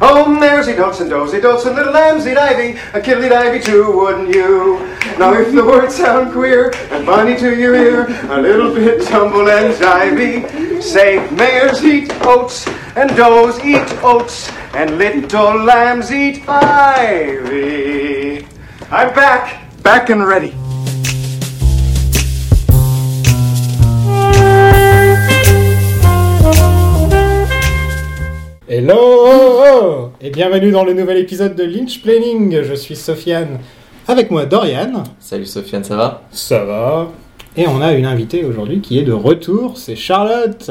Jersey don'ts and dozy don'ts and little lambsy divey, a kiddly divey too, wouldn't you? Now if the words sound queer and funny to your ear, a little bit tumble and divey, say mares eat oats and does eat oats and little lambs eat ivy. I'm back, back and ready. Hello oh, oh, et bienvenue dans le nouvel épisode de Lynch Planning. Je suis Sofiane, avec moi Dorian. Salut Sofiane, ça va Ça va. Et on a une invitée aujourd'hui qui est de retour, c'est Charlotte.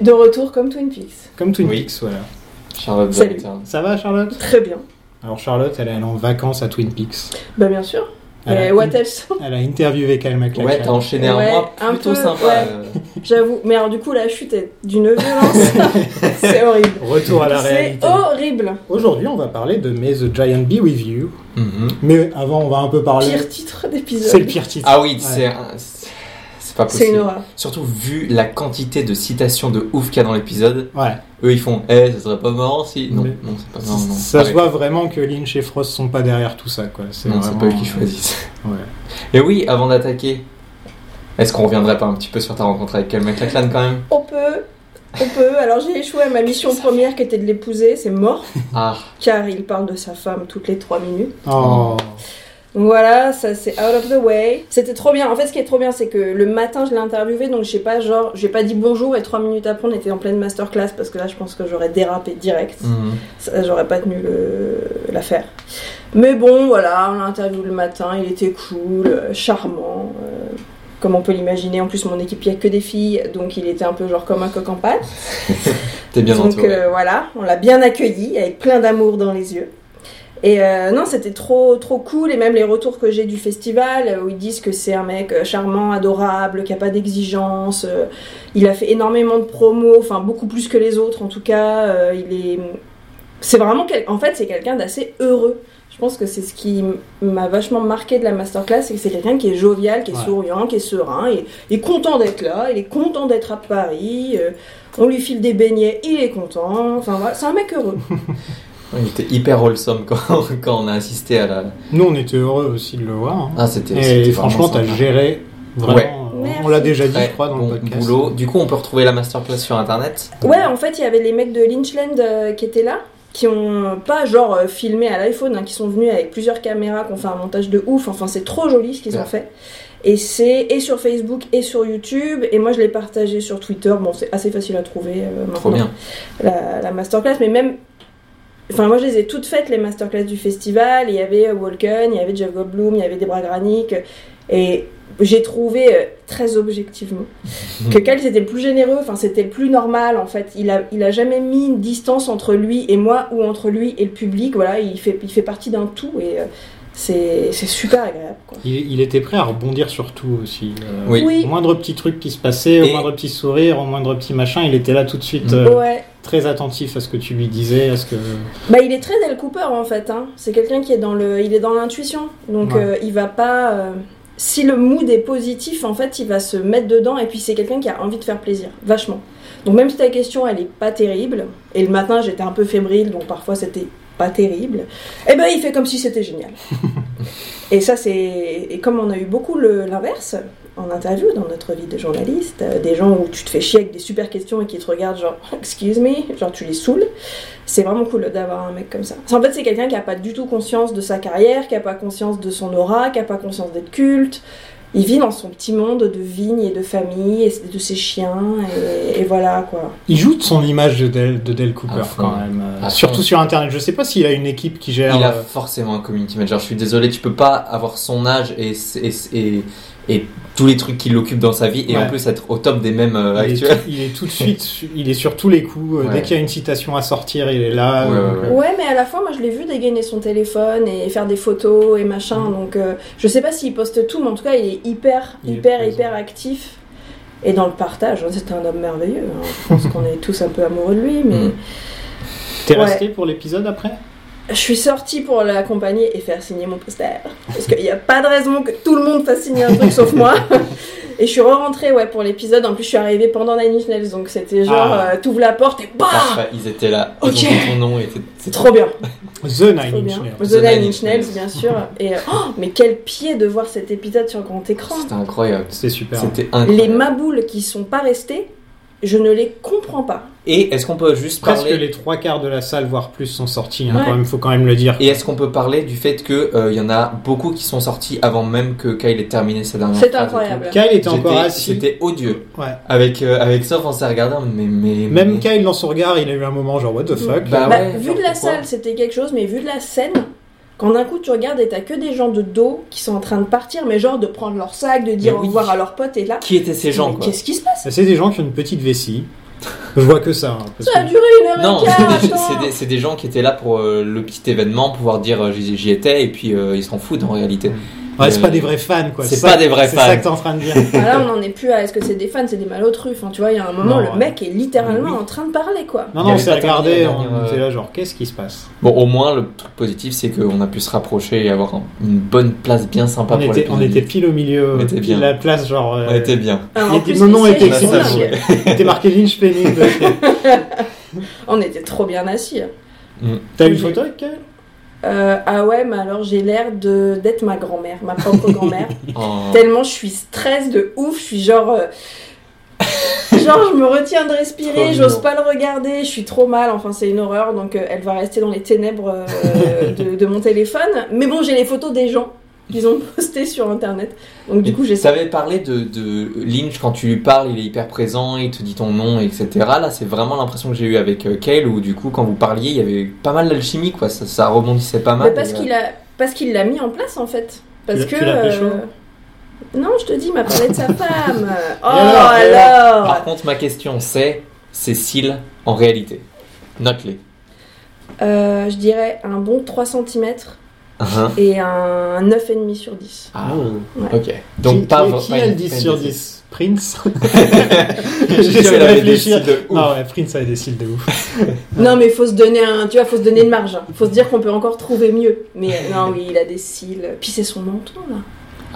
De retour comme Twin Peaks. Comme Twin Oui. Peaks, voilà. Charlotte Salut. Valentine. Ça va Charlotte Très bien. Alors Charlotte, elle est allée en vacances à Twin Peaks. Bah bien sûr. Elle, Et a, what else elle a interviewé Kyle MacLachlan. Ouais, t'as enchaîné un Ouais, mois un plutôt peu, sympa. ouais. euh, J'avoue. Mais alors du coup la chute est d'une violence. c'est horrible. Retour à la C'est réalité. horrible. Aujourd'hui, on va parler de May the Giant Be With You. mhm. Mais avant, on va un peu parler... Pire titre d'épisode. Oh, C'est le pire titre. Ah oui, Ouais. c'est un- c'est c'est pas C'est possible. une horreur. Surtout vu la quantité de citations de ouf qu'il y a dans l'épisode, Ouais. eux ils font Eh, ça serait pas marrant si. Non, Mais- non, c'est pas non, non, ça se arrête. voit vraiment que Lynch et Frost sont pas derrière tout ça, quoi. C'est Non, c'est pas eux vraiment- qui choisissent. Ouais. Et oui, avant d'attaquer, est-ce qu'on reviendrait pas un petit peu sur ta rencontre avec Cal McLachlan quand même On peut. On peut. Alors j'ai échoué à ma mission première qui était de l'épouser. C'est mort. Ah, Car il parle de sa femme toutes les trois minutes. Oh. Voilà, ça c'est out of the way. C'était trop bien. En fait, ce qui est trop bien, c'est que le matin, je l'ai interviewé, donc je sais pas, genre, j'ai pas dit bonjour et trois minutes après, on était en pleine masterclass parce que là, je pense que j'aurais dérapé direct. mhm. Ça, J'aurais pas tenu le- l'affaire. Mais bon, voilà, on l'a interviewé le matin, il était cool, euh, charmant, euh, comme on peut l'imaginer. En plus, mon équipe, il y a que des filles, donc il était un peu genre comme un coq en pâte. t'es bien Donc entouré. euh, voilà, on l'a bien accueilli avec plein d'amour dans les yeux. Et euh, non, c'était trop trop cool et même les retours que j'ai du festival euh, où ils disent que c'est un mec euh, charmant, adorable, qui a pas d'exigence. euh, il a fait énormément de promos, enfin beaucoup plus que les autres en tout cas. euh, il est, c'est vraiment quel- en fait c'est quelqu'un d'assez heureux. Je pense que c'est ce qui m- m'a vachement marqué de la masterclass, c'est que c'est quelqu'un qui est jovial, qui est Ouais. souriant, qui est serein, et, il est content d'être là, il est content d'être à Paris. euh, on lui file des beignets, il est content. Enfin voilà, c'est un mec heureux. Il était hyper wholesome quand, quand on a assisté à la. Nous, on était heureux aussi de le voir. hein. Ah, c'était. Et c'était franchement, vraiment t'as sympa. géré vraiment. Ouais. euh, On Merci. l'a déjà dit, Très je crois, dans bon le podcast. boulot. Du coup, on peut retrouver la masterclass sur internet. Ouais, en fait, il y avait les mecs de Lynchland euh, qui étaient là, qui ont pas genre euh, filmé à l'iPhone, hein, qui sont venus avec plusieurs caméras, qui ont fait un montage de ouf. Enfin, c'est trop joli ce qu'ils ont Ouais. fait. Et c'est et sur Facebook et sur YouTube. Et moi, je l'ai partagé sur Twitter. Bon, c'est assez facile à trouver. euh, Trop maintenant. bien. la, la masterclass, mais même. Enfin, moi, je les ai toutes faites, les masterclass du festival. Il y avait euh, Walken, il y avait Jeff Goldblum, il y avait Debra Granik. Et j'ai trouvé, euh, très objectivement, que Cal, c'était le plus généreux. Enfin, c'était le plus normal, en fait. Il a, il a jamais mis une distance entre lui et moi ou entre lui et le public. Voilà, il fait, il fait partie d'un tout et euh, c'est c'est super agréable. quoi. Il, il était prêt à rebondir sur tout aussi. euh, Oui. Au moindre petit truc qui se passait, au Et- moindre petit sourire, au moindre petit machin, il était là tout de suite, Mm. euh, Ouais. très attentif à ce que tu lui disais, à ce que. Bah, il est très Del Cooper en fait. hein. C'est quelqu'un qui est dans le, il est dans l'intuition. Donc Ouais. euh, il va pas. euh, Si le mood est positif, en fait, il va se mettre dedans. Et puis c'est quelqu'un qui a envie de faire plaisir, vachement. Donc même si ta question elle est pas terrible, et le matin j'étais un peu fébrile, donc parfois c'était pas terrible. Eh ben il fait comme si c'était génial. et ça c'est et comme on a eu beaucoup le- l'inverse en interview dans notre vie de journaliste, euh, des gens où tu te fais chier avec des super questions et qui te regardent genre excuse me, genre tu les saoules. C'est vraiment cool d'avoir un mec comme ça. En fait, c'est quelqu'un qui a pas du tout conscience de sa carrière, qui a pas conscience de son aura, qui a pas conscience d'être culte. Il vit dans son petit monde de vignes et de famille et de ses chiens et, et voilà quoi. Il joue de son image de Del, de Del Cooper À fond. quand même. euh, À fond. surtout sur Internet. Je sais pas s'il a une équipe qui gère. Ah, Il a euh, forcément un community manager. Je suis désolé, tu peux pas avoir son âge et, et, et, et tous les trucs qui l'occupent dans sa vie et Ouais. en plus être au top des mêmes euh, il, est actuels. tout, il est tout de suite, su- il est sur tous les coups. euh, Dès Ouais. qu'il y a une citation à sortir, il est là. Ouais, donc, ouais, ouais. euh, Ouais, mais à la fois, moi je l'ai vu dégainer son téléphone et faire des photos et machin. Donc euh, je sais pas s'il poste tout, mais en tout cas, il est hyper, Il est hyper, présent. hyper actif. Et dans le partage, hein, c'est un homme merveilleux. hein. Je pense qu'on est tous un peu amoureux de lui, mais. Mm. T'es Ouais. resté pour l'épisode après Je suis sortie pour l'accompagner et faire signer mon poster. Parce qu'il n'y a pas de raison que tout le monde fasse signer un truc sauf moi. Et je suis re-rentrée ouais, pour l'épisode. En plus, je suis arrivée pendant Nine Inch Nails, donc c'était genre, Ah. euh, t'ouvres la porte et bam Parfait, ils étaient là. Ils Ah Ok. ont dit ton nom et t'es- c'est C'est trop bien, The Nine trop Inch bien. Nails. The Nine Inch Nails, bien sûr. Et euh, oh, mais quel pied de voir cet épisode sur grand écran. C'était incroyable. C'était super. C'était Les incroyable. maboules qui sont pas restées, je ne les comprends pas. Et est-ce qu'on peut juste Presque parler les trois quarts de la salle, voire plus, sont sortis. Hein, Ouais. quand même, faut quand même le dire. Et est-ce qu'on peut parler du fait que euh, il y en a beaucoup qui sont sortis avant même que Kyle ait terminé sa dernière C'est phrase et incroyable. Kyle tout était encore J'étais- assis. C'était odieux. Ouais. Avec euh, avec Soph, on s'est regardé, mais mais Même mais- Kyle, dans son regard, il a eu un moment genre What the fuck. Bah, Bah, ouais, vu genre, de la pourquoi salle, c'était quelque chose, mais vu de la scène, quand d'un coup tu regardes et t'as que des gens de dos qui sont en train de partir, mais genre de prendre leur sac, de dire Mais au oui. revoir à leurs potes, et là, qui étaient ces gens mais quoi qu'est-ce qui se passe Bah, C'est des gens qui ont une petite vessie. Je vois que ça. hein, parce Ça a que- duré une heure Non, et quart, c'est des- attends. c'est des, c'est des gens qui étaient là pour euh, le petit événement, pouvoir dire euh, j'y j'y étais et puis euh, ils s'en foutent en réalité. Mm. Ouais, c'est pas des vrais fans, quoi. C'est ça- pas des vrais C'est ça fans. que t'es en train de dire. Ah, Là, on n'en est plus à est-ce que c'est des fans, c'est des malotrus. Enfin, tu vois, il y a un moment, Non, le ouais. mec est littéralement Oui. en train de parler, quoi. Non, Il y non, on avait s'est pas terminé regardé, la dernière, on était euh, là, genre, qu'est-ce qui se passe Bon, au moins le truc positif c'est qu'on a pu se rapprocher et avoir un- une bonne place bien sympa on pour était, on l'épisode. était pile au milieu, On était pile bien. la place, genre. euh, On était bien. Alors, Il y en a des plus, moments les sièges étaient sont On a exceptionnels. dingues. C'était marqué Lynch Penning. On était trop bien assis. T'as eu une photo avec elle Euh, ah ouais, mais alors j'ai l'air de d'être ma grand-mère, ma propre grand-mère. En- Tellement je suis stress de ouf, je suis genre. euh, Genre, je me retiens de Trop respirer, j'ose mignon. pas le regarder, je suis trop mal, enfin c'est une horreur, donc euh, elle va rester dans les ténèbres euh, de, de mon téléphone. Mais bon, j'ai les photos des gens qu'ils ont postées sur internet, donc du coup j'ai ça avait parlé de, de Lynch quand tu lui parles, il est hyper présent, il te dit ton nom, etc. Là, c'est vraiment l'impression que j'ai eu avec euh, Kale où du coup, quand vous parliez, il y avait pas mal d'alchimie, quoi. Ça, ça rebondissait pas mal. Mais parce Et, euh, qu'il a, parce qu'il l'a mis en place en fait. Parce Tu que. euh, l'as- tu l'as pécho Non, je te dis, il m'a parlé de sa femme. Oh alors, alors, et euh, Par contre, ma question, c'est Cécile en réalité. Note-les. Euh, Je dirais un bon 3 cm Hein et un 9,5 sur 10. Ah, Ouais. ok. Donc, qui, pas qui- vra- qui pas a le une- 10 pas une sur décision. 10 Prince Je suis J'essaie sûr, de il avait des réfléchir. décisions de ouf. Non, ouais, Prince a des cils de ouf. Non, mais faut se donner un, tu vois, faut se donner une marge. hein. Faut se dire qu'on peut encore trouver mieux. Mais euh, non, oui, il a des cils. Puis c'est son menton là.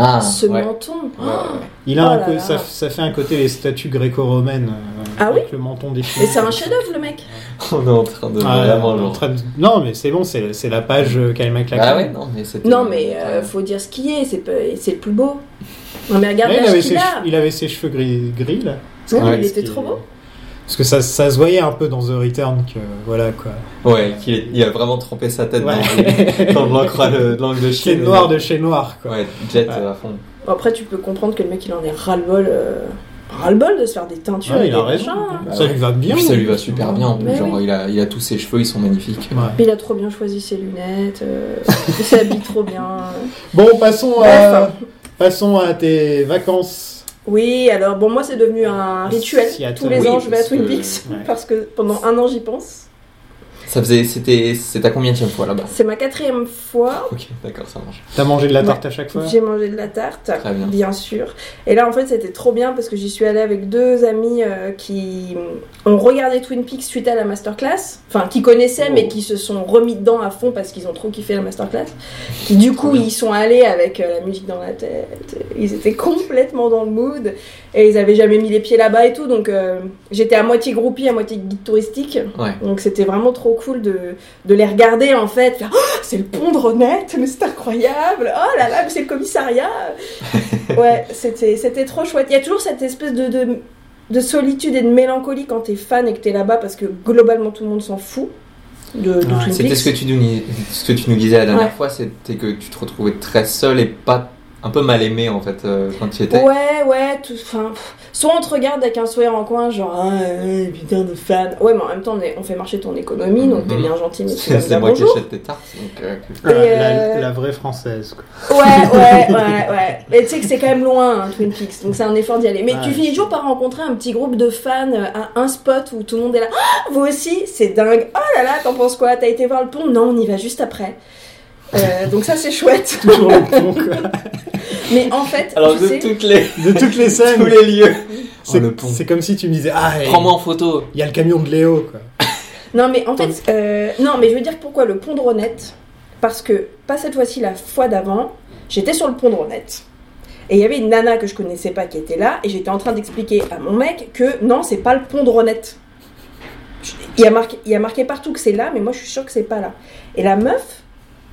Ah, Ce ouais. menton. Ouais, ouais, ouais. Il a Oh un là co- là. Ça, ça fait un côté les statues gréco-romaines. euh, Ah avec le menton défini. Mais c'est un chef-d'œuvre le mec. On est en train de Ah, vraiment en genre- train de- Non, mais c'est bon, c'est c'est la page euh, Kyle MacLachlan. Bah ouais, non, mais c'était. Non, mais euh, faut dire ce qu'il est. C'est pas- c'est le plus beau. Non, mais regarde Là, il, l'âge avait qu'il ses a. che- il avait ses cheveux gris, gris là. Oui, Ouais, il Parce était qu'il- trop beau. Parce que ça, ça se voyait un peu dans The Return que voilà quoi. Ouais, qu'il est- il a vraiment trempé sa tête Ouais. dans, dans de l'encre- le- de l'angle de C'est Chine. noir de chez noir quoi. Ouais, jet Ouais. euh, à fond. Bon, après, tu peux comprendre que le mec, il en est ras-le-bol. euh, Ras-le-bol de se faire des teintures. Ouais, Ah, il et des a raison. machins, hein. Ça lui va Et bien. puis ça lui va super bien. en plus, Ouais, genre, Bah oui. il, a, il a tous ses cheveux, ils sont magnifiques. Ouais. Il a trop bien choisi ses lunettes. euh, il s'habille trop bien. Bon, passons à, Bref. passons à tes vacances. Oui, alors, bon, moi, c'est devenu un rituel. Seattle. Tous les Euh, Oui, ans, je vais à parce Twin que- Peaks. ouais. Parce que pendant un an, j'y pense. Ça faisait. C'était. C'était à combien de fois là-bas C'est ma quatrième fois. Ok, d'accord, ça marche. T'as mangé de la tarte à chaque fois J'ai mangé de la tarte, Très bien. sûr. Et là, en fait, c'était trop bien parce que j'y suis allée avec deux amis euh, qui ont regardé Twin Peaks suite à la masterclass. Enfin, qui connaissaient, Oh. mais qui se sont remis dedans à fond parce qu'ils ont trop kiffé la masterclass. Qui, du coup, ils sont allés avec euh, la musique dans la tête. Ils étaient complètement dans le mood. Et ils avaient jamais mis les pieds là-bas et tout. Donc, euh, j'étais à moitié groupie, à moitié guide touristique. Ouais. Donc c'était vraiment trop cool de, de les regarder en fait. Faire, Oh, c'est le pont de Ronette, mais c'est incroyable. Oh là là, mais c'est le commissariat. ouais, c'était c'était trop chouette. Il y a toujours cette espèce de, de, de solitude et de mélancolie quand t'es fan et que t'es là-bas parce que globalement tout le monde s'en fout. De, de Ouais, Twin C'était Peaks. ce que tu nous, ce que tu nous disais la dernière Ouais. fois, c'était que tu te retrouvais très seul et pas un peu mal aimé en fait euh, quand tu y étais. Ouais, ouais, tout. Enfin, pff, soit on te regarde avec un sourire en coin, genre, ah, euh, putain de fan. Ouais, mais en même temps, on, est- on fait marcher ton économie, donc t'es Mhm. bien gentil, mais tu vas nous C'est dire moi qui bonjour. achète tes tartes. Donc, euh, Ah, la, euh, la vraie française. quoi. Ouais, ouais, ouais, ouais. Mais tu sais que c'est quand même loin, hein, Twin Peaks, donc c'est un effort d'y aller. Mais Ouais. tu finis toujours par rencontrer un petit groupe de fans euh, à un spot où tout le monde est là. Ah, vous aussi C'est dingue. Oh là là, t'en penses quoi T'as été voir le pont Non, on y va juste après. Euh, donc ça, c'est chouette. Toujours le pont quoi. Mais en fait, Alors tu de sais, toutes les, De toutes les scènes. tous les lieux. C'est Oh, le pont. c'est comme si tu me disais Ah, il Prends-moi en photo. il y a le camion de Léo quoi. Non, mais en fait, euh, non, mais je veux dire pourquoi le pont de Ronette Parce que, pas cette fois-ci, la fois d'avant, j'étais sur le pont de Ronette. Et il y avait une nana que je connaissais pas qui était là, et j'étais en train d'expliquer à mon mec que non, c'est pas le pont de Ronette. Je- Il y, a marqué, il y a marqué partout que c'est là, mais moi je suis sûre que c'est pas là. Et la meuf,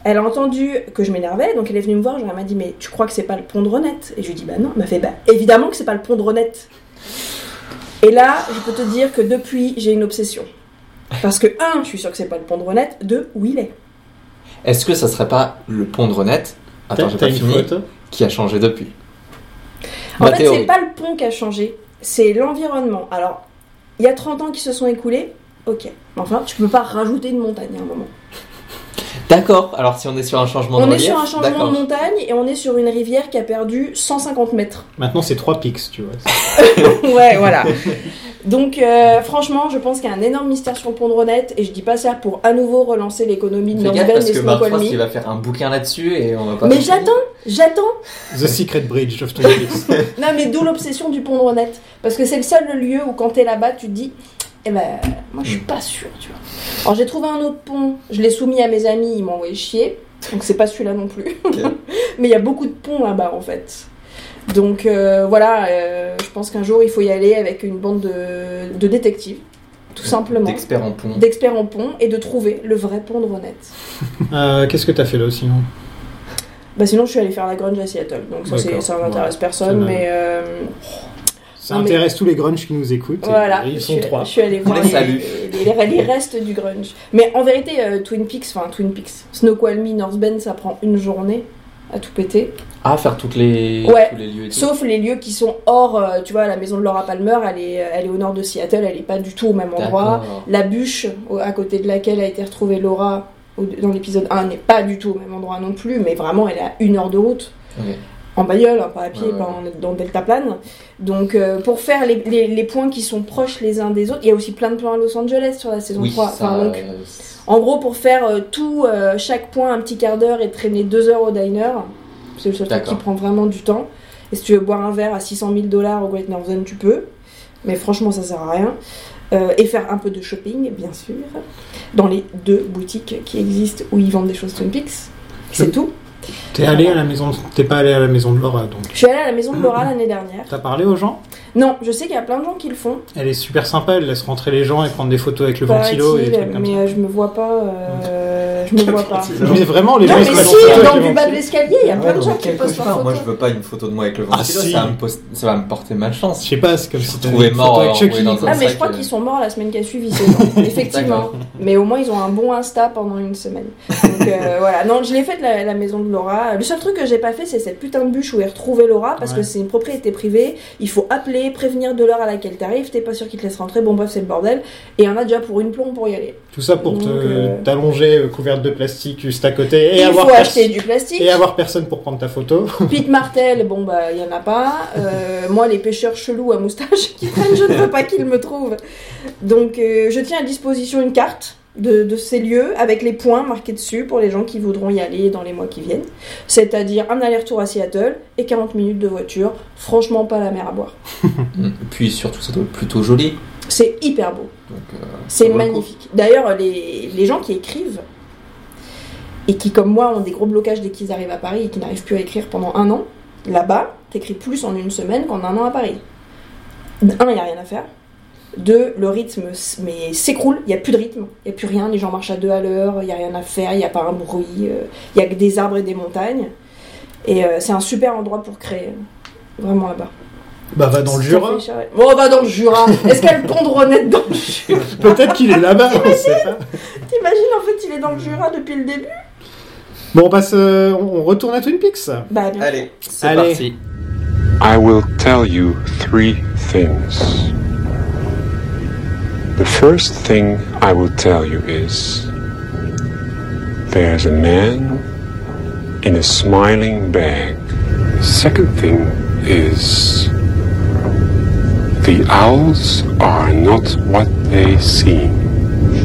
elle a entendu que je m'énervais, donc elle est venue me voir, genre, elle m'a dit Mais tu crois que c'est pas le pont de Ronette Et je lui dis Bah non, elle m'a fait Bah évidemment que c'est pas le pont de Ronette. Et là, je peux te dire que depuis, j'ai une obsession. Parce que, un, je suis sûre que c'est pas le pont de Ronette, deux, où il est. Est-ce que ça serait pas le pont de Renette Attends, j'ai T'as pas une fini. photo Qui a changé depuis En Ma fait, théorie. c'est pas le pont qui a changé, c'est l'environnement. Alors, il y a 30 ans qui se sont écoulés, ok. Mais Enfin, tu peux pas rajouter une montagne à un moment. D'accord, alors si on est sur un changement on de est sur relief, un changement d'accord. de montagne et on est sur une rivière qui a perdu 150 mètres. Maintenant, c'est 3 pics, tu vois. ouais, voilà. Donc, euh, franchement, je pense qu'il y a un énorme mystère sur le pont de Ronette et je dis pas ça pour à nouveau relancer l'économie de Fais Northbound gaffe et parce que Marc Snoqualmie. Frost il va faire un bouquin là-dessus et on va pas. Mais j'attends, j'attends The Secret Bridge of Twin Peaks. Non, mais d'où l'obsession du pont de Ronette. Parce que c'est le seul lieu où, quand t'es là-bas, tu te dis Eh ben, moi je suis Mm. pas sûre, tu vois. Alors j'ai trouvé un autre pont, je l'ai soumis à mes amis, ils m'ont envoyé chier. Donc c'est pas celui-là non plus. mais il y a beaucoup de ponts là-bas en fait. Donc euh, voilà, euh, je pense qu'un jour il faut y aller avec une bande de, de détectives, tout simplement. D'experts en pont. D'experts en pont et de trouver le vrai pont de Ronette. Euh, Qu'est-ce que t'as fait là sinon Bah sinon je suis allée faire la grunge à Seattle, donc ça, c'est- D'accord, ça n'intéresse personne, Ça n'a- mais. euh, Ça Non, mais- intéresse tous les grunge qui nous écoutent. et Voilà, Ils je, sont suis- trois. je suis allée voir les les, salue. les- les- les restes du grunge. Mais en vérité, euh, Twin Peaks, enfin Twin Peaks, Snoqualmie, North Bend, ça prend une journée à tout péter. Ah, faire toutes les... Ouais. tous les lieux et tout. Sauf les lieux qui sont hors, euh, tu vois, la maison de Laura Palmer, elle est, euh, elle est au nord de Seattle, elle est pas du tout au même endroit. D'accord. La bûche au- à côté de laquelle a été retrouvée Laura au- dans l'épisode 1 n'est pas du tout au même endroit non plus, mais vraiment elle est à une heure de route. Ok. En bagnole, hein, pas à pied, Ouais, ouais. pas en- dans le deltaplane. Donc euh, pour faire les, les- les points qui sont proches les uns des autres, il y a aussi plein de plans à Los Angeles sur la saison Oui, 3. ça, Enfin, donc, euh, en gros, pour faire euh, tout, euh, chaque point, un petit quart d'heure et traîner deux heures au diner, c'est le seul truc qui D'accord. prend vraiment du temps. Et si tu veux boire un verre à 600 000 dollars au Great Northern, tu peux. Mais franchement, ça sert à rien. Euh, et faire un peu de shopping, bien sûr, dans les deux boutiques qui existent où ils vendent des choses Twin Peaks. C'est Je- tout. T'es allé à la maison. T'es pas allé à la maison de Laura donc. Je suis allée à la maison de Laura l'année dernière. T'as parlé aux gens Non, je sais qu'il y a plein de gens qui le font. Elle est super sympa. Elle laisse rentrer les gens et prendre des photos avec le ventilo et des paraît-il, trucs comme mais ça. euh, je me vois pas. euh, je me vois pas. Mais vraiment, les Non, gens ils mais se mettent si, en photo dans avec du le bas de ventilo. l'escalier, il y a plein de ouais, gens donc, qui quelque postent leurs part, Moi, photos. je veux pas une photo de moi avec le Ah, ventilo, si. ça, va me post- ça va me porter malchance. Je sais pas, c'est comme Je si me t'avais trouvais une mort photo avec alors, Chucky, oui, dans quoi. un- Ah, mais je sac, crois euh. qu'ils sont morts la semaine qui a suivi, ces gens. Effectivement. D'accord. mais au moins, ils ont un bon Insta pendant une semaine. Donc euh, voilà. Non, je l'ai faite la, la maison de Laura. Le seul truc que j'ai pas fait, c'est cette putain de bûche où est retrouvée Laura parce Ouais. que c'est une propriété privée. Il faut appeler, prévenir de l'heure à laquelle t'arrives. T'es pas sûr qu'ils te laissent rentrer. Bon, bref, c'est le bordel. Et on a déjà pour une plombe pour y aller. Tout ça pour Donc, te- euh, t'allonger euh, couverte de plastique juste à côté et il avoir faut pers- acheter du plastique. et avoir personne pour prendre ta photo. Pete Martel, bon bah il y en a pas. Euh, moi les pêcheurs chelous à moustache qui traînent, je ne veux pas qu'ils me trouvent. Donc euh, je tiens à disposition une carte de, de ces lieux avec les points marqués dessus pour les gens qui voudront y aller dans les mois qui viennent. C'est-à-dire un aller-retour à Seattle et 40 minutes de voiture. Franchement pas la mer à boire. Mm. Et Puis surtout, ça doit être plutôt joli. C'est hyper beau. Donc, euh, C'est ça vaut le coup. magnifique. D'ailleurs, les, les gens qui écrivent et qui, comme moi, ont des gros blocages dès qu'ils arrivent à Paris et qui n'arrivent plus à écrire pendant un an, là-bas, t'écris plus en une semaine qu'en un an à Paris. Un, il n'y a rien à faire. Deux, le rythme s- mais s'écroule, il n'y a plus de rythme, il n'y a plus rien, les gens marchent à deux à l'heure, il n'y a rien à faire, il n'y a pas un bruit, euh, il n'y a que des arbres et des montagnes. Et euh, c'est un super endroit pour créer, euh, vraiment là-bas. Bah va dans le Ça Jura. fait charrette. Bon, va dans le Jura Est-ce qu'elle pond de Ronette dans le Jura Peut-être qu'il est là-bas, on sait pas. T'imagines en fait il est dans le Jura depuis le début Bon, on passe, euh, on on retourne à Twin Peaks. Bah bien. Allez, c'est Allez. parti. I will tell you three things. The first thing I will tell you is there's a man in a smiling bag. Second thing is the owls are not what they seem.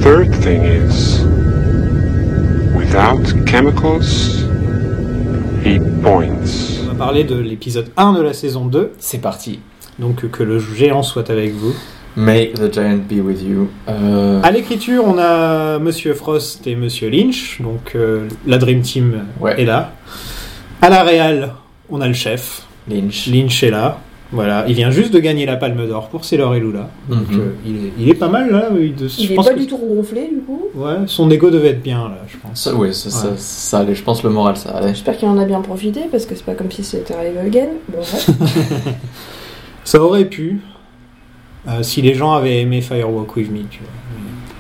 Third thing is without chemicals, he points. On va parler de l'épisode 1 de la saison 2, C'est parti. donc euh, que le géant soit avec vous. May the giant be with you. Euh, À l'écriture, on a Monsieur Frost et Monsieur Lynch, donc euh, la Dream Team Ouais. est là. À la réal, on a le chef. Lynch. Lynch est là. Voilà, il vient juste de gagner la Palme d'Or pour Sailor et Lula. Donc Mhm. euh, il, est, il est pas mal là. oui, de- je Il est pense pas que- du tout regonflé du coup. Ouais, son ego devait être bien là, je pense. Ça, ouais, ça, ça, Ouais. ça allait, je pense, le moral, ça allait. J'espère qu'il en a bien profité parce que c'est pas comme si c'était arrivé again. Bon, bref. Ça aurait pu euh, si les gens avaient aimé Firewalk with Me. Tu vois.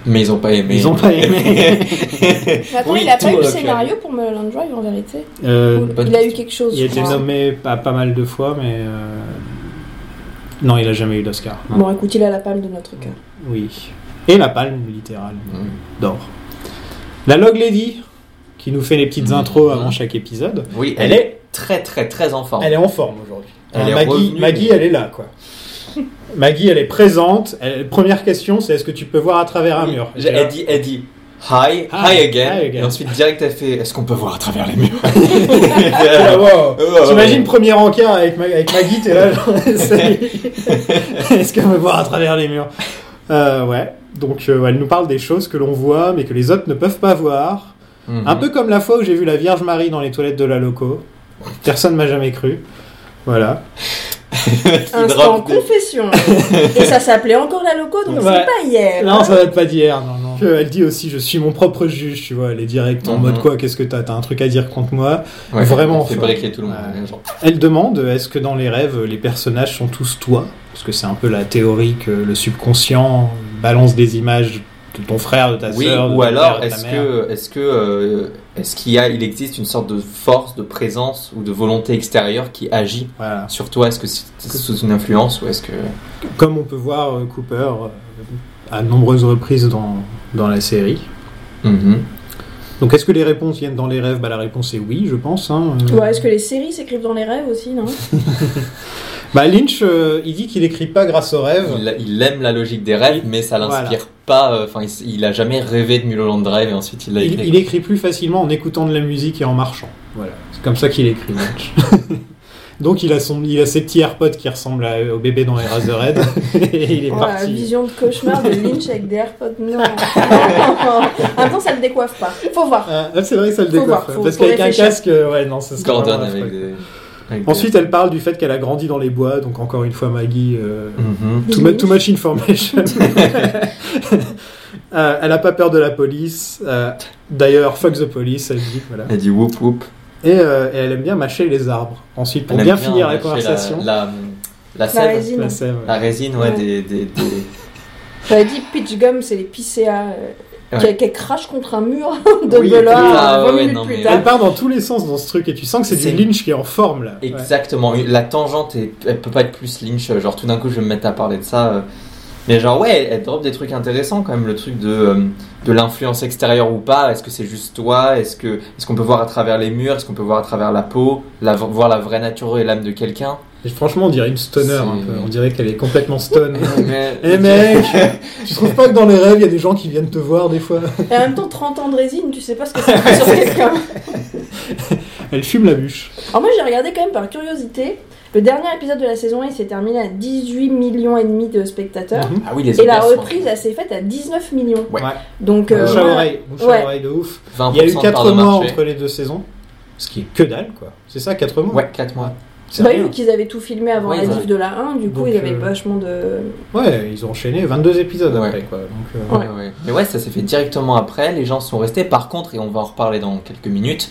Mais ils ont pas aimé. Ils ont pas aimé. Mais attends, Oui, il a tout pas eu le aurait pu scénario pour Mulholland Drive en vérité. Euh, Ou- bonne il a eu quelque chose. il a je été crois. nommé pas, pas mal de fois, mais euh, non, il a jamais eu d'Oscar. non. Bon, écoute, il a la palme de notre cœur. Oui. Et la palme littérale Mm. d'or. La Log Lady qui nous fait les petites Mhm. intros avant chaque épisode. Oui, elle, Elle est est très, très, très en forme. Elle est en forme aujourd'hui. Elle Alors, est Maggie, revenue. Maggie, elle est là, quoi. Maggie, elle est présente. Elle- première question, c'est est-ce que tu peux voir à travers un mur J'ai- Elle dit, elle dit hi, hi, Hi, again. hi again. Et ensuite, direct, elle fait Est-ce qu'on peut voir à travers les murs Ah, wow. Oh. T'imagines premier encart avec, Ma- avec Maggie, t'es là, genre, salut. Est-ce qu'on peut voir à travers les murs Euh, Ouais. Donc, euh, elle nous parle des choses que l'on voit, mais que les autres ne peuvent pas voir. Mhm. Un peu comme la fois où j'ai vu la Vierge Marie dans les toilettes de la loco. Personne m'a jamais cru. Voilà. Qui Instant drop des- confession. Et ça s'appelait encore la loco, donc Ouais. c'est pas hier. Non, hein. ça date pas d'hier, non, non. Euh, Elle dit aussi, je suis mon propre juge, tu vois. Elle est directe en Mhm. mode quoi Qu'est-ce que t'as T'as un truc à dire contre moi Ouais, Vraiment elle fait fort. breaker tout le monde. Ouais. ouais, genre. Elle demande, est-ce que dans les rêves, les personnages sont tous toi Parce que c'est un peu la théorie que le subconscient balance des images de ton frère, de ta Oui, sœur, de ou ton alors père, de ta est-ce mère. que est-ce que euh, est-ce qu'il y a il existe une sorte de force de présence ou de volonté extérieure qui agit Voilà. sur toi est-ce que c'est sous une influence ou est-ce que Comme on peut voir euh, Cooper euh, à de nombreuses reprises dans, dans la série. Mhm. Donc est-ce que les réponses viennent dans les rêves bah, La réponse est oui, je pense. hein. Euh, Ouais, est-ce que les séries s'écrivent dans les rêves aussi, non bah, Lynch, euh, il dit qu'il écrit pas grâce aux rêves. il, il aime la logique des rêves mais ça Voilà. l'inspire pas euh, enfin il, il a jamais rêvé de Mulholland Drive et ensuite il l'a Il, écrit. il écrit plus facilement en écoutant de la musique et en marchant. Voilà. C'est comme ça qu'il écrit, Lynch. Donc il a, son, il a ses petits AirPods qui ressemblent à- au bébé dans Eraserhead. et il est Oh, la parti. vision de cauchemar de Lynch avec des AirPods. Non. en même temps, ça ne décoiffe pas. Faut voir. Ah, ah, c'est vrai que ça le Faut voir, décoiffe. faut- parce faut qu'avec un réfléchir. casque, euh, ouais, non, ça serait Gordon vraiment affreux. avec des avec des- Ensuite, elle parle du fait qu'elle a grandi dans les bois, donc encore une fois, Maggie. euh, Mhm. Too, mu- too much information. Euh, elle a pas peur de la police. Euh, D'ailleurs, fuck the police, elle dit. Voilà. Elle dit whoop whoop. Et, euh, et elle aime bien mâcher les arbres. Ensuite, pour Elle bien, aime finir la lâcher conversation, La, la, la La sève, résine. la sève, ouais. la résine, ouais, Ouais. des, des, des- J'avais dit Peach Gum, c'est les Picea euh, qui- Ouais. qui crachent contre un mur de Oui, Beloir ah, 20 ouais, minutes non, plus mais- Elle tard. part dans tous les sens dans ce truc et tu sens que c'est C'est- du Lynch qui est en forme là. Ouais. Exactement, la tangente, est- elle peut pas être plus Lynch. euh, Genre tout d'un coup, je vais me mettre à parler de ça. euh. Mais genre, ouais, elle drop des trucs intéressants quand même. Le truc de, euh, de l'influence extérieure ou pas. Est-ce que c'est juste toi Est-ce que est-ce qu'on peut voir à travers les murs Est-ce qu'on peut voir à travers la peau la, Voir la vraie nature et l'âme de quelqu'un Et franchement, on dirait une stoner un C'est- peu. On dirait qu'elle est complètement stone. Mais- Eh mec, tu trouves pas que dans les rêves, il y a des gens qui viennent te voir des fois Et en même temps, 30 ans de résine, tu sais pas ce que ça fait sur quelqu'un. Elle fume la bûche. Alors moi j'ai regardé quand même par curiosité. Le dernier épisode de la saison 1 il s'est terminé à 18 millions et demi de spectateurs. Mhm. Ah oui, les Et la auberges sont- reprise elle s'est faite à 19 millions. Ouais. Donc euh, Bouche à voilà. oreille, bouche à Ouais. oreille de ouf. 20% Il y a eu de part 4 de mois marché. entre les deux saisons. Ce qui est que dalle quoi. C'est ça, 4 mois Ouais, 4 mois. C'est bah oui, rien. vu qu'ils avaient tout filmé avant Ouais, la ils ont- diff de la 1, du coup Donc, ils avaient euh, vachement de. Ouais, ils ont enchaîné 22 épisodes Ouais. après quoi. Donc, euh, Ouais. Ouais, ouais. Mais ouais, ça s'est fait directement après. Les gens sont restés. Par contre, et on va en reparler dans quelques minutes,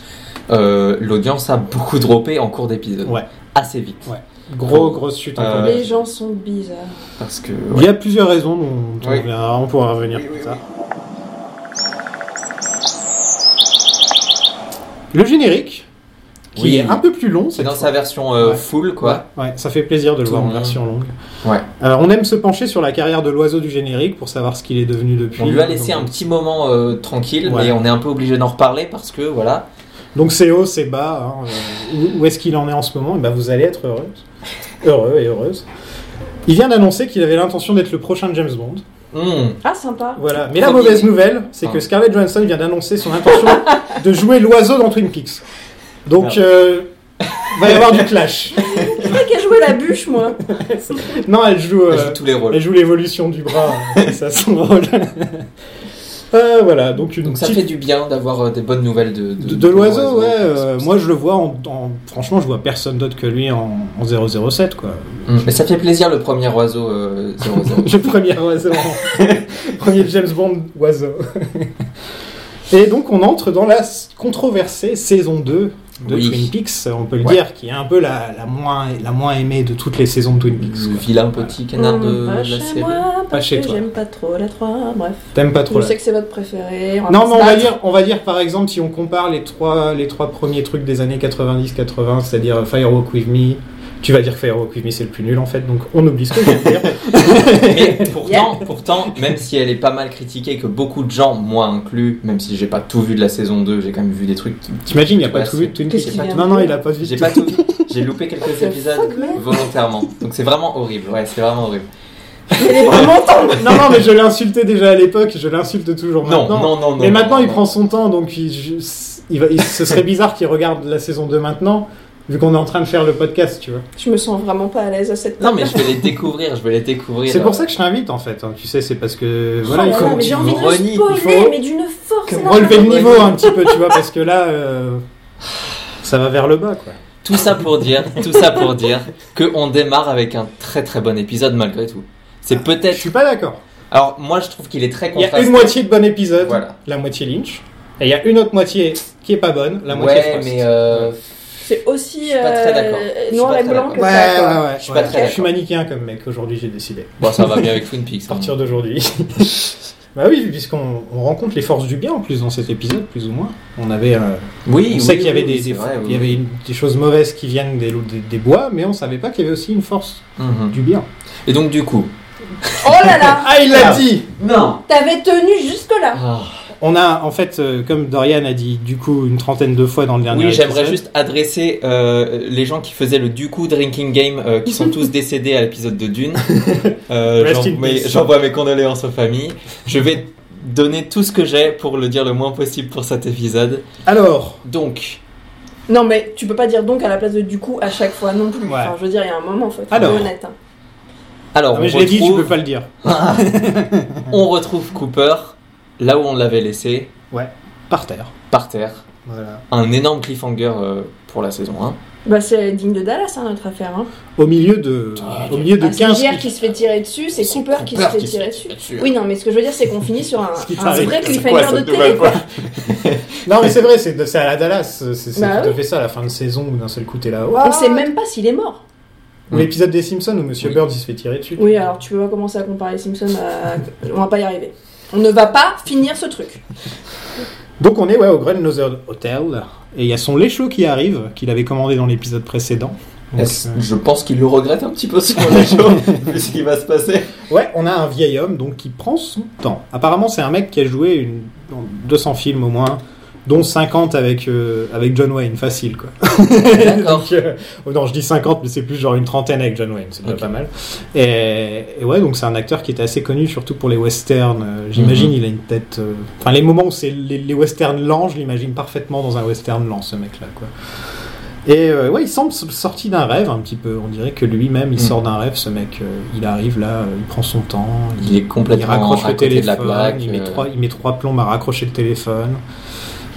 euh, l'audience a beaucoup droppé en cours d'épisode. Ouais. Assez vite. Ouais. Gros, grosse chute en Euh, cours. Les gens sont bizarres. Parce que. Il y a plusieurs raisons dont on, Oui. reviendra, on pourra revenir Oui, plus oui, tard. Le générique, qui Oui. est un peu plus long, C'est cette dans fois. sa version euh, Ouais. full, quoi. Ouais, ouais, ça fait plaisir de le Tout voir en le monde. version longue. Ouais. Euh, on aime se pencher sur la carrière de l'oiseau du générique pour savoir ce qu'il est devenu depuis. On lui a laissé un donc, petit moment euh, tranquille, Ouais. mais on est un peu obligé d'en reparler parce que voilà. Donc c'est haut, c'est bas. hein, euh, où où est-ce qu'il en est en ce moment Eh ben, Vous allez être heureux. Heureux et heureuse. Il vient d'annoncer qu'il avait l'intention d'être le prochain James Bond. Hmm. Ah sympa. Voilà. Mais la Premier. mauvaise nouvelle, c'est Ah. que Scarlett Johansson vient d'annoncer son intention de jouer l'oiseau dans Twin Peaks. Donc, euh, va y avoir du clash. Je croyais qu'elle jouait la bûche moi. Non, elle joue, euh, Elle joue tous les rôles. elle joue l'évolution du bras. hein, c'est ça son rôle. Euh, voilà, donc une Donc ça petite- fait du bien d'avoir euh, des bonnes nouvelles de, de, de l'oiseau, ouais. euh, moi, je le vois en, en- Franchement, je vois personne d'autre que lui en, en 007, quoi. Mm. Mais ça fait plaisir le premier oiseau euh, 00. Le premier oiseau. premier James Bond oiseau. Et donc, on entre dans la s- controversée saison 2 de Oui. Twin Peaks, on peut le Ouais. dire, qui est un peu la, la, moins, la moins aimée de toutes les saisons de Twin Peaks. le quoi. vilain petit canard de Hum, pas la chez série. moi, parce chez que toi. J'aime pas trop la 3, bref. T'aimes pas trop Je là. sais que c'est votre préféré. Non, mais on va, se battre. dire, on va dire par exemple, si on compare les trois, les trois premiers trucs des années 90-80, c'est-à-dire Firewalk With Me, tu vas dire que Firewalk With Me c'est le plus nul en fait, donc on oublie ce que je viens de dire. Mais pourtant, pourtant, même si elle est pas mal critiquée, que beaucoup de gens, moi inclus, même si j'ai pas tout vu de la saison 2, j'ai quand même vu des trucs. qui- T'imagines, il n'y a Ouais, pas tout vu de Twin Qu'est-ce Peaks. qu'il vient Non, de non, dire il a pas vu J'ai de pas tout vu. J'ai loupé What quelques the épisodes fuck, man volontairement. Donc c'est vraiment horrible. Ouais, c'est vraiment horrible. Il est vraiment temps. Non, non, mais je l'ai insulté déjà à l'époque, je l'insulte toujours Non, maintenant. non, non, non. mais maintenant, non, il non. prend son temps, donc il, je- il va, il- ce serait bizarre qu'il regarde la saison 2 maintenant, vu qu'on est en train de faire le podcast, tu vois. Je me sens vraiment pas à l'aise à cette Non, mais je vais les découvrir. Je vais les découvrir. C'est pour ça que je t'invite, en fait. hein, Tu sais, c'est parce que... Voilà, Oh il là faut- là, mais tu j'ai envie de me le renies, il spoiler, faut mais d'une force. que- là. relever le Ouais. niveau un petit peu, tu vois, parce que là, euh, ça va vers le bas, quoi. Tout ça pour dire, tout ça pour dire que on démarre avec un très très bon épisode malgré tout. C'est Je peut-être. suis pas d'accord. Alors moi, je trouve qu'il est très Il y a contrasté. une moitié de bon épisode, Voilà. la moitié Lynch, et il y a une autre moitié qui est pas bonne, la moitié ouais, Frost. mais euh, C'est aussi euh, Je suis pas très d'accord. Je suis noir pas et très blanc que Ouais, ouais, ça. quoi. ouais. Je suis pas ouais. très d'accord. Je suis manichéen comme mec, aujourd'hui j'ai décidé. bon, ça va bien avec Twin Peaks. À hein. partir d'aujourd'hui. bah oui, puisqu'on on rencontre les forces du bien en plus dans cet épisode, plus ou moins. On avait, euh, on Oui, sait oui, qu'il y avait, oui, des, c'est des- vrai, il oui. y avait une- des choses mauvaises qui viennent des, loups- des- des bois, mais on savait pas qu'il y avait aussi une force Mhm. du bien. Et donc du coup. Oh là là Ah, il l'a dit Non. T'avais tenu jusque-là. Ah. On a, en fait, euh, comme Dorian a dit, du coup, une trentaine de fois dans le dernier Oui, j'aimerais épisode. juste adresser euh, les gens qui faisaient le du coup drinking game, euh, qui sont tous décédés à l'épisode de Dune. Euh, Rest j'en- in mes- peace. J'envoie mes condoléances aux familles. Je vais donner tout ce que j'ai pour le dire le moins possible pour cet épisode. Alors, Donc, Non, mais tu peux pas dire donc à la place de du coup à chaque fois non plus. Ouais. Enfin, je veux dire, il y a un moment, faut être Alors. honnête. hein. alors non, Ah, mais on, je l'ai dit, tu peux retrouve, pas le dire. on retrouve Cooper là où on l'avait laissé, Par terre. par terre. Voilà. Un énorme cliffhanger euh, pour la saison 1. Bah, c'est digne de Dallas, hein, notre affaire. Hein. Au milieu de, au milieu de Ah, c'est 15. Gérard qui se fait tirer dessus, c'est Cooper qui se fait tirer dessus. Oui, non, mais ce que je veux dire, c'est qu'on finit sur un, Ce qui un t'arrive. vrai C'est cliffhanger de télé. quoi. Non, mais c'est vrai, c'est c'est à la Dallas. C'est c'est Bah tout à oui. fait ça, la fin de saison où d'un seul coup t'es là. On sait même pas s'il est mort. Ou l'épisode des Simpsons où Monsieur Oui. Bird il se fait tirer dessus. Oui, alors tu peux pas commencer à comparer Simpson à. On va pas y arriver. On ne va pas finir ce truc. Donc on est ouais, au Grand Northern Hotel. Et il y a son lait chaud qui arrive, qu'il avait commandé dans l'épisode précédent. Donc, euh, Est-ce- Je pense qu'il le regrette un petit peu sur les choses, vu ce qui va se passer. Ouais, on a un vieil homme donc qui prend son temps. Apparemment, c'est un mec qui a joué une... dans 200 films au moins, dont 50 avec, euh, avec John Wayne, facile quoi. D'accord. Donc, euh, oh non, je dis 50, mais c'est plus genre une trentaine avec John Wayne, c'est déjà Ok. pas mal. Et, et ouais, donc c'est un acteur qui était assez connu, surtout pour les westerns. euh, J'imagine, Mhm. il a une tête. euh, Enfin, les moments où c'est les, les westerns lents, je l'imagine parfaitement dans un western lent, ce mec-là, quoi. Et euh, ouais, il semble s- sorti d'un rêve un petit peu. On dirait que lui-même, il Mhm. sort d'un rêve, ce mec. euh, il arrive là, euh, il prend son temps. Il est complètement il raccroche à le côté de téléphone. la plaque, il, met euh. trois, il met trois plombs à raccrocher le téléphone.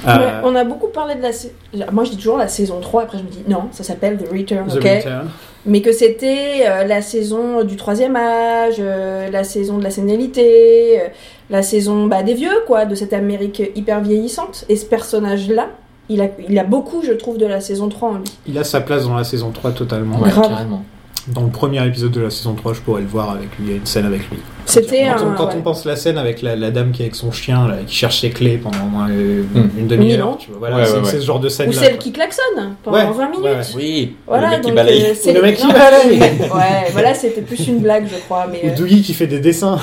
Euh, Ouais, on a beaucoup parlé de la. sa- Moi, je dis toujours la saison 3, après je me dis non, ça s'appelle The Return, The ok Return. Mais que c'était euh, la saison du troisième âge, euh, la saison de la sénilité, euh, la saison bah, des vieux, quoi, de cette Amérique hyper vieillissante. Et ce personnage-là, il a, il a beaucoup, je trouve, de la saison 3 en lui. Il a sa place dans la saison 3 totalement. Ouais, Grave. carrément. Dans le premier épisode de la saison 3, je pourrais le voir avec lui, il y a une scène avec lui. C'était Quand, on, un. quand ouais. on pense la scène avec la, la dame qui est avec son chien, là, et qui cherche ses clés pendant au moins euh, Hmm. une Mille demi-heure, ans. tu vois, voilà, Ouais, c'est ouais, c'est ouais. ce genre de scène Ou là. celle qui klaxonne pendant Ouais, 20 minutes. ouais, ouais. Oui, Voilà, le mec qui donc, balaye. euh, c'est- Le mec qui non, balaye. Ouais, voilà, c'était plus une blague, je crois. Mais, Ou euh, Dougie qui fait des dessins.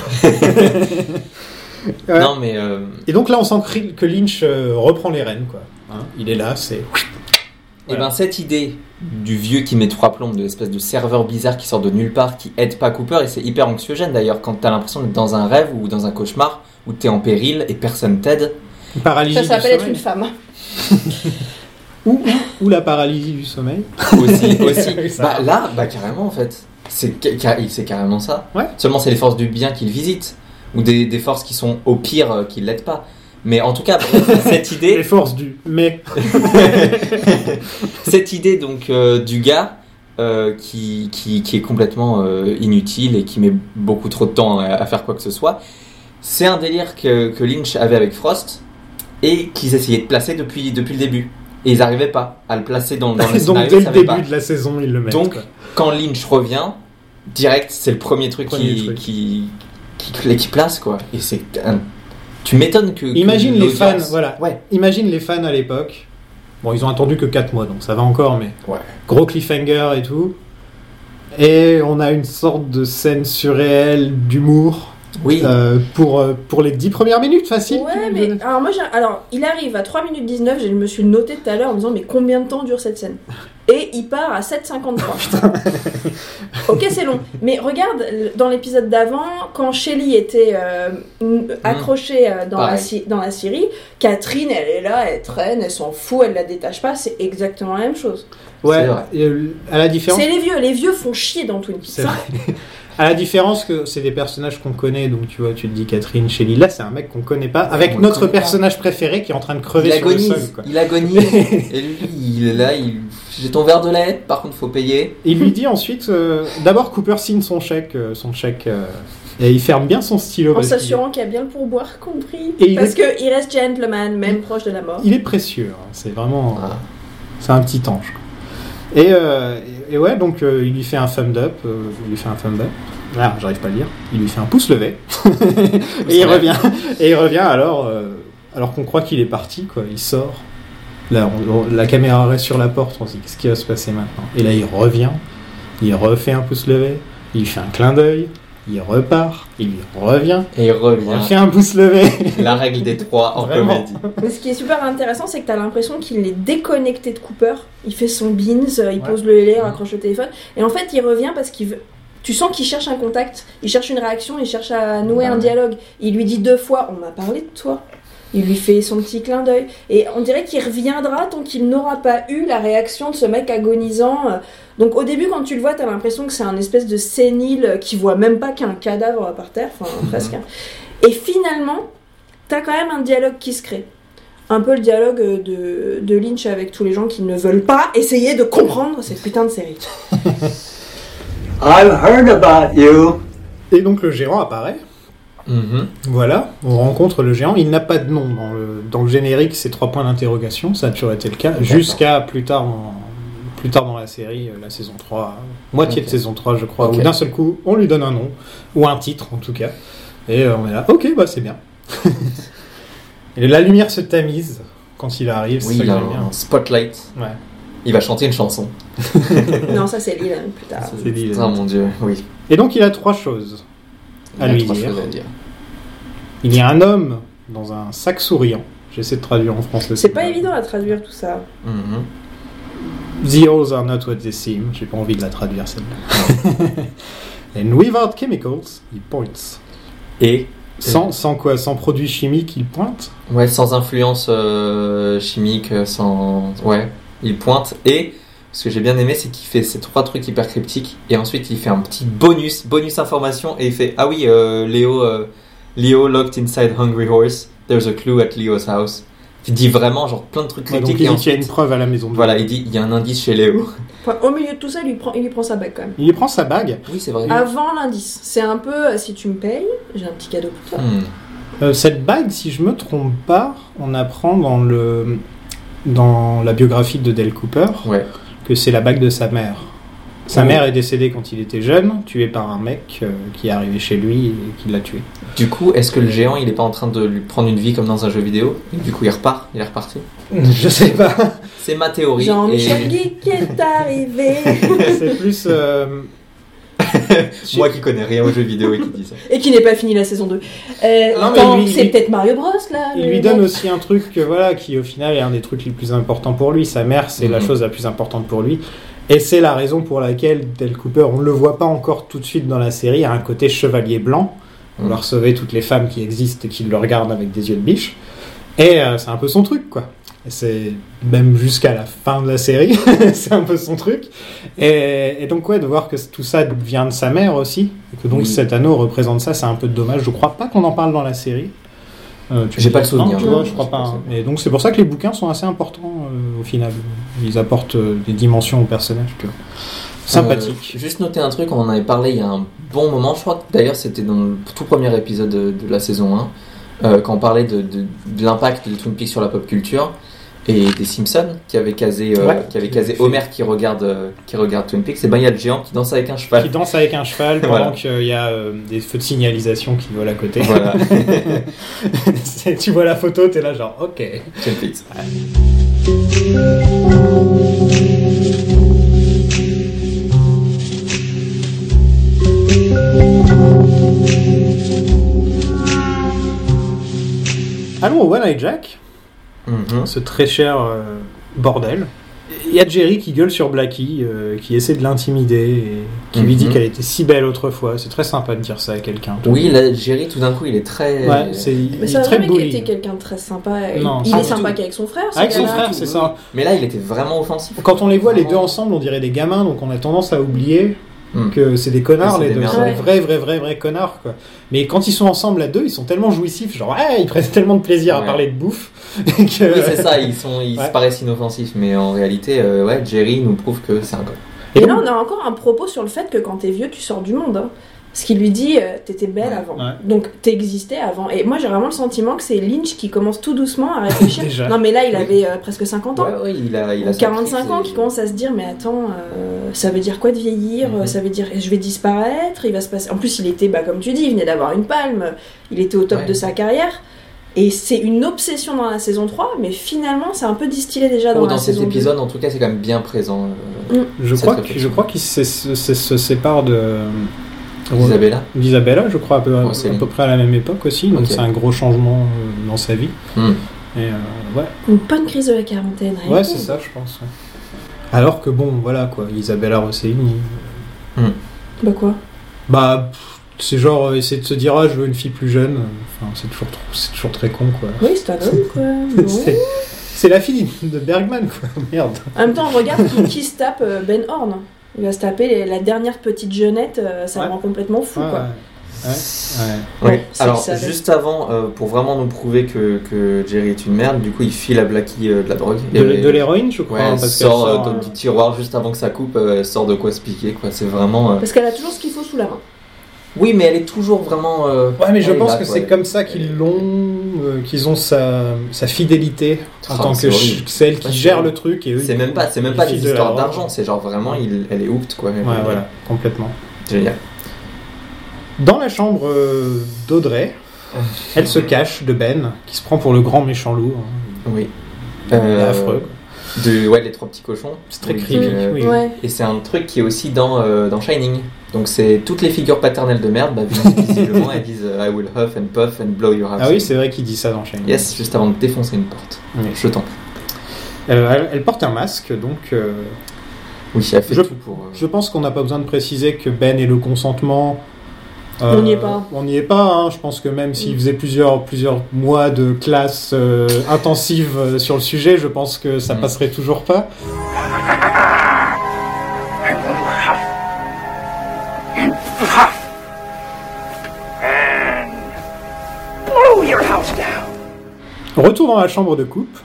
Ouais. Non, mais euh, Et donc là, on sent que- que Lynch euh, reprend les rênes, quoi. Hein, il est là, c'est. eh ben, cette idée du vieux qui met trois plombes, de l'espèce de serveur bizarre qui sort de nulle part, qui aide pas Cooper, et c'est hyper anxiogène d'ailleurs quand t'as l'impression d'être dans un rêve ou dans un cauchemar où t'es en péril et personne t'aide. une Paralysie ça du s'appelle être sommeil. une femme. Ou, ou la paralysie du sommeil. Aussi, aussi. Oui, ça. bah, là, bah carrément en fait. C'est ca- ca- c'est carrément ça. Ouais. Seulement, c'est les forces du bien qu'il visite. ou des, des forces qui sont au pire euh, qui l'aident pas. Mais en tout cas, cette Les idée, forces du mais. cette idée donc euh, du gars euh, qui, qui, qui est complètement euh, inutile et qui met beaucoup trop de temps à, à faire quoi que ce soit, c'est un délire que, que Lynch avait avec Frost et qu'ils essayaient de placer depuis, depuis le début. Et ils n'arrivaient pas à le placer dans, dans les Donc scénarios, dès ils le savaient début pas. de la saison, ils le mettent. Donc, quoi. quand Lynch revient, direct, c'est le premier truc, Premier qui, truc. Qui, qui, qui- qui place, quoi. Et c'est. un- Tu m'étonnes que. que Imagine les fans, l'audience- voilà. Ouais. Imagine les fans à l'époque. Bon, ils ont attendu que 4 mois, donc ça va encore, mais. Ouais. Gros cliffhanger et tout. Et on a une sorte de scène surréelle d'humour Oui. euh, pour, euh, pour les 10 premières minutes, facile. Ouais, mais alors moi, j'ai- alors il arrive à 3 minutes 19, je me suis noté tout à l'heure en me disant mais combien de temps dure cette scène Et il part à 7,53. ok, c'est long. Mais regarde, l- dans l'épisode d'avant, quand Shelly était euh, Mm. n- accrochée euh, dans, la, Pareil. Sy- dans la Syrie, Catherine, elle est là, elle traîne, elle s'en fout, elle la détache pas, c'est exactement la même chose. Ouais, C'est vrai. euh, à la différence. C'est les vieux, les vieux font chier dans Twin Peaks. hein, C'est vrai. À la différence que c'est des personnages qu'on connaît, donc tu vois, tu te dis Catherine, Shelley, là c'est un mec qu'on connaît pas, avec on le notre connaît pas. personnage préféré qui est en train de crever Il sur le sol. agonise, quoi. il agonise, et lui, il est là, il... j'ai ton verre de lait, par contre, faut payer. Il lui dit ensuite, euh, d'abord Cooper signe son chèque, euh, son chèque, euh, et il ferme bien son stylo. En parce qu'il- s'assurant qu'il y a bien le pourboire compris. Et il parce que il reste gentleman, même proche de la mort. Il est précieux, hein, c'est vraiment, Ah. c'est un petit ange. quoi. Et, euh, et- et ouais, donc euh, il lui fait un thumbs up, euh, il lui fait un thumbs up. Ah, j'arrive pas à le lire. Il lui fait un pouce levé. et il levé. revient. Et il revient alors, euh, alors qu'on croit qu'il est parti, quoi. Il sort. Là, on- on- la caméra reste sur la porte. On se dit, qu'est-ce qui va se passer maintenant Et là, il revient. Il refait un pouce levé. Il fait un clin d'œil. Il repart. Il revient. Et il Il revient. fait un pouce levé. La règle des trois en Vraiment. comédie. Mais ce qui est super intéressant, c'est que t'as l'impression qu'il est déconnecté de Cooper. Il fait son beans, euh, Ouais. il pose le LR, accroche le téléphone. Et en fait, il revient parce qu'il veut. Tu sens qu'il cherche un contact, il cherche une réaction, il cherche à nouer Bah un ouais. dialogue. Il lui dit deux fois On m'a parlé de toi. Il lui fait son petit clin d'œil. Et on dirait qu'il reviendra tant qu'il n'aura pas eu la réaction de ce mec agonisant. euh. Donc au début, quand tu le vois, t'as l'impression que c'est un espèce de sénile euh, qui voit même pas qu'un cadavre par terre, enfin presque. hein. Et finalement, t'as quand même un dialogue qui se crée. Un peu le dialogue euh, de, de Lynch avec tous les gens qui ne veulent pas essayer de comprendre cette putain de série. I've heard about you. Et donc le gérant apparaît. Mhm. Voilà, on rencontre le géant. Il n'a pas de nom dans le, dans le générique, c'est trois points d'interrogation, ça a toujours été le cas, D'accord. jusqu'à plus tard en- plus tard dans la série, euh, la saison 3, euh, moitié de Ok. saison 3 je crois, Ok. où d'un seul coup on lui donne un nom, ou un titre en tout cas, et euh, on est là, ok bah c'est bien. et la lumière se tamise quand il arrive, Oui, c'est ça il que a j'aime bien. un spotlight. Ouais. Il va chanter une chanson. non, ça c'est Lila plus tard. Ah, C'est dit, Putain, mon dieu, oui. Et donc il a trois choses. Il À y a lui trois dire. choses à dire. Il y a un homme dans un sac souriant, j'essaie de traduire en français. C'est pas évident à traduire tout ça. Mhm. The O's are not what they seem. J'ai pas envie de la traduire celle-là. And without chemicals, he points. Et Sans, sans quoi Sans produits chimiques, il pointe. Ouais, sans influence euh, chimique, euh, sans. Ouais, il pointe. Et ce que j'ai bien aimé, c'est qu'il fait ces trois trucs hyper cryptiques. Et ensuite, il fait un petit bonus, bonus information. Et il fait Ah oui, euh, Léo, euh, Léo locked inside Hungry Horse. There's a clue at Leo's house. Il dit vraiment genre plein de trucs Ouais, donc cryptiques. il dit et qu'il y a une ensuite, preuve à la maison. de- voilà, il dit Il y a un indice chez Léo. Enfin, au milieu de tout ça, il lui prend, il lui prend sa bague quand même. Il y prend sa bague. Oui, c'est vrai. Avant l'indice, c'est un peu euh, si tu me payes, j'ai un petit cadeau pour toi. Hmm. Euh, cette bague, si je me trompe pas, on apprend dans le dans la biographie de Dale Cooper Ouais. que c'est la bague de sa mère. Sa Oh. mère est décédée quand il était jeune, tuée par un mec euh, qui est arrivé chez lui et qui l'a tué. Du coup, est-ce que le géant, il est pas en train de lui prendre une vie comme dans un jeu vidéo Et Du coup, il repart. Il est reparti. Je sais pas. C'est ma théorie. Jean-Michel et- Guy qui est arrivé c'est plus. euh, Moi qui connais rien aux jeux vidéo et qui dis ça. et qui n'est pas fini la saison 2. Euh, Non, mais attends, lui- c'est lui- peut-être Mario Bros là. Il Ah, le lui mec. donne aussi un truc que, voilà, qui au final est un des trucs les plus importants pour lui. Sa mère, c'est la Mhm. chose la plus importante pour lui. Et c'est la raison pour laquelle Del Cooper, on ne le voit pas encore tout de suite dans la série, a un côté chevalier blanc, Mhm. vouloir sauver toutes les femmes qui existent et qui le regardent avec des yeux de biche. Et euh, c'est un peu son truc, quoi. Et C'est même jusqu'à la fin de la série, c'est un peu son truc. Et, et donc, ouais, de voir que c- tout ça vient de sa mère aussi, et que donc Oui. cet anneau représente ça, c'est un peu dommage. Je crois pas qu'on en parle dans la série. Euh, tu J'ai me pas dis- le souvenir. Non, tu vois, Non, je crois je pas. sais hein. Et donc, c'est pour ça que les bouquins sont assez importants euh, au final. Ils apportent euh, des dimensions au personnage, tu vois. Sympathique. Euh, juste noter un truc, on en avait parlé il y a un bon moment, je crois que d'ailleurs c'était dans le tout premier épisode de, de la saison 1, euh, quand on parlait de, de- de l'impact de Twin Peaks sur la pop culture et des Simpsons qui avaient casé, euh, Ouais. qui avaient casé Homer qui regarde, euh, qui regarde Twin Peaks, et ben il y a le géant qui danse avec un cheval. Qui danse avec un cheval pendant Euh, Voilà. qu'il y a euh, des feux de signalisation qui volent à côté. Voilà, C'est- tu vois la photo, t'es là genre, ok. Twin Peaks. Allons au One Eye Jack. Mhm. ce très cher euh, bordel. Il y a Jerry qui gueule sur Blackie, euh, qui essaie de l'intimider, et qui lui dit Mhm. qu'elle était si belle autrefois. C'est très sympa de dire ça à quelqu'un. Oui, là, Jerry, tout d'un coup, il est très. Ouais, c'est il Mais est ça a très jamais bully. été quelqu'un de très sympa. Il- Non, il pas est du sympa tout. qu'avec son frère. ce Avec son gars-là. frère, c'est ça. Mais là, il était vraiment offensif. Quand on les voit les deux ensemble, on dirait des gamins, donc on a tendance à oublier Mm. que c'est des connards Que c'est les des deux. merdes. C'est des Ouais. vrais, vrais, vrais, vrais connards. Quoi. Mais quand ils sont ensemble à deux, ils sont tellement jouissifs, genre ouais, ils prennent tellement de plaisir à Ouais. parler de bouffe. Oui, c'est ça, ils, sont, ils Ouais. se paraissent inoffensifs, mais en réalité, euh, ouais, Jerry nous prouve que c'est un gars. Et là, on a encore un propos sur le fait que quand t'es vieux, tu sors du monde. hein. Ce qui lui dit, euh, t'étais belle Ouais, avant. ouais. Donc t'existais avant. Et moi, j'ai vraiment le sentiment que c'est Lynch qui commence tout doucement à réfléchir. Déjà. Non, mais là, il Oui. avait euh, presque 50 ans. Ouais, ouais, il a, il a Ou sa 45 crise euh, ans et- qui commence à se dire mais attends euh, ça veut dire quoi de vieillir Mhm. ça veut dire je vais disparaître il va se passer en plus il était bah comme tu dis il venait d'avoir une palme il était au top Ouais. de sa carrière et c'est une obsession dans la saison 3 mais finalement c'est un peu distillé déjà dans, Ou la Oh, dans cet saison 2. épisode, en tout cas, c'est quand même bien présent. euh, Je Cette crois, que, je réflexion. crois qu'ils se, se- se- se séparent de Isabella. d'Isabella, je crois, à peu, Ouais, à Céline. peu près à la même époque aussi. Donc Ok. c'est un gros changement euh, dans sa vie. Hmm. Et euh, ouais, une bonne crise de la quarantaine hein. rien ouais que. c'est ça, je pense. ouais. Alors que bon, voilà quoi, Isabella Rossellini. bah quoi Bah, pff, c'est genre euh, essayer de se dire, ah, je veux une fille plus jeune. Enfin, c'est toujours, trop- c'est toujours très con quoi. oui c'est un homme quoi Bah Bon. C'est- C'est la fille de Bergman quoi, merde. en même temps regarde qui, qui se tape euh, Ben Horn il va se taper les- la dernière petite jeunette euh, ça Ouais. rend complètement fou Ouais, quoi ouais, ouais. Oui. Ouais, ça, Alors, je savais. juste avant, euh, pour vraiment nous prouver que, que Jerry est une merde, du coup, il file à Blackie euh, de la drogue. De, Et- de l'héroïne, je crois. Ouais, hein, elle parce qu'elle sort, sort, euh, euh, du tiroir juste avant que ça coupe, euh, elle sort de quoi se piquer, quoi. C'est vraiment. euh, parce qu'elle a toujours ce qu'il faut sous la main Oui, mais elle est toujours vraiment. euh, Ouais, mais je elle est pense là, que quoi, c'est elle- comme ça qu'ils l'ont, euh, qu'ils ont sa, sa fidélité en Ah, tant c'est que horrible. ch- celle qui Ouais, c'est gère horrible. le truc. Et eux, C'est ils- même pas, c'est même ils pas des filent de la histoires drogue. d'argent, c'est genre vraiment, il, elle est hooked, quoi. Ouais, voilà, complètement. Génial. Dans la chambre euh, d'Audrey, elle se cache de Ben, qui se prend pour le grand méchant loup. hein. Oui. Il est Euh, affreux. De, ouais, les trois petits cochons. C'est très Oui, creepy. euh, oui. ouais Et c'est un truc qui est aussi dans, euh, dans Shining. Donc c'est toutes les figures paternelles de merde, bah, visiblement elles disent euh, I will huff and puff and blow your house. Ah oui, c'est vrai qu'il dit ça dans Shining. Yes, juste avant de défoncer une porte. Oui. Je t'en prie. Euh, elle, elle porte un masque, donc euh, Oui, elle fait Je- tout pour. euh, je pense qu'on n'a pas besoin de préciser que Ben et le consentement. euh, On n'y est pas. On n'y est pas. hein. Je pense que même s'il faisait plusieurs, plusieurs mois de classe euh, intensive euh, sur le sujet, je pense que ça Mm. passerait toujours pas. Retour dans la chambre de coupe.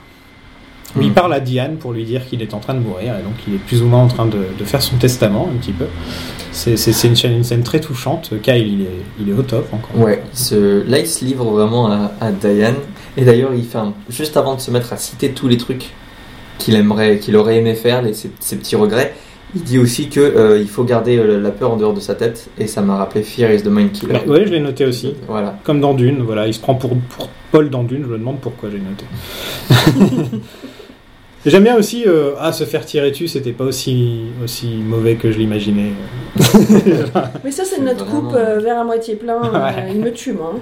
où Il Mm. parle à Diane pour lui dire qu'il est en train de mourir et donc il est plus ou moins en train de, de faire son testament un petit peu. C'est c'est- c'est une, chaîne- une scène très touchante. Kyle, il est, il est au top encore. Ouais, il se... là il se livre vraiment à, à Diane. Et d'ailleurs, il fait un- juste avant de se mettre à citer tous les trucs qu'il aimerait, qu'il aurait aimé faire, les, ses, ses petits regrets, il dit aussi que euh, il faut garder euh, la peur en dehors de sa tête. Et ça m'a rappelé Fear is the Mind Killer. Bah, ouais, je l'ai noté aussi. Voilà. Comme dans Dune, voilà, il se prend pour, pour Paul dans Dune, je me demande pourquoi j'ai noté. Et J'aime bien aussi, euh, ah, se faire tirer dessus, c'était pas aussi, aussi mauvais que je l'imaginais. Mais ça, c'est C'est notre vraiment- coupe euh, verre à moitié plein. euh, Ouais. il me tue, moi. hein.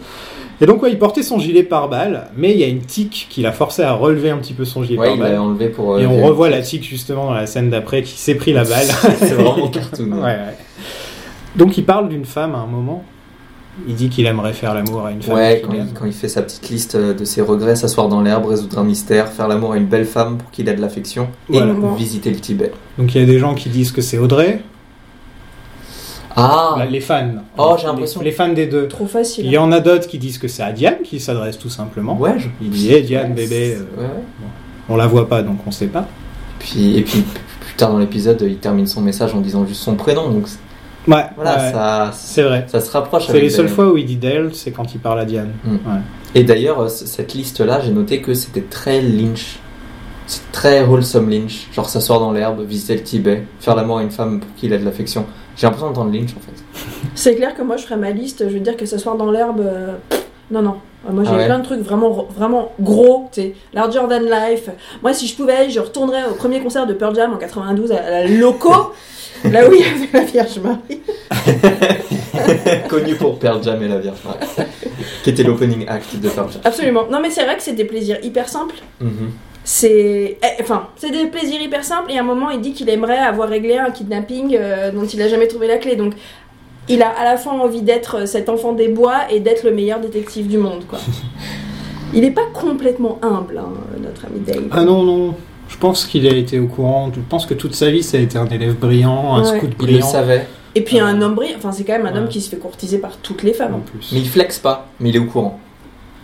Et donc, ouais, il portait son gilet pare-balles, mais il y a une tique qui l'a forcé à relever un petit peu son gilet Ouais, il pare-balles. l'a enlevé pour. euh, Et on Diane. revoit la tique justement dans la scène d'après qui s'est pris la balle. C'est vraiment cartoon. Ouais, ouais. Donc il parle d'une femme à un moment. Il dit qu'il aimerait faire l'amour à une femme. Ouais, qu'il quand aime. il, quand il fait sa petite liste euh, de ses regrets, s'asseoir dans l'herbe, résoudre un mystère, faire l'amour à une belle femme pour qu'il ait de l'affection et Voilà. visiter le Tibet. Donc il y a des gens qui disent que c'est Audrey. Ah, Bah, les fans. Oh, j'ai Les- l'impression. Les fans des deux. Trop Il facile. y en a d'autres qui disent que c'est à Diane qui s'adresse tout simplement. ouais, je... Il dit Hé Diane, bébé, euh, Ouais, ouais. on la voit pas donc on sait pas. Puis, et puis plus tard dans l'épisode, il termine son message en disant juste son prénom. Donc c'est- Ouais, voilà, ouais, ça, Oh, c'est vrai. ça se rapproche. C'est avec les seules Daniel. fois où il dit d'elle, c'est quand il parle à Diane. Mm. Ouais. Et d'ailleurs, euh, c- cette liste-là, j'ai noté que c'était très Lynch. C'est très wholesome Lynch. Genre s'asseoir dans l'herbe, visiter le Tibet, faire l'amour à une femme pour qui il a de l'affection. J'ai l'impression d'entendre Lynch en fait. hein. C'est clair que moi je ferais ma liste, je veux dire que ce soir dans l'herbe. euh, pff, Non, non. Euh, Moi j'ai Ah ouais. plein de trucs vraiment, vraiment gros, tu sais, larger than life. Moi si je pouvais, je retournerais au premier concert de Pearl Jam en 92 à la Loco, là où il y avait la Vierge Marie. Connu pour Pearl Jam et la Vierge Marie, qui était l'opening act de Pearl Jam. Absolument. Non mais c'est vrai que c'est des plaisirs hyper simples. Mhm. C'est. eh, Enfin, c'est des plaisirs hyper simples et à un moment il dit qu'il aimerait avoir réglé un kidnapping euh, dont il a jamais trouvé la clé. Donc il a à la fois envie d'être euh, cet enfant des bois et d'être le meilleur détective du monde, quoi. Il n'est pas complètement humble, hein, notre ami Dave. Ah non, non. Je pense qu'il a été au courant. Je pense que toute sa vie, ça a été un élève brillant, un Ouais. scout Il le brillant. savait, Et puis un homme brillant, enfin c'est quand même un homme Ouais. qui se fait courtiser par toutes les en femmes. plus. mais il flexe pas, mais il est au courant.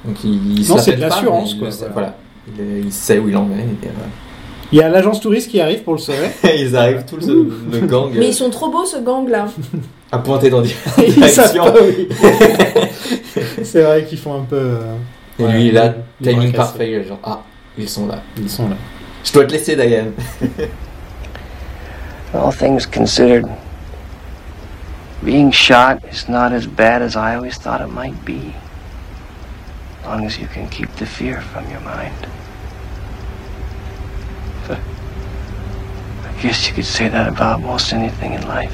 Donc il, il Non, se la c'est pète de pas, l'assurance, mais il quoi, le sait, voilà. Voilà. Il, est- il sait où il en est. et voilà. Il y a l'agence touriste qui arrive pour le sauver. Ils arrivent tous le, le gang euh, Mais ils sont trop beaux ce gang là. à pointer dans Ils savent direction. pas, oui. c'est vrai qu'ils font un peu. euh, Et ouais, lui, il a les- les timing bras cassés. parfait. il est Genre, ah, ils sont là. Ils sont là. Je dois te laisser, Diane. All things considered, being shot is not as bad as I always thought it might be. As long as you can keep the fear from your mind. But I guess you could say that about most anything in life.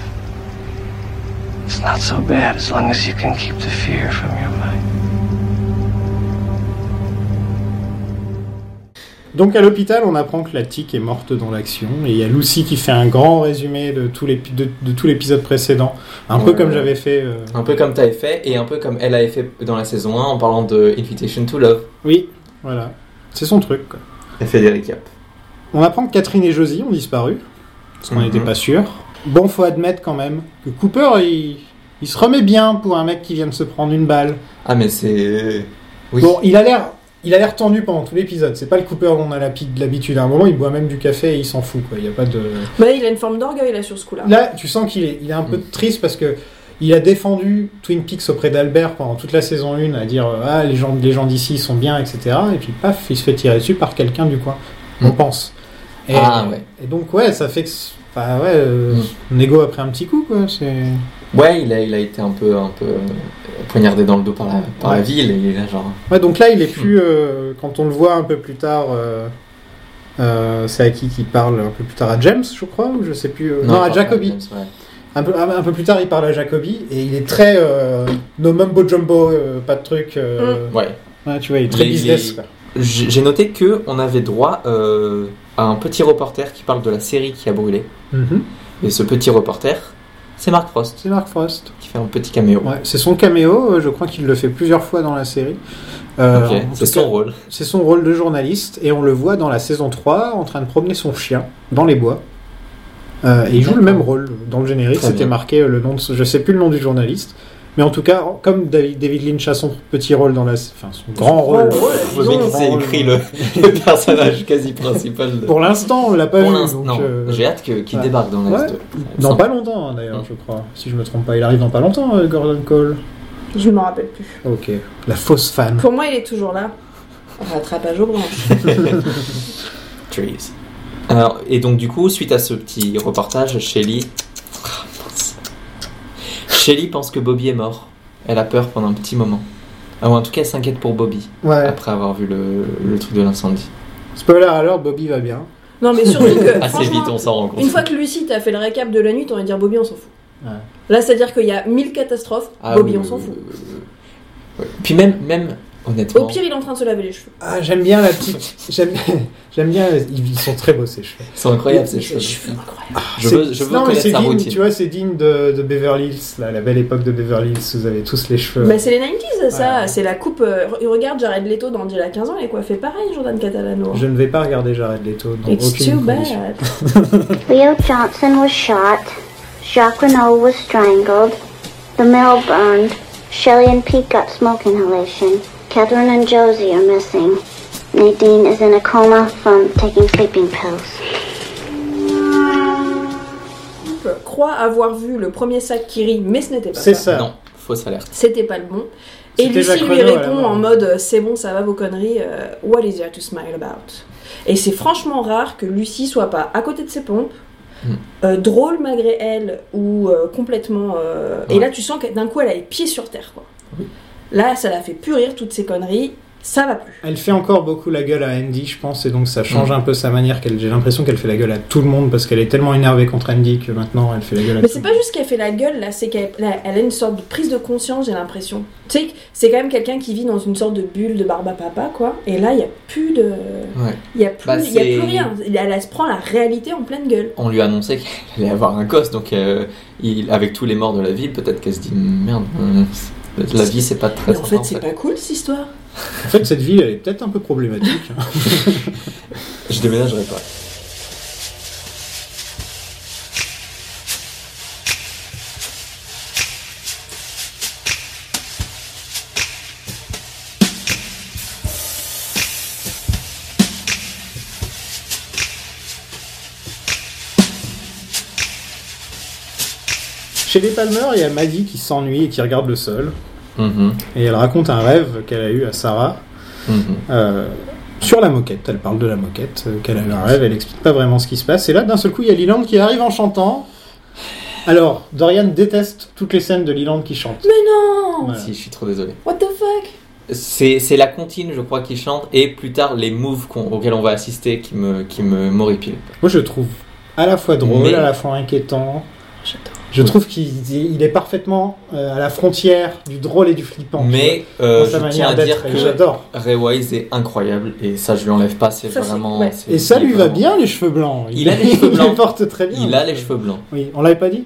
It's not so bad as long as you can keep the fear from your mind. Donc à l'hôpital, on apprend que la tique est morte dans l'action, et il y a Lucy qui fait un grand résumé de tout l'épi- de- de tout l'épisode précédent, un peu Ouais. comme j'avais fait. euh, Un peu comme t'avais fait et un peu comme elle avait fait dans la saison 1 en parlant de Invitation to Love. Oui, voilà, c'est son truc. quoi. Elle fait des récaps. On apprend que Catherine et Josie ont disparu, parce qu'on Mhm. n'était pas sûr. Bon, faut admettre quand même que Cooper, il, il se remet bien pour un mec qui vient de se prendre une balle. Ah, mais c'est. Oui. Bon, il a l'air, il a l'air tendu pendant tout l'épisode. C'est pas le Cooper dont on a l'habi- l'habitude. À un moment, il boit même du café et il s'en fout. Quoi. Il y a pas de. Bah il a une forme d'orgueil là sur ce coup là. Là, tu sens qu'il est, il est un Mm. peu triste parce que il a défendu Twin Peaks auprès d'Albert pendant toute la saison 1 à dire euh, ah les gens, les gens d'ici ils sont bien, etc. Et puis paf, il se fait tirer dessus par quelqu'un du coin. On Mm. pense. Et, Ah, ouais. et donc ouais, ça fait que c'est- bah ouais, euh, Mm. son ego a pris un petit coup quoi. C'est Ouais, il a, il a été un peu, un peu euh, poignardé dans le dos par la, par la Ouais. ville. Et il est là, genre. ouais donc là il Mm. est plus euh, quand on le voit un peu plus tard. euh, euh, c'est à qui qui parle un peu plus tard à James, je crois, ou je sais plus. euh, non à pas- Jacoby. James, ouais. Un peu, un peu plus tard, il parle à Jacobi et il est très euh, no mumbo jumbo, euh, pas de truc. euh, Ouais. ouais, tu vois, il est très Les- business. les- quoi. J'ai j'ai noté que on avait droit euh, à un petit reporter qui parle de la série qui a brûlé. Mhm. Et ce petit reporter, c'est Mark Frost C'est Mark Frost. qui fait un petit caméo. Ouais, c'est son caméo. euh, Je crois qu'il le fait plusieurs fois dans la série. Euh, Ok, en tout c'est cas, son rôle. c'est son rôle de journaliste et on le voit dans la saison 3 en train de promener son chien dans les bois. Euh, et il joue le même rôle dans le générique. Très C'était bien. marqué euh, le nom de, ce- je sais plus le nom du journaliste, mais en tout cas, en- comme David, David Lynch a son petit rôle dans la, enfin son grand rôle. rôle, Le mec qui s'est Grand écrit rôle. le, le personnage quasi principal. De... Pour l'instant, on l'a pas Euh, Pour vu. l'instant, donc, non. euh, J'ai hâte que- qu'il ouais. débarque dans la Ouais. liste. Dans Sans- pas longtemps, hein, d'ailleurs, je crois. Si je me trompe pas, il arrive dans pas longtemps, euh, Gordon Cole. Je ne m'en rappelle plus. Ok, la fausse fan. Pour moi il est toujours là. Rattrapage aux branches. Trees. Alors, et donc du coup, suite à ce petit reportage, Shelly... Ah, Shelly pense que Bobby est mort. Elle a peur pendant un petit moment. Ah, ou en tout cas, elle s'inquiète pour Bobby, Ouais. après avoir vu le, le truc de l'incendie. Spoiler alors, Bobby va bien. Non mais surtout que Assez euh, franchement, vite, on s'en rend compte. Une fois que Lucie t'a fait le récap de la nuit, t'aurais dire Bobby, on s'en fout. Ouais. Là, c'est-à-dire qu'il y a 1000 catastrophes, Ah, Bobby, oui, on oui, s'en oui, fout. oui, oui, oui. Puis même, même honnêtement. Au pire, il est en train de se laver les cheveux. Ah, j'aime bien la petite. J'aime j'aime bien. Ils sont très beaux ces cheveux. C'est incroyable ces Les choses. cheveux incroyables. Je C'est- veux, je veux non, mais connaître c'est sa digne, routine. Tu vois, c'est digne de, de Beverly Hills, là, la belle époque de Beverly Hills. Vous avez tous les cheveux. Bah, c'est les 90s, ça. Ouais. C'est la coupe. euh, re- regarde Jared Leto dans Il a 15 ans, il est coiffé pareil, Jordan Catalano. Je ne vais pas regarder Jared Leto dans It's aucune too condition. bad. Leo Johnson was shot. Jacques Renault was strangled. The mill burned. Shelley and Pete got smoke inhalation. Catherine and Josie are missing. Nadine is in a coma from taking sleeping pills. Trump croit avoir vu le premier sac qui rit, mais ce n'était pas C'est ça. ça. Non, fausse alerte. C'était pas le bon. Et C'était Lucie Jacques lui Renaud, à la répond mort. en mode euh, c'est bon, ça va vos conneries, euh, what is there to smile about? Et c'est franchement rare que Lucie soit pas à côté de ses pompes, Hmm. euh, drôle malgré elle, ou euh, complètement. euh, Et Ouais. là, tu sens que d'un coup, elle a les pieds sur terre, quoi. Oui. Là, ça la fait plus rire toutes ces conneries, ça va plus. Elle fait encore beaucoup la gueule à Andy, je pense, et donc ça change Mm. un peu sa manière. qu'elle- J'ai l'impression qu'elle fait la gueule à tout le monde parce qu'elle est tellement énervée contre Andy que maintenant elle fait la gueule à Mais tout c'est le pas juste qu'elle fait la gueule là, c'est qu'elle là, elle a une sorte de prise de conscience, j'ai l'impression. Tu sais, c'est quand même quelqu'un qui vit dans une sorte de bulle de barbe à papa, quoi. Et là, il y a plus de. Ouais. Il y a plus, Bah, il y a c'est- plus rien. Elle, elle se prend la réalité en pleine gueule. On lui a annoncé qu'elle allait avoir un gosse, donc euh, il, avec tous les morts de la ville, peut-être qu'elle se dit merde, euh, la vie c'est pas très Mais en sympa, fait, c'est pas cool cette histoire. monde. En fait, cette ville, elle est peut-être un peu problématique. hein. Je déménagerai pas. Chez les Palmer, il y a Maggie qui s'ennuie et qui regarde le sol. Mhm, Et elle raconte un rêve qu'elle a eu à Sarah mhm. euh, sur la moquette. Elle parle de la moquette, euh, qu'elle a eu un rêve, elle explique pas vraiment ce qui se passe. Et là, d'un seul coup, il y a Leland qui arrive en chantant. Alors, Dorian déteste toutes les scènes de Leland qui chante. Mais non Voilà. Si, je suis trop désolé. What the fuck C'est c'est la comptine, je crois, qui chante, et plus tard les moves qu'on- auxquels on va assister qui me, qui me m'horripilent. Moi, je le trouve à la fois drôle, Mais- à la fois inquiétant. J'adore. Je trouve qu'il il est parfaitement euh, à la frontière du drôle et du flippant. tu Mais vois, euh, dans sa je tiens à manière dire d'être, et que j'adore. Ray Wise est incroyable, et ça je lui enlève pas, c'est Ça, c'est- vraiment. ouais. c'est- Et ça lui va vraiment- bien, les cheveux blancs. Il a les cheveux blancs. les porte très bien. Il a les cheveux blancs. Oui, on l'avait pas dit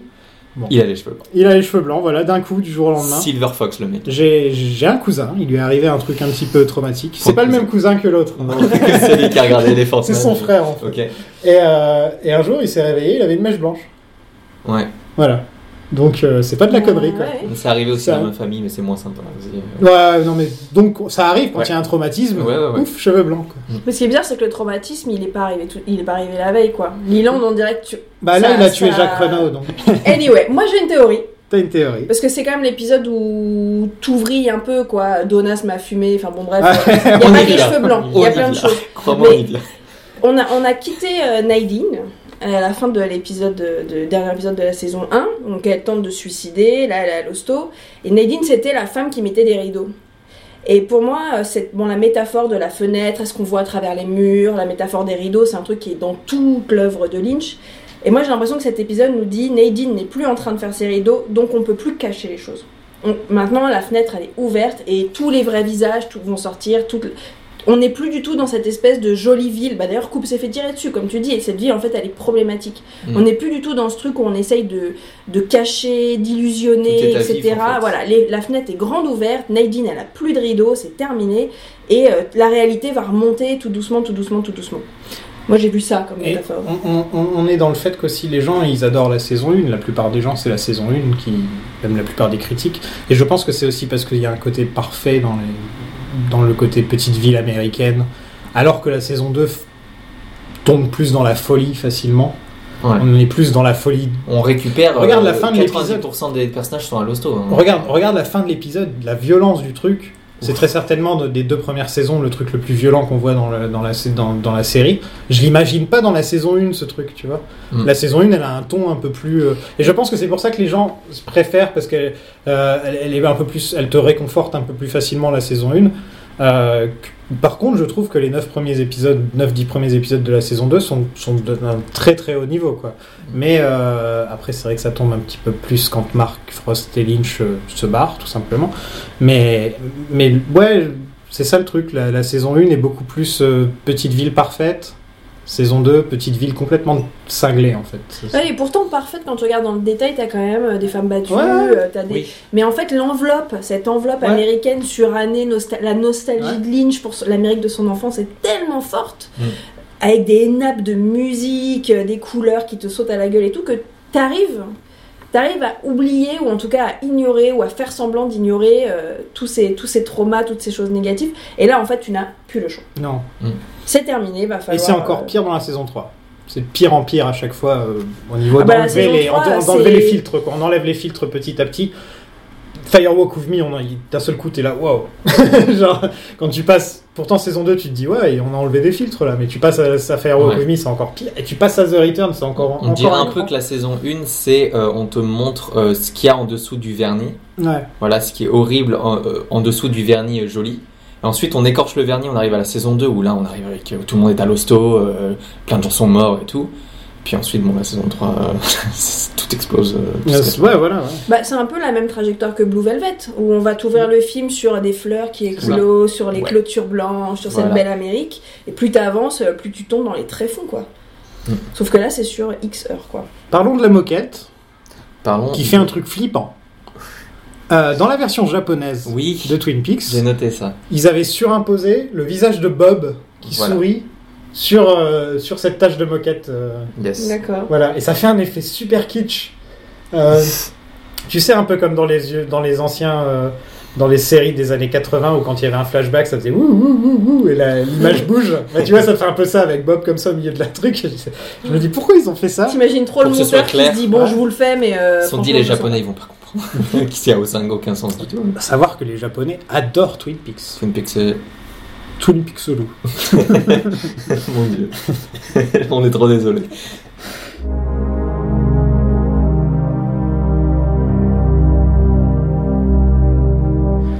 Il a les cheveux blancs. Il a les cheveux blancs, voilà, d'un coup, du jour au lendemain. Silver Fox, le mec. J'ai j'ai un cousin, il lui est arrivé un truc un petit peu traumatique. C'est pas le même cousin que l'autre. c'est lui qui a regardé les C'est son frère en fait. Ok. Et, euh, et un jour il s'est réveillé, il avait une mèche blanche. Ouais. Voilà. Donc euh, c'est pas de la connerie quoi. Ouais. C'est arrivé aussi Ça- dans ma famille, mais c'est moins sympa aussi. Euh, Ouais, non mais donc ça arrive quand il Ouais. y a un traumatisme. Ouais, ouais, ouais. Ouf, cheveux blancs quoi. Mais ce qui est bizarre, c'est que le traumatisme, il est pas arrivé, tout- il est pas arrivé la veille, quoi. Liland, on dirait que tu. Bah là Ça- il a tué ça- Jacques Renaud donc Anyway, moi j'ai une théorie. t'as une théorie. Parce que c'est quand même l'épisode où t'ouvris un peu, quoi. Donas m'a fumé, enfin bon, bref. Ouais, Il y a on pas est que les là. cheveux blancs, il y a plein de Horrible. choses. Crois-moi, Mais- on est là. On a, on a quitté euh, Nadine euh, à la fin de l'épisode de, de- dernier épisode de la saison 1. Donc elle tente de se suicider, là elle est à l'hosto. Et Nadine c'était la femme qui mettait des rideaux. Et pour moi, euh, c'est bon, la métaphore de la fenêtre, est-ce qu'on voit à travers les murs, la métaphore des rideaux, c'est un truc qui est dans toute l'œuvre de Lynch. Et moi j'ai l'impression que cet épisode nous dit Nadine n'est plus en train de faire ses rideaux, donc on peut plus cacher les choses. On- maintenant la fenêtre elle est ouverte et tous les vrais visages tout, vont sortir, toute, on n'est plus du tout dans cette espèce de jolie ville. Bah d'ailleurs, Coupe s'est fait tirer dessus, comme tu dis, et cette ville en fait elle est problématique. Mm. On n'est plus du tout dans ce truc où on essaye de, de cacher, Tout d'illusionner, est à etc. vif, en fait. Voilà, les- la fenêtre est grande ouverte, Nadine elle a plus de rideaux, c'est terminé, et euh, la réalité va remonter tout doucement, tout doucement, tout doucement. Moi j'ai vu ça comme Et métaphore. on, on- on est dans le fait qu'aussi les gens, ils adorent la saison 1. La plupart des gens, c'est la saison 1 qui, même la plupart des critiques. Et je pense que c'est aussi parce qu'il y a un côté parfait dans, les- dans le côté petite ville américaine, alors que la saison 2 f- tombe plus dans la folie facilement. Ouais. On est plus dans la folie. On récupère. euh, Regarde la fin de 90% des personnages sont à l'hosto. hein. Regarde, regarde la fin de l'épisode, la violence du truc. C'est très certainement de- des deux premières saisons le truc le plus violent qu'on voit dans, le- dans, la, sé- dans, dans la série. Je l'imagine pas dans la saison 1 ce truc, tu vois. Mm. La saison 1 elle a un ton un peu plus... euh, et je pense que c'est pour ça que les gens se préfèrent parce qu'elle euh, elle, elle est un peu plus... Elle te réconforte un peu plus facilement la saison 1. Euh, que- par contre je trouve que les 9 premiers épisodes, 9-10 premiers épisodes de la saison 2 sont, sont d'un très très haut niveau quoi. Mais euh, après, c'est vrai que ça tombe un petit peu plus quand Mark Frost et Lynch euh, se barrent, tout simplement. Mais, mais ouais, C'est ça le truc, la, la saison 1 est beaucoup plus euh, petite ville parfaite. Saison 2, petite ville complètement cinglée en fait. C'est- Ouais, et pourtant parfaite quand tu regardes dans le détail, t'as quand même euh, des femmes battues, Ouais. euh, t'as des... Oui. mais en fait l'enveloppe, cette enveloppe Ouais. américaine surannée, nosta- la nostalgie Ouais. de Lynch pour so- l'Amérique de son enfance est tellement forte, Mm. avec des nappes de musique, euh, des couleurs qui te sautent à la gueule et tout, que t'arrives, t'arrives à oublier ou en tout cas à ignorer ou à faire semblant d'ignorer euh, tous ces tous ces traumas, toutes ces choses négatives. Et là en fait tu n'as plus le choix. Non. C'est terminé, va Et falloir. c'est encore euh, pire dans la saison 3. C'est de pire en pire à chaque fois euh, au niveau Ah bah, la d'enlever saison les, 3, en- en- c'est- d'enlever les filtres. Quoi. On enlève les filtres petit à petit. Firewalk of Me, on en- il- d'un seul coup, t'es là, waouh! Genre, quand tu passes, pourtant saison 2, tu te dis, ouais, et on a enlevé des filtres là, mais tu passes à, à Firewalk Ouais. of Me, c'est encore pire, et tu passes à The Return, c'est encore. On encore dirait un peu cran. que la saison 1, c'est euh, on te montre euh, ce qu'il y a en dessous du vernis. Ouais. Voilà, ce qui est horrible en, euh, en dessous du vernis euh, joli. Et ensuite, on écorche le vernis, on arrive à la saison 2, où là, on arrive avec euh, tout le monde est à l'hosto, euh, plein de gens sont morts et tout. Puis ensuite, bon, la saison 3, euh, tout explose. euh, tout Ouais, se casse. c'est- ouais, voilà. ouais. Bah, c'est un peu la même trajectoire que Blue Velvet, où on va t'ouvrir le film sur des fleurs qui éclosent, sur les Ouais. clôtures blanches, sur cette Voilà. belle Amérique. Et plus t'avances, euh, plus tu tombes dans les tréfonds, quoi. Mm. Sauf que là, c'est sur X heures, quoi. Parlons de la moquette, Parlons. qui fait un truc flippant. Euh, dans la version japonaise Oui, de Twin Peaks, j'ai noté ça. ils avaient surimposé le visage de Bob qui Voilà. sourit sur, euh, sur cette tache de moquette. euh, Yes. D'accord. voilà, et ça fait un effet super kitsch. Euh, tu sais, un peu comme dans les, yeux- dans les anciens. euh, dans les séries des années 80 où quand il y avait un flashback ça faisait ouh ouh ouh ouh et la- l'image bouge Bah, tu vois ça te fait un peu ça avec Bob comme ça au milieu de la truc je me dis pourquoi ils ont fait ça T'imagines trop le Pour que ce soit monteur qui se clair. dit bon, Ouais. je vous le fais, mais. euh, Ils se sont dit, franchement, les je sais Japonais, ils vont pas comprendre. qui c'est Aosan, aucun sens du tout. À savoir que les japonais adorent Twin Peaks Twin Peaks, euh, Twin Peaks solo Mon dieu. On est trop désolé.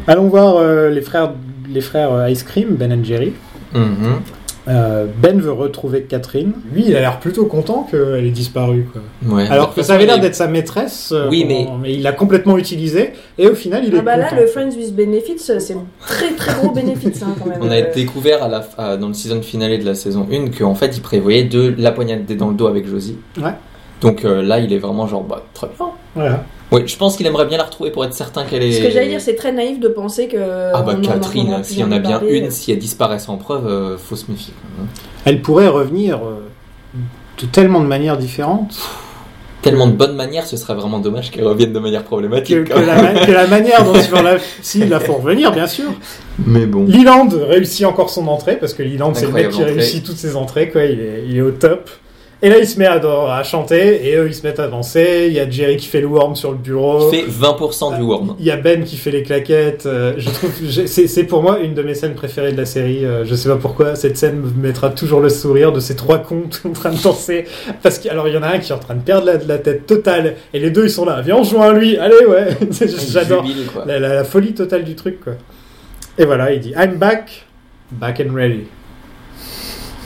allons voir euh, les frères les frères euh, Ice Cream Ben and Jerry Mhm. Euh, ben veut retrouver Catherine. Lui, il a l'air plutôt content qu'elle ait disparu. Quoi. Ouais. Alors De que toute ça avait façon, l'air il- d'être sa maîtresse. euh, Oui, pendant- il l'a complètement utilisée. Et au final, il pas. est Ah bah là, content. le Friends with Benefits, euh, c'est un très très gros Benefits, hein, quand même. On a Euh, découvert à la, à- dans le season finale de la saison 1 qu'en fait il prévoyait de la poignarder dans le dos avec Josie. Ouais. Donc euh, là il est vraiment genre bah très bien. Voilà. Oui, je pense qu'il aimerait bien la retrouver pour être certain qu'elle est. Ce que j'allais dire, c'est très naïf de penser que. Ah bah on en entendra Catherine, plus s'il y en a bien parler. une, si elle disparaît sans preuve, euh, faut se méfier. Elle pourrait revenir euh, de tellement de manières différentes Tellement de bonnes manières, ce serait vraiment dommage qu'elle revienne de manière que, problématique. hein. que la, ma- que la manière dont ils vont la, si, la font revenir, bien sûr. Mais bon. Leland réussit encore son entrée parce que Leland c'est le mec Incroyable qui entrée. réussit toutes ses entrées quoi. Il est, il est au top. Et là il se met à, à chanter et eux ils se mettent à danser. Il y a Jerry qui fait le worm sur le bureau. Il fait 20% du worm. Il y a Ben qui fait les claquettes. euh, je trouve, j'ai- c'est c'est pour moi une de mes scènes préférées de la série. euh, je sais pas pourquoi cette scène me mettra toujours le sourire de ces trois cons en train de danser. Parce que alors il y en a un qui est en train de perdre la, la tête totale et les deux ils sont là. Viens on se joint à lui. Allez ouais. Ah, J'adore Jubile, quoi. la, la- la folie totale du truc quoi. Et voilà il dit I'm back, back and ready.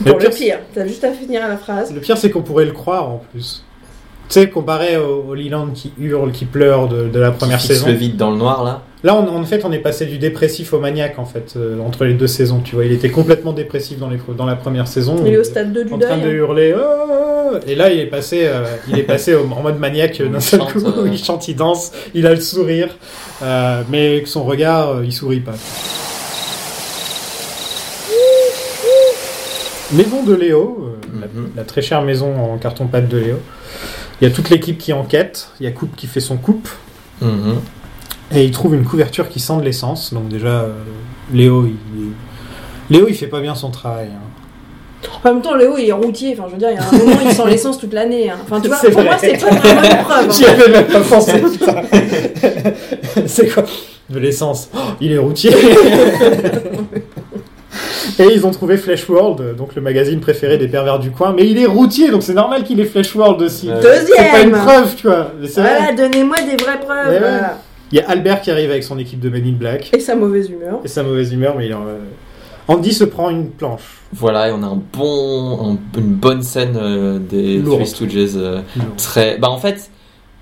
Mais Pour le pire, t'as juste à finir à la phrase. le pire, c'est qu'on pourrait le croire en plus. Tu sais, comparé au, au Leland qui hurle, qui pleure de, de la première Qui fixe saison. le vide dans le noir là. Là, on- en fait, on est passé du dépressif au maniaque, en fait, euh, entre les deux saisons. Tu vois, il était complètement dépressif dans, les, pre- dans la première saison. Mm. Euh, Il est au stade 2 du en deuil. hein. train de hurler. Oh et là, il est passé, euh, il est passé au- en mode maniaque euh, d'un Il seul chante, coup. euh. Il chante, il danse, il a le sourire, euh, mais que son regard, euh, il sourit pas. Maison de Léo, euh, la- Mhm. la, très chère maison en carton pâte de Léo. Il y a toute l'équipe qui enquête. Il y a Coupe qui fait son coupe. Mhm. Et il trouve une couverture qui sent de l'essence. Donc déjà, euh, Léo, il, il- Léo, il fait pas bien son travail. hein. En même temps, Léo, il est routier. Enfin, je veux dire, il y a un moment, il sent l'essence toute l'année. hein. Enfin, tu vois, C'est pour vrai. moi, c'est pas vraiment une preuve. J'y hein. avais même pas pensé, putain. C'est quoi De l'essence. Oh, il est routier. Et ils ont trouvé Flash World, donc le magazine préféré des pervers du coin. Mais il est routier, donc c'est normal qu'il ait Flash World aussi. Euh, C'est pas une Deuxième preuve, tu vois. Mais c'est vrai. Voilà, donnez-moi des vraies preuves. Mais ouais. voilà. Il y a Albert qui arrive avec son équipe de Men in Black. Et sa mauvaise humeur. Et sa mauvaise humeur, mais il en... euh, Andy se prend une planche. Voilà, et on a un bon, un- une bonne scène euh, des Lourde. Three Stooges. euh, Non. très. Bah en fait,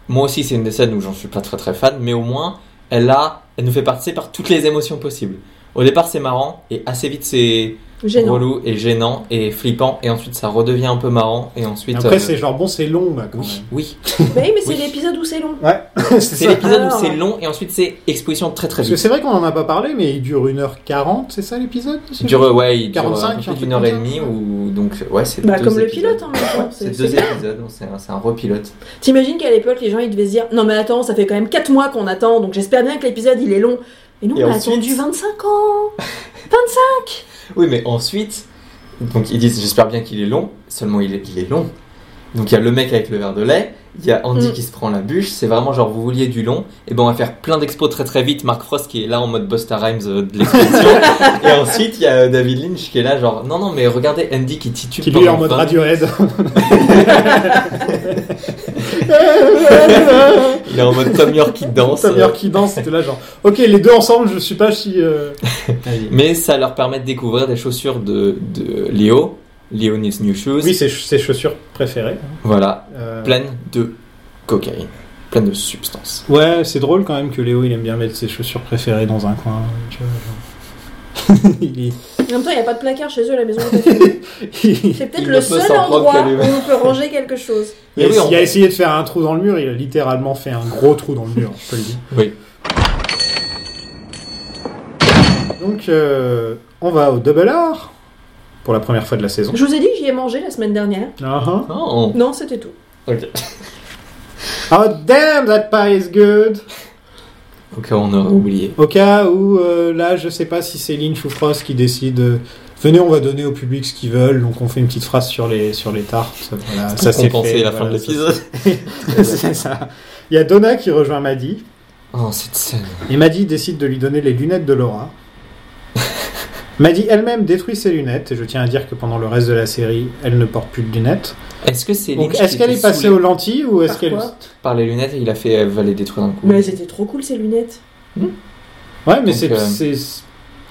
moi aussi c'est une des scènes où j'en suis pas très très fan, mais au moins elle a, elle nous fait passer par toutes les émotions possibles. Au départ, c'est marrant et assez vite, c'est Gênant. relou et gênant et flippant et ensuite, ça redevient un peu marrant et ensuite. Après, euh, c'est genre, bon, c'est long, bah, quand Oui, même. oui. Mais, oui, mais c'est Oui. l'épisode où c'est long. Ouais, c'est C'est ça. l'épisode Alors. où c'est long et ensuite c'est exposition très très Parce que vite. c'est vrai qu'on en a pas parlé, mais il dure 1h40, c'est ça l'épisode Il dure, ouais, il dure 45, un un peu truc d'une heure et comme ça. demie ou donc ouais, c'est Bah, deux comme le épisodes. pilote en même temps. C'est c'est- deux c'est bien. épisodes, donc c'est un, c'est un repilote. T'imagines qu'à l'époque, les gens ils devaient se dire Non, mais attends, ça fait quand même 4 mois qu'on attend, donc j'espère bien que l'épisode il est long. Et nous, Et on a ensuite- attendu 25 ans Oui, mais ensuite, donc ils disent j'espère bien qu'il est long, seulement il est, il est long. Donc il y a le mec avec le verre de lait, il y a Andy Mm. qui se prend la bûche, c'est vraiment genre vous vouliez du long, et ben on va faire plein d'expos très très vite. Mark Frost qui est là en mode Busta Rhymes euh, de l'exposition, et ensuite il y a euh, David Lynch qui est là genre non non mais regardez Andy qui titube Qui lui est en pendant mode 20 Radiohead. Il est en mode Tom York qui danse. Sa mère qui danse, c'était là genre, ok, les deux ensemble, je suis pas si. euh, Mais ça leur permet de découvrir des chaussures de, de Léo, Léo needs new shoes. Oui, c'est ses chaussures préférées. hein. Voilà, Euh, pleines de cocaïne, pleines de substances. Ouais, c'est drôle quand même que Léo il aime bien mettre ses chaussures préférées dans un coin. tu vois, genre. il est- En même temps, il n'y a pas de placard chez eux à la maison. on fait- il- C'est peut-être Il le ne peut seul s'en prendre endroit qu'à où lui-même. on peut ranger quelque chose. il a- Mais oui, on- il a essayé de faire un trou dans le mur, il a littéralement fait un gros trou dans le mur, je te le dis. Oui. Donc, euh, on va au Double R pour la première fois de la saison. Je vous ai dit que j'y ai mangé la semaine dernière. Ah, ah. Oh, Non, c'était tout. ok. Oh damn, that pie is good! Au cas où on aurait oublié. Au cas où, euh, là, je sais pas si c'est Lynch ou Frost qui décide. euh, venez, on va donner au public ce qu'ils veulent. Donc, on fait une petite phrase sur les, sur les tartes. Voilà, ça c'est compensé fait, à la fin voilà, de ça l'épisode. c'est- c'est ça. Il y a Donna qui rejoint Maddy. Oh, cette scène. Et Maddy décide de lui donner les lunettes de Laura. Maddy elle-même détruit ses lunettes. Et je tiens à dire que pendant le reste de la série, elle ne porte plus de lunettes. Est-ce que c'est Donc, Lynch est-ce qui qu'elle était est passée saoulé aux lentilles ou est-ce Par qu'elle. quoi par les lunettes et il a fait euh, elle va les détruire d'un coup Mais elles étaient trop cool ces lunettes. Ouais, mais Donc, c'est. euh, c'est-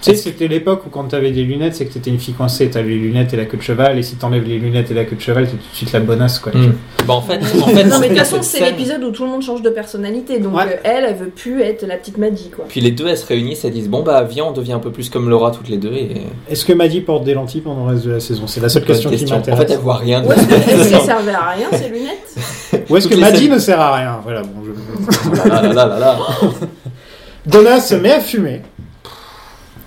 Tu sais, c'était l'époque où quand t'avais des lunettes, c'est que t'étais une fille coincée, t'avais les lunettes et la queue de cheval, et si t'enlèves les lunettes et la queue de cheval, t'es tout de suite la bonasse, quoi. Hmm. Bah, en fait, en fait Non, mais de c'était toute façon, cette c'est scène. l'épisode où tout le monde change de personnalité. Donc, Ouais. euh, elle, elle veut plus être la petite Maddy, quoi. Puis les deux, elles se réunissent, elles disent Bon, bah, viens, on devient un peu plus comme Laura toutes les deux. Et... Est-ce que Maddy porte des lentilles pendant le reste de la saison C'est la seule question, Bonne qui En m'intéresse. fait, elle voit rien. de- Ouais, est-ce qu'elles servaient à rien ces lunettes Ou est-ce que toutes les Maddy scènes- ne sert à rien Voilà, bon, je... Oh là là là là là. Donna se met à fumer.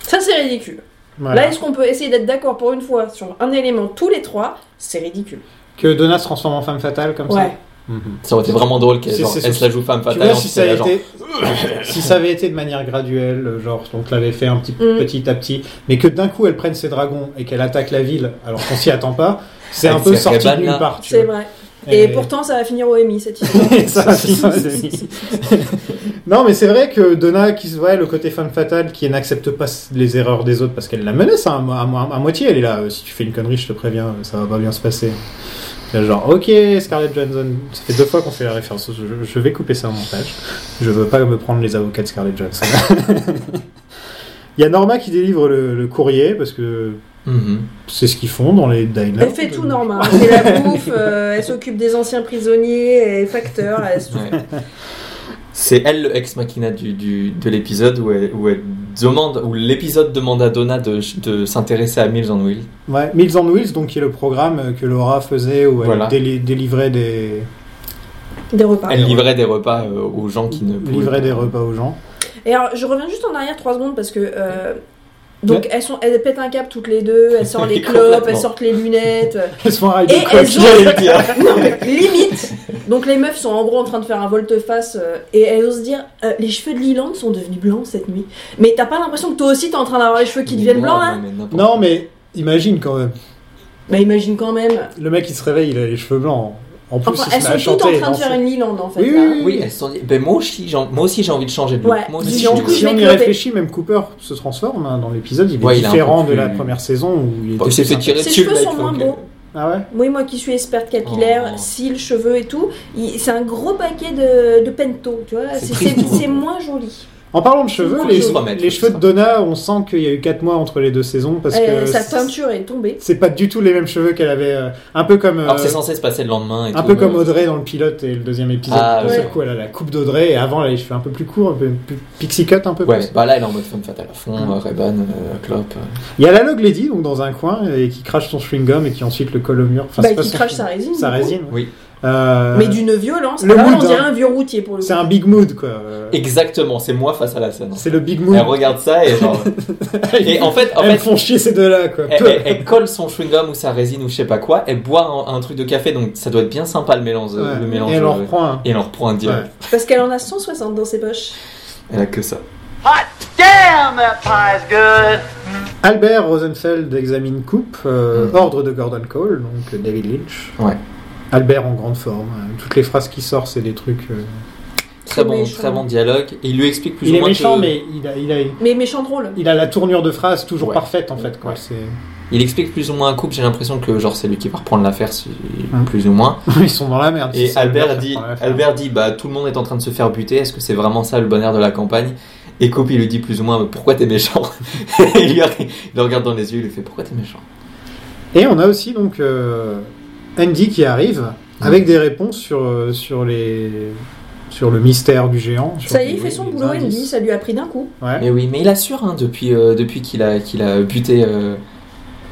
Ça, c'est ridicule. Là, Voilà. est-ce qu'on peut essayer d'être d'accord pour une fois sur un élément tous les trois C'est ridicule. Que Donna se transforme en femme fatale, comme Ouais. ça Mhm. Ça aurait été vraiment drôle qu'elle C'est- genre, c'est- elle c'est- se la joue femme Tu fatale. vois, ensuite, si ça, elle avait a genre, été... si ça avait été de manière graduelle, euh, genre, donc l'avait fait un petit Mm. petit à petit, mais que d'un coup elle prenne ses dragons et qu'elle attaque la ville alors qu'on s'y attend pas, c'est un Avec peu ses sorti de rebannes, nulle là. part. tu C'est vois. vrai. Et, pourtant, ça va finir au MI cette histoire. Et ça, c'est pas Denis. non, mais c'est vrai que Donna, qui se voit le côté femme fatale, qui n'accepte pas les erreurs des autres parce qu'elle la menace à, mo- à mo- à moitié, elle est là. euh, Si tu fais une connerie, je te préviens, euh, ça va pas bien se passer. Là, Genre, ok, Scarlett Johansson, ça fait deux fois qu'on fait la référence. Je, je vais couper ça en montage. Je veux pas me prendre les avocats de Scarlett Johansson. Il y a Norma qui délivre le, le courrier parce que Mhm. c'est ce qu'ils font dans les diners. Elle fait tout normal. Elle fait la bouffe, euh, elle s'occupe des anciens prisonniers, et facteurs, elle se- Ouais. C'est elle le ex machina du, du- de l'épisode où elle, où elle demande, où l'épisode demande à Donna de, de s'intéresser à Mills and Will. Ouais, Meals on Wheels, donc qui est le programme euh, que Laura faisait où elle Voilà. déli- délivrait des des repas. Elle livrait des repas euh, aux gens qui ne pouvaient Ah, livrait pas. des repas aux gens. Et alors, je reviens juste en arrière 3 secondes parce que. euh, donc, elles, sont, elles pètent un cap toutes les deux, elles sortent les Oui, clopes, elles complètement. sortent les lunettes. euh, Elles se font arrêter et de elles coach. osent. non, mais limite Donc, les meufs sont en gros en train de faire un volte-face euh, et elles osent dire euh, Les cheveux de Liland sont devenus blancs cette nuit. Mais t'as pas l'impression que toi aussi t'es en train d'avoir les cheveux qui deviennent Non, blancs hein là mais n'importe Non, mais imagine quand même. Bah, imagine quand même. Le mec il se réveille, il a les cheveux blancs. En plus, Enfin, il se elles met à sont toutes chanter. en train de non, faire c'est- une Liland en fait. hein. Oui, là. oui, Oui, elles se sont dit, ben moi aussi, j'ai- moi aussi j'ai envie de changer de look. Ouais. Moi Mais aussi, Dis si, j'ai donc, du envie coup, de- oui, je si on vais y cloper. réfléchit, même Cooper se transforme hein, dans l'épisode. Il est Ouais, il est un peu différent de plus- Bah, la première saison où il était Il s'est fait plus tirer Ses dessus. cheveux le mec, sont moins donc, euh, beaux. Ah ouais. Oui, moi qui suis experte capillaire, Oh. cils, cheveux et tout, il- c'est un gros paquet de, de pento, tu vois. C'est C'est- triste. C'est c'est moins joli. En parlant de cheveux, Faut les, juste remettre, les tout cheveux de ça. Donna, on sent qu'il y a eu 4 mois entre les deux saisons parce Euh, que sa c'est- teinture est tombée. c'est pas du tout les mêmes cheveux qu'elle avait. euh, un peu comme. euh, Alors que c'est censé se passer le lendemain. Et un tout, peu mais- comme Audrey dans le pilote et le deuxième épisode. Ah, D'un ouais. seul coup, elle a la coupe d'Audrey et avant, elle a les cheveux un peu plus courts, un peu plus pixie cut un peu Ouais, plus. bah là, elle est en mode femme fatale à fond, euh, Ray-Ban, euh, Clop. euh. Il y a la Log Lady donc dans un coin et qui crache son chewing gum et qui ensuite le colle au mur. Enfin, Bah, c'est pas qui son crache chewing- sa résine, Sa du coup. résine. ouais. Oui. Euh, Mais d'une violence. le Alors là, mood, on dirait hein. un vieux routier pour le C'est coup. un big mood quoi. Euh, Exactement, c'est moi face à la scène. C'est le big mood. Elle regarde ça et genre. et en fait, en Elles me fait, font chier ces deux-là quoi. Elle, elle- elle colle son chewing-gum ou sa résine ou je sais pas quoi, elle boit un, un truc de café, donc ça doit être bien sympa le mélange. Ouais. Le mélange Et elle en euh, reprend un. et elle en reprend un direct. Parce qu'elle en a 160 dans ses poches. Elle a que ça. Albert Rosenfeld examine Coupe, euh, ordre de Gordon Cole, donc euh, David Lynch. Mm. Ouais. Albert en grande forme. hein. Toutes les phrases qui sortent, c'est des trucs. euh, Très bon, méchant. très bon dialogue. Et il lui explique plus Il ou est moins méchant, que- mais il a, il, a, Mais méchant drôle. il a la tournure de phrase toujours Ouais. parfaite en fait. Quoi. Ouais. C'est- il explique plus ou moins à couple. J'ai l'impression que genre c'est lui qui va reprendre l'affaire, si- Hum. plus ou moins. Ils sont dans la merde. si Et Ah, c'est Albert qui dit, prend l'affaire. Albert dit, bah tout le monde est en train de se faire buter. Est-ce que c'est vraiment ça le bonheur de la campagne Et Coupe il lui dit plus ou moins, pourquoi t'es méchant il, lui, il le regarde dans les yeux, il lui fait, pourquoi t'es méchant Et on a aussi donc euh, Andy qui arrive avec des réponses sur, euh, sur les sur le mystère du géant. sur Ça y est, les- il fait son les boulot, indices. Andy, ça lui a pris d'un coup. Ouais. Mais oui, mais il assure hein, depuis, euh, depuis qu'il a, qu'il a buté euh,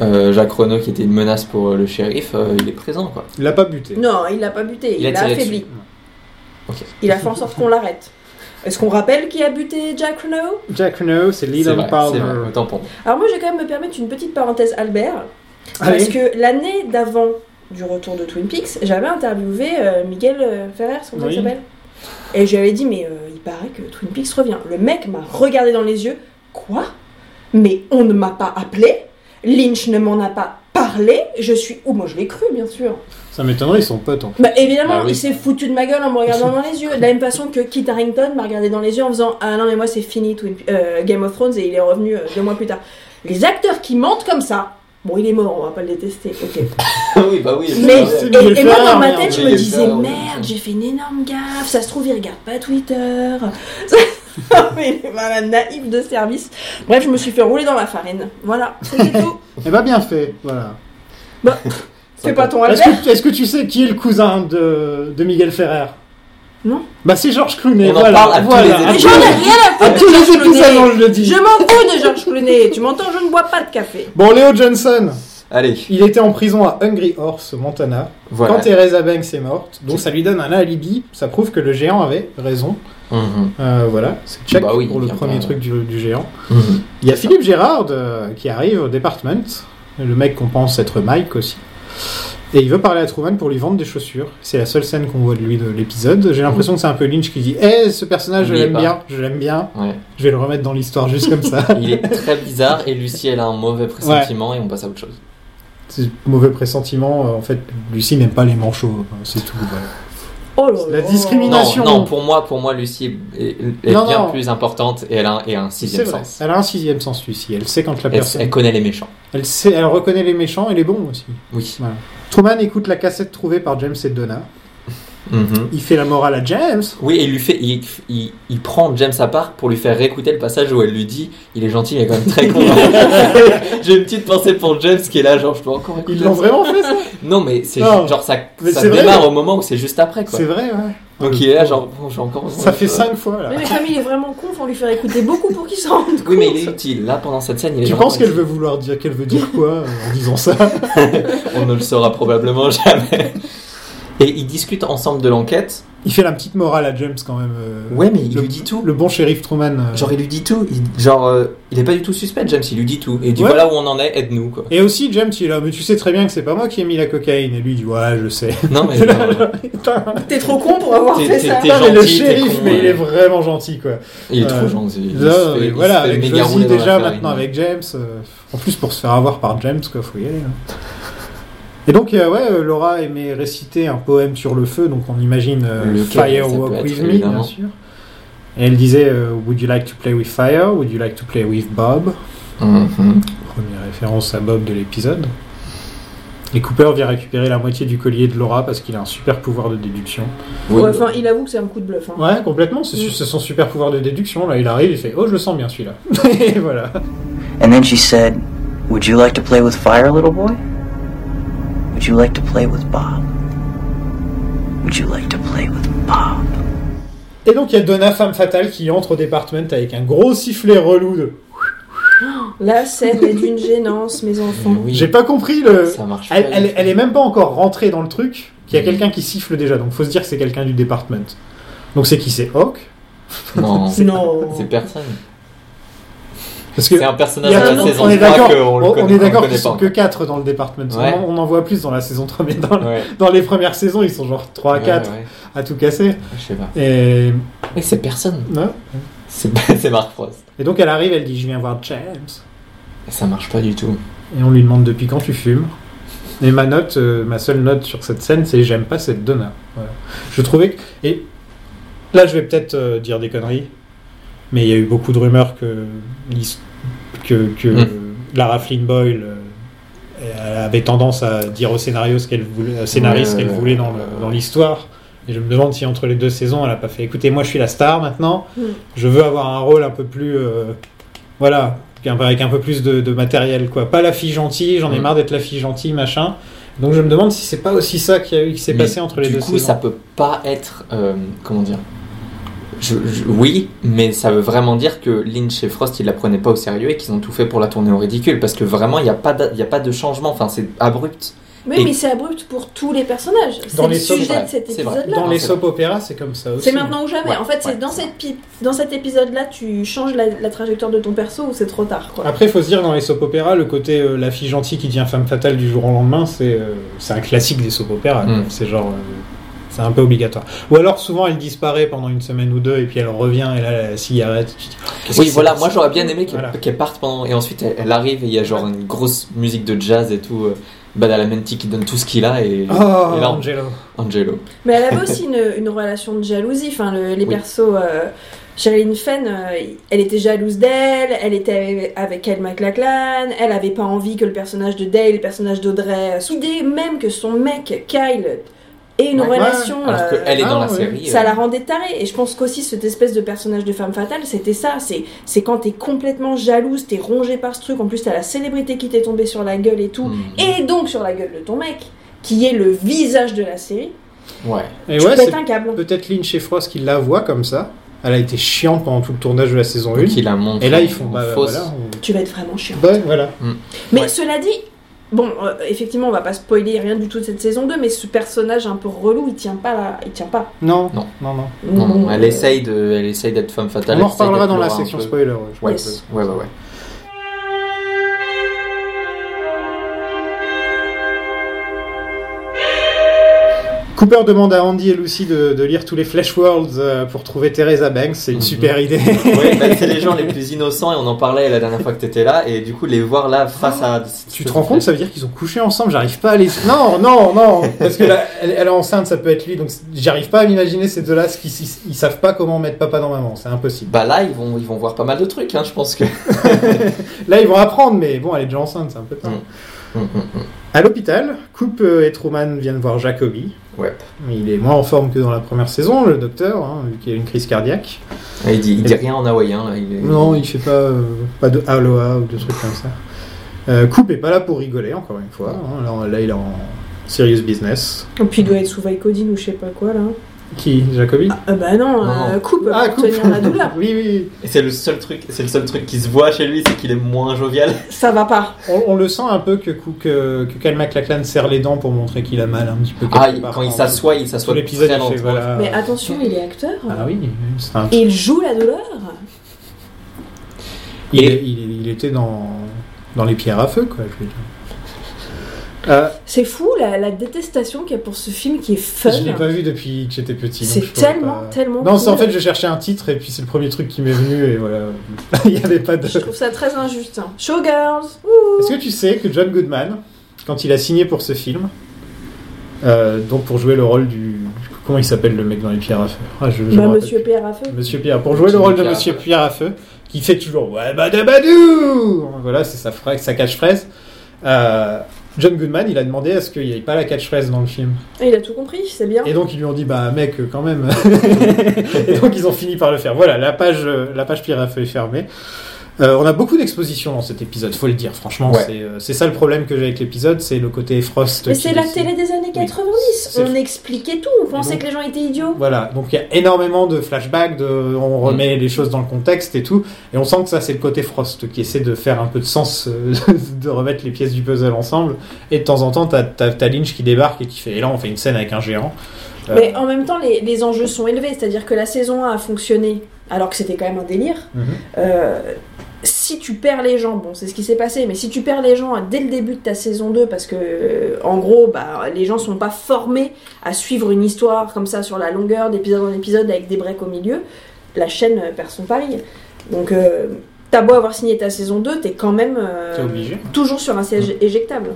euh, Jacques Renault, qui était une menace pour euh, le shérif, euh, il est présent quoi. Il l'a pas buté. Non, il l'a pas buté, Il il a l'a tiré affaibli. Ok. Il a fait en sorte qu'on l'arrête. Est-ce qu'on rappelle qui a buté Jack Renault Jack Renault, c'est C'est Leland vrai, c'est vrai, Palmer. autant pour moi. Alors moi, je vais quand même me permettre une petite parenthèse, Albert, parce Allez. que l'année d'avant du retour de Twin Peaks, j'avais interviewé euh, Miguel euh, Ferrer, c'est comme ça Oui. qu'il s'appelle. Et je lui avais dit, mais euh, il paraît que Twin Peaks revient. Le mec m'a regardé dans les yeux, quoi Mais on ne m'a pas appelé, Lynch ne m'en a pas parlé, je suis... Ou moi, je l'ai cru, bien sûr. Ça m'étonnerait, ils sont potes. En fait. Bah évidemment, Bah oui. il s'est foutu de ma gueule en me regardant dans les yeux. De la même façon que Kit Harington m'a regardé dans les yeux en faisant Ah non, mais moi c'est fini Twin- euh, Game of Thrones et il est revenu euh, deux mois plus tard. Les acteurs qui mentent comme ça, bon, il est mort, on va pas le détester, ok. oui, bah oui. Mais, c'est c'est bien et, et moi fait, dans ma merde, tête, je il me est disais fait, oui. Merde, j'ai fait une énorme gaffe, ça se trouve, il regarde pas Twitter. Mais il est malade, naïf de service. Bref, je me suis fait rouler dans la farine. Voilà, c'était tout. Eh ben bien fait, voilà. Fais pas ton Est-ce Albert. que, est-ce que tu sais qui est le cousin de, de Miguel Ferrer Non. Bah c'est Georges Clooney. On en voilà, parle à tous voilà. les Mais tous J'en ai rien à à foutre. de tous les George Clooney. épisodes, on le dit. Je m'en fous de George Clooney, tu m'entends, je ne bois pas de café. Bon, Léo Johnson, Allez, il était en prison à Hungry Horse, au Montana, voilà. quand Teresa Banks est morte. Donc ça lui donne un alibi. Ça prouve que le géant avait raison. Mhm, Euh, voilà, c'est check Bah oui, pour le il y a premier pas- truc du, du géant. mhm. Il y a Philippe Gérard euh, qui arrive au département, le mec qu'on pense être Mike aussi. Et il veut parler à Truman pour lui vendre des chaussures. C'est la seule scène qu'on voit de lui de l'épisode. J'ai l'impression que c'est un peu Lynch qui dit Eh, ce personnage, je N'oubliez l'aime pas. bien, je l'aime bien, Ouais. je vais le remettre dans l'histoire juste comme ça. Il est très bizarre et Lucie, elle a un mauvais pressentiment et on passe à autre chose. C'est mauvais pressentiment. euh, En fait, Lucie n'aime pas les manchots, euh, c'est tout. voilà. Oh là La là. discrimination. Non, Nation. non, pour moi, pour moi, Lucie est, est Non, bien non. plus importante et elle a, un- et a un sixième C'est vrai. sens. Elle a un sixième sens, Lucie. Elle sait quand la Elle, personne. elle connaît les méchants. Elle, sait, elle reconnaît les méchants et les bons aussi. Oui. Truman écoute la cassette trouvée par James et Donna. Mhm. Il fait la morale à James. Oui, et il lui fait, il, il- il prend James à part pour lui faire réécouter le passage où elle lui dit, il est gentil, mais quand même très con. hein. J'ai une petite pensée pour James qui est là, genre je peux encore écouter. Ils l'ont vraiment fait, ça Non, mais c'est Non. genre ça, Mais ça c'est vrai. démarre au moment où c'est juste après quoi. C'est vrai, ouais. Donc il est là, genre bon, j'ai encore. Ça fait Euh, cinq fois, là. Mais, mais comme il est vraiment con, faut lui faire écouter beaucoup pour qu'il s'en rende compte. Oui, mais il est utile. Là, pendant cette scène, il est Tu vraiment penses qu'elle utile. veut vouloir dire qu'elle veut dire quoi euh, en disant ça On ne le saura probablement jamais. Et ils discutent ensemble de l'enquête. Il fait la petite morale à James quand même. euh, Ouais, mais il le- lui dit tout. Le bon shérif Truman. euh. Genre il lui dit tout. Il- genre euh, il est pas du tout suspect, James. Il lui dit tout. Et il dit Ouais. voilà où on en est, aide-nous quoi. Et aussi James il est là, mais tu sais très bien que c'est pas moi qui ai mis la cocaïne. Et lui il dit ouais je sais. Non mais. euh, Putain, T'es trop con pour avoir T'es- fait t'es- ça. t'es- putain, mais le gentil, t'es shérif con, mais il ouais. est vraiment gentil quoi. Il est Euh, trop gentil. Il Là, se fait- mais il se voilà, fait avec méga Josie rouler dans la déjà farine. maintenant avec James. euh, en plus pour se faire avoir par James quoi, faut y aller. hein. Et donc euh, ouais, euh, Laura aimait réciter un poème sur le feu, donc on imagine euh, Lequel, Fire ça peut Walk être, with Me bien évidemment. sûr. Et elle disait euh, Would you like to play with fire? Would you like to play with Bob? Mhm. Première référence à Bob de l'épisode. Et Cooper vient récupérer la moitié du collier de Laura parce qu'il a un super pouvoir de déduction. Ouais, Enfin, il avoue que c'est un coup de bluff. hein. Ouais, complètement, c'est Mm. c'est son super pouvoir de déduction. Là, il arrive, il fait Oh, je le sens bien celui-là. Et voilà. And then she said, Would you like to play with fire, little boy? Would you like to play with Bob? Would you like to play with Bob? Et donc, il y a Donna, femme fatale, qui entre au département avec un gros sifflet relou de La scène est d'une gênance, mes enfants. Oui, J'ai pas compris le. ça marche Elle, pas. elle- elle est même pas encore rentrée dans le truc qu'il y a Mm. quelqu'un qui siffle déjà, donc faut se dire que c'est quelqu'un du département. Donc c'est qui C'est Hawk Non, c'est Non. personne. Parce que C'est un il personnage y a- de non, la saison on est 3 d'accord, qu'on le on, on est connaît, on le d'accord qu'ils connaît pas. sont que 4 dans le département. Ouais. On, on en voit plus dans la saison 3, mais dans, Ouais. dans les premières saisons, ils sont genre 3 à Ouais, 4 ouais. à tout casser. Je sais pas. Et, Mais c'est personne. non C'est c'est Mark Frost. et donc elle arrive, elle dit Je viens voir James. Ça marche pas du tout. Et on lui demande depuis quand tu fumes. Et ma note, euh, ma seule note sur cette scène, c'est j'aime pas cette Donna. Voilà. Je trouvais que. Et là, je vais peut-être euh, dire des conneries, mais il y a eu beaucoup de rumeurs que, l'his- que, que Mm. Lara Flynn Boyle euh, elle avait tendance à dire au scénario ce qu'elle voulait, au scénariste ce Ouais, qu'elle ouais, voulait dans ouais, le- ouais. dans l'histoire. Et je me demande si entre les deux saisons, elle a pas fait. Écoutez, moi, je suis la star maintenant. Mm. Je veux avoir un rôle un peu plus. euh, voilà, qu'un- avec un peu plus de, de matériel, quoi. Pas la fille gentille, j'en ai Mm. marre d'être la fille gentille, machin. Donc je me demande si c'est pas aussi ça qui, a eu- qui s'est Mais passé entre les du deux coup, saisons. ça peut pas être. euh, comment dire Je- je- Oui, mais ça veut vraiment dire que Lynch et Frost, ils la prenaient pas au sérieux et qu'ils ont tout fait pour la tourner au ridicule. Parce que vraiment, il n'y a, pas d'a- il y a pas de changement. Enfin, c'est abrupt. Oui, Et- mais c'est abrupt pour tous les personnages. Dans C'est le les soaps, sujet ouais, de cet c'est vrai. épisode-là. Dans Non, les c'est soap opéra, c'est comme ça aussi. C'est maintenant ou jamais. Ouais, en fait, ouais. c'est dans, cette pi- dans cet épisode-là, tu changes la, la trajectoire de ton perso ou c'est trop tard, quoi. Après, faut se dire, dans les soap opéra, le côté euh, la fille gentille qui devient femme fatale du jour au lendemain, c'est euh, c'est un classique des soap opéra. Mm. C'est genre. euh, c'est un peu obligatoire. Ou alors, souvent, elle disparaît pendant une semaine ou deux, et puis elle revient, et là, la cigarette. tu te dis, oh, Qu'est-ce Oui, qui s'est voilà, passé moi j'aurais bien aimé qu'elle Voilà. qu'elle parte pendant. Et ensuite, elle, elle arrive et il y a genre une grosse musique de jazz et tout. euh, Badalamenti qui donne tout ce qu'il a et, Oh, et là, Angelo. Angelo. Mais elle avait aussi une, une relation de jalousie. Enfin, le- les Oui. persos. euh, Sherilyn Fenn, euh, elle était jalouse d'elle, elle était avec elle McLachlan, elle avait pas envie que le personnage de Dale, le personnage d'Audrey, euh, soudé même que son mec Kyle ait une Ouais. relation. Alors euh, qu'elle est dans ah, la oui. série. Ça euh, la rendait tarée. Et je pense qu'aussi, cette espèce de personnage de femme fatale, c'était ça. C'est, c'est quand t'es complètement jalouse, t'es rongée par ce truc. En plus, t'as la célébrité qui t'est tombée sur la gueule et tout. hmm, Et donc sur la gueule de ton mec, qui est le visage de la série. Ouais. Et tu ouais, pètes c'est un câble. peut-être Lynch et Frost qui la voient comme ça. Elle a été chiante pendant tout le tournage de la saison 1. Donc, il la montre Et là, en- ils font. en Bah, fausse. voilà. Tu vas être vraiment chiant. on- Bah, voilà. Mais Ouais. cela dit, bon, euh, effectivement, on va pas spoiler rien du tout de cette saison 2, mais ce personnage un peu relou, il tient pas là. Il tient pas. Non, non, Non. non. Non, non, Bon, elle euh, essaye de, elle essaye d'être femme fatale. On en elle essaye reparlera d'être dans la Laura un section peu. spoiler. ouais, je Ouais, pense. ouais, ouais, ouais. Cooper demande à Andy et Lucy de, de lire tous les Flash Worlds euh, pour trouver Teresa Banks. C'est une Mhm. super idée. Ouais, bah, c'est les gens les plus innocents et on en parlait la dernière fois que t'étais là et du coup les voir là face à. Ah, Tu te rends compte, ça veut dire qu'ils ont couché ensemble, j'arrive pas à les. Non, non, non Parce que là, elle, elle est enceinte, ça peut être lui, donc c'est- j'arrive pas à m'imaginer ces deux-là, ce qu'ils- ils, ils savent pas comment mettre papa dans maman, c'est impossible. Bah là ils vont ils vont voir pas mal de trucs hein, je pense que. Là, ils vont apprendre, mais bon, elle est déjà enceinte, c'est un peu tard. Mm. Hum, hum, hum. À l'hôpital, Coupe euh, et Truman viennent voir Jacoby. Ouais. Il est moins en forme que dans la première saison, le docteur, hein, vu qu'il a une crise cardiaque. Et il dit il dit rien en hawaïen là. Il est... Non, il fait pas, euh, pas de aloha ou de trucs comme ça. Euh, Coupe est pas là pour rigoler, encore une fois. hein. Là, là, il est en serious business. Et euh, puis il doit être sous Vicodine ou je sais pas quoi là. Qui Jacoby Ah bah non, Non, euh, non. coupe Ah, pour tenir la douleur. oui, oui. Et c'est le seul truc c'est le seul truc qui se voit chez lui c'est qu'il est moins jovial. Ça va pas. On, on le sent un peu que, Cou- que, que Cal McLachlan serre les dents pour montrer qu'il a mal un petit peu. quelque Ah il- part. quand il s'assoit il Tout s'assoit l'épisode, très il fait lentement. voilà. Mais attention, il est acteur. Ah oui, c'est un Et il joue la douleur. Il, Et- il- il était dans, dans les pierres à feu, quoi, je veux dire. Euh, C'est fou la, la détestation qu'il y a pour ce film qui est fun. je l'ai pas vu depuis que j'étais petit. donc C'est je pourrais tellement, pas- tellement. Non, c'est en cool. fait, je cherchais un titre et puis c'est le premier truc qui m'est venu et voilà. il n'y avait pas de. Je trouve ça très injuste. hein. Showgirls Est-ce que tu sais que John Goodman, quand il a signé pour ce film, euh, donc pour jouer le rôle du. Comment il s'appelle le mec dans les pierres à feu Ah, je- je me Bah, rappelle Monsieur Pierre à feu. Monsieur Pierre, pour jouer le Jimmy rôle de Pierre à Monsieur feu. Pierre à feu, qui fait toujours ouais badabadou, voilà c'est sa phrase, sa catchphrase. Euh, John Goodman, il a demandé est-ce qu'il n'y avait pas la catchphrase dans le film. Et Ah, il a tout compris, c'est bien. Et donc ils lui ont dit bah mec quand même. et donc ils ont fini par le faire. Voilà, la page euh, la page pire a fait fermer. Euh, on a beaucoup d'expositions dans cet épisode, faut le dire. Franchement, Ouais. c'est, euh, c'est ça le problème que j'ai avec l'épisode, c'est le côté Frost. Mais qui c'est la décide. télé des années 90. c'est- on expliquait tout. On pensait donc- que les gens étaient idiots. Voilà, donc il y a énormément de flashbacks, de, on Mm. remet les choses dans le contexte et tout, et on sent que ça c'est le côté Frost qui essaie de faire un peu de sens, euh, de remettre les pièces du puzzle ensemble, et de temps en temps t'as, t'as, t'as Lynch qui débarque et qui fait, et là on fait une scène avec un géant. Euh, Mais en même temps, les, les enjeux sont élevés. C'est-à-dire que la saison 1 a fonctionné, alors que c'était quand même un délire. Mhm. Euh, si tu perds les gens, bon, c'est ce qui s'est passé, mais si tu perds les gens hein, dès le début de ta saison 2, parce que, euh, en gros, bah, les gens sont pas formés à suivre une histoire comme ça sur la longueur, d'épisode en épisode, avec des breaks au milieu, la chaîne euh, perd son pari. Donc, euh, t'as beau avoir signé ta saison 2, t'es quand même euh, T'es obligé. Mhm. toujours sur un siège éjectable.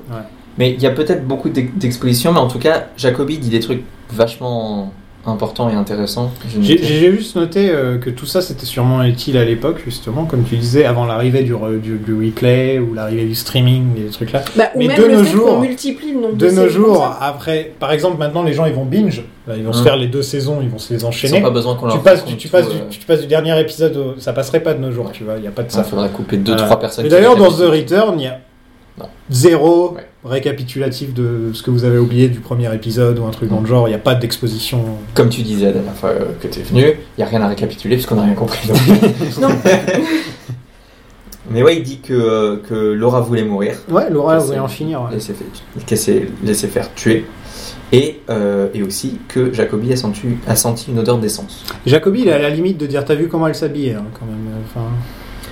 Mais il y a peut-être beaucoup d'ex- d'expositions, mais en tout cas, Jacobi dit des trucs vachement importants et intéressants. J'ai J'ai, noté. j'ai juste noté euh, que tout ça c'était sûrement utile à l'époque, justement, comme tu disais, avant l'arrivée du, re- du, du replay ou l'arrivée du streaming, des trucs là. Bah, ou Mais même de le nos fait jours- qu'on multiplie le nombre De de, nos séries comme jours, ça. après, par exemple, maintenant les gens ils vont binge, Là, ils vont se Mhm. faire les deux saisons, ils vont se les Ils enchaîner. n'ont pas besoin qu'on leur tu passes, du, raconte tu, passes tout, du, euh, tu passes du dernier épisode, au- ça passerait pas de nos jours, Ouais. tu vois, il n'y a pas de Il ça. faudrait couper deux, Euh, trois personnes. Mais qui d'ailleurs, dans The récapitulent. Return, il y a Non. zéro Ouais. récapitulatif de ce que vous avez oublié du premier épisode ou un truc dans le genre, il n'y a pas d'exposition. Comme tu disais la dernière fois euh, que tu es venu, il n'y a rien à récapituler puisqu'on n'a rien compris. donc. Non. mais ouais, il dit que, euh, que Laura voulait mourir Ouais, Laura Ça, voulait c'est- en finir. ouais. et s'est fait- qu'elle s'est laissée faire tuer. Et, euh, et aussi que Jacobi a senti, a senti une odeur d'essence. Jacobi, il est à la limite de dire T'as vu comment elle s'habillait hein, quand même. Enfin,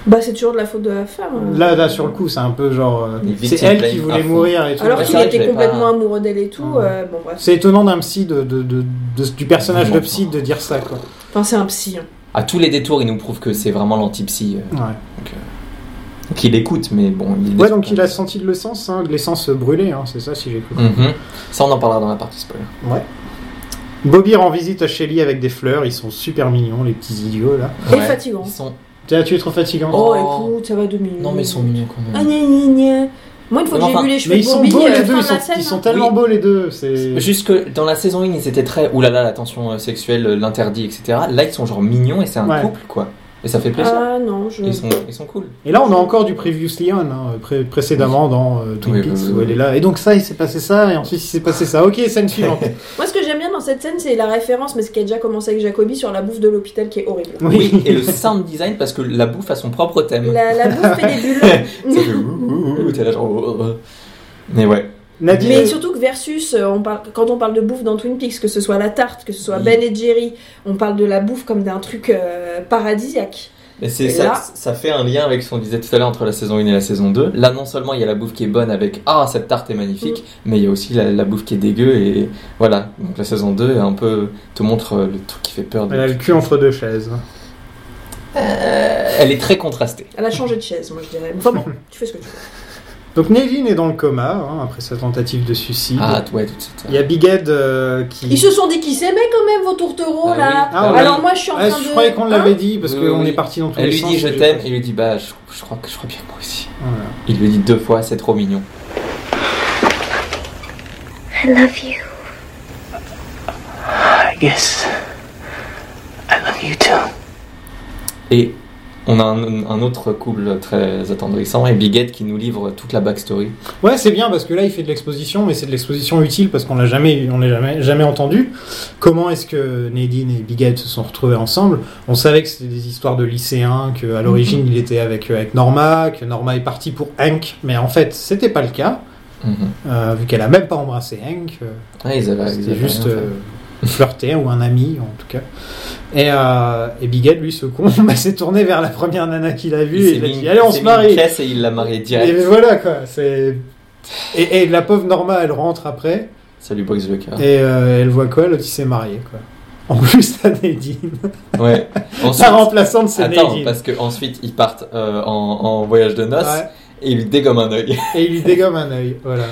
Bah, c'est toujours de la faute de la hein. femme. là, là, sur le coup, c'est un peu genre. euh, Les c'est victim elle blame qui à voulait fond. mourir et tout. Alors Ouais, qu'il c'est vrai que était j'avais complètement pas- amoureux d'elle et tout, Ouais. euh, bon bref. C'est étonnant d'un psy, de, de- de- de- du personnage de Vraiment. psy, de dire ça, quoi. Enfin, c'est un psy. hein. À tous les détours, il nous prouve que c'est vraiment l'anti-psy. euh, Ouais. qu'il écoute, mais bon. Il Ouais, donc il a senti de l'essence, hein, de l'essence brûlée, hein, c'est ça si j'ai compris. Mhm. Ça, on en parlera dans la partie spoiler. Bobby rend visite à Shelly avec des fleurs, ils sont super mignons, les petits idiots là. Et fatigant. Ils sont... Tiens, tu es trop fatigant. Oh, Oh. écoute, ça va deux minutes. Non, mais ils sont mignons quand Ah, même. gna, gna, gna. Moi, une fois que Mais j'ai enfin, vu les cheveux Mais ils de sont Bobby, beaux euh, les fin deux, ils de la sont, scène, ils sont hein. tellement Oui. beaux les deux. C'est Jusque dans la saison 1, ils étaient très oulala, la tension euh, sexuelle, euh, l'interdit, etc. Là, ils sont genre mignons et c'est un Ouais. couple, quoi. Et ça fait plaisir. Ah non, je. Ils sont, ils sont cool. Et là, on a encore du Previously On, hein, pré- précédemment dans euh, Twin Oui, Peaks, oui, oui, où oui. elle est là. Et donc ça, il s'est passé ça, et ensuite il s'est passé ça. Ok, scène suivante. Moi, ce que j'aime bien dans cette scène, c'est la référence, mais ce qui a déjà commencé avec Jacobi sur la bouffe de l'hôpital qui est horrible. Oui. et le sound design, parce que la bouffe a son propre thème. La, la bouffe fait des Ça bulles. fait ouh, ouh, ouh, t'es là genre. oh, oh, oh. Mais ouais. Nadine, Mais surtout que versus, euh, on parle, quand on parle de bouffe dans Twin Peaks, que ce soit la tarte, que ce soit Oui. Ben et Jerry, on parle de la bouffe comme d'un truc euh, paradisiaque. Mais c'est Et ça, là- ça fait un lien avec ce qu'on disait tout à l'heure entre la saison 1 et la saison 2. Là, non seulement il y a la bouffe qui est bonne avec Ah, cette tarte est magnifique, Mm. mais il y a aussi la, la bouffe qui est dégueu. Et voilà, donc la saison 2 est un peu, te montre euh, le truc qui fait peur. de- elle a le cul entre deux chaises. Elle est très contrastée. Elle a changé de chaise, moi je dirais. Enfin bon, tu fais ce que tu veux. Donc Nadine est dans le coma hein, après sa tentative de suicide. Ah, t- ouais, tout de suite. Il y a Big Ed euh, qui. Ils se sont dit qu'ils s'aimaient quand même, vos tourtereaux Ah là. oui. Ah oui. Alors moi je suis en Ah, train je de. croyais qu'on Hein l'avait dit parce Oui, qu'on oui. est parti dans tous Elle les lui sens. dit je t'aime, il lui dit bah je, je crois que je crois bien que moi aussi. Voilà. Il lui dit deux fois c'est trop mignon. I love you. I guess I love you too. Et on a un, un autre couple très attendrissant et Biguette qui nous livre toute la backstory. Ouais, c'est bien parce que là, il fait de l'exposition, mais c'est de l'exposition utile parce qu'on l'a jamais, on l'a jamais, jamais entendu. Comment est-ce que Nadine et Big Ed se sont retrouvés ensemble On savait que c'était des histoires de lycéens, que à Mhm. l'origine, il était avec euh, avec Norma, que Norma est partie pour Hank, mais en fait, c'était pas le cas Mhm. euh, vu qu'elle a même pas embrassé Hank. euh, Ouais, ils avaient, ils c'était avaient juste rien fait. euh, flirter ou un ami en tout cas. Et, euh, et Big Ed, lui, ce con, bah, s'est tourné vers la première nana qu'il a vue Il et s'est il a mis- dit allez, on s'est se mis une marie. caisse et il l'a marié direct. Et voilà quoi, c'est. Et, et la pauvre Norma, elle rentre après Ça lui brise le cœur. et euh, elle voit quoi L'autre il s'est marié quoi. En plus, à Nadine. Ouais. Ensuite, La remplaçante, c'est attends, Nadine. parce que ensuite ils partent euh, en, en voyage de noces Ouais. et ils lui dégomment un œil. Et il lui dégomme un œil, voilà,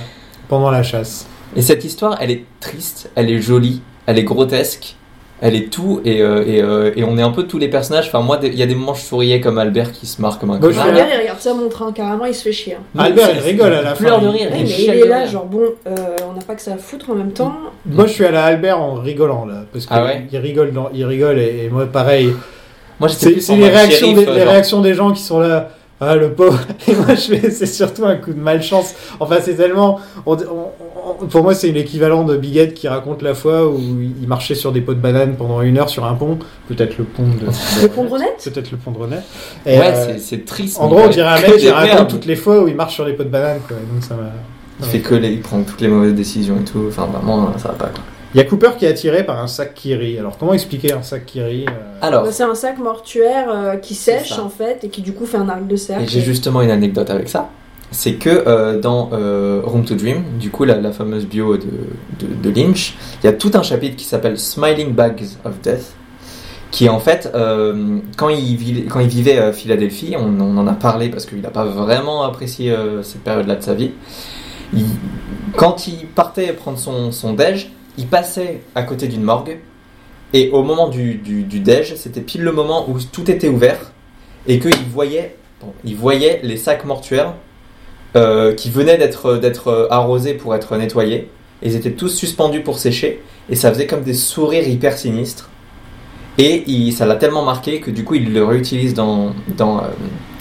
pendant la chasse. Et cette histoire, elle est triste, elle est jolie, elle est grotesque, elle est tout et, euh, et, euh, et on est un peu tous les personnages. Enfin, moi, des- il y a des moments, je souriais comme Albert qui se marre comme un Moi, je connard. fais la- Albert, il regarde ça, mon train, carrément, il se fait chier. hein. Non, Albert, c'est- il rigole à la pleure fin. de rire. Ouais, il mais chiale il de est là, rire. genre, bon, euh, on n'a pas que ça à foutre en même temps. Moi, je suis allé à Albert en rigolant là, parce qu'il Ah ouais rigole, dans- il rigole, et, et moi, pareil. Moi, j'étais C'est plus c'est en les mode réactions, shérif, des, euh, les genre, réactions des gens qui sont là. Ah, le pauvre. Et moi, je fais, c'est surtout un coup de malchance. Enfin, c'est tellement. on- on- on- pour moi, c'est l'équivalent de Biguette qui raconte la fois où il marchait sur des pots de banane pendant une heure sur un pont. Peut-être le pont de. Le pont de Renette Peut-être le pont de René. Et, Ouais, euh, c'est- c'est triste. en mais gros, on ouais, dirait un que mec qui des merdes. raconte toutes les fois où il marche sur les pots de banane. Quoi. Et Donc, ça m'a. Il fait que les, il prend toutes les mauvaises décisions et tout. Enfin, vraiment, euh, ça va pas. quoi. Il y a Cooper qui est attiré par un sac qui rit. Alors, comment expliquer un sac qui rit euh, Alors, Bah, C'est un sac mortuaire euh, qui C'est sèche, ça. en fait, et qui du coup fait un arc de cercle. Et j'ai justement une anecdote avec ça. C'est que euh, dans euh, Room to Dream, du coup, la, la fameuse bio de, de- de Lynch, il y a tout un chapitre qui s'appelle Smiling Bags of Death, qui est en fait, euh, quand, il vit- quand il vivait à Philadelphie, on, on en a parlé parce qu'il n'a pas vraiment apprécié euh, cette période-là de sa vie. Il- quand il partait prendre son, son déj, il passait à côté d'une morgue, et au moment du, du, du déj, c'était pile le moment où tout était ouvert, et qu'il voyait Bon, il voyait les sacs mortuaires euh, qui venaient d'être d'être euh, arrosés pour être nettoyés. Ils étaient tous suspendus pour sécher et ça faisait comme des sourires hyper sinistres. Et il- ça l'a tellement marqué que du coup il le réutilise dans dans euh,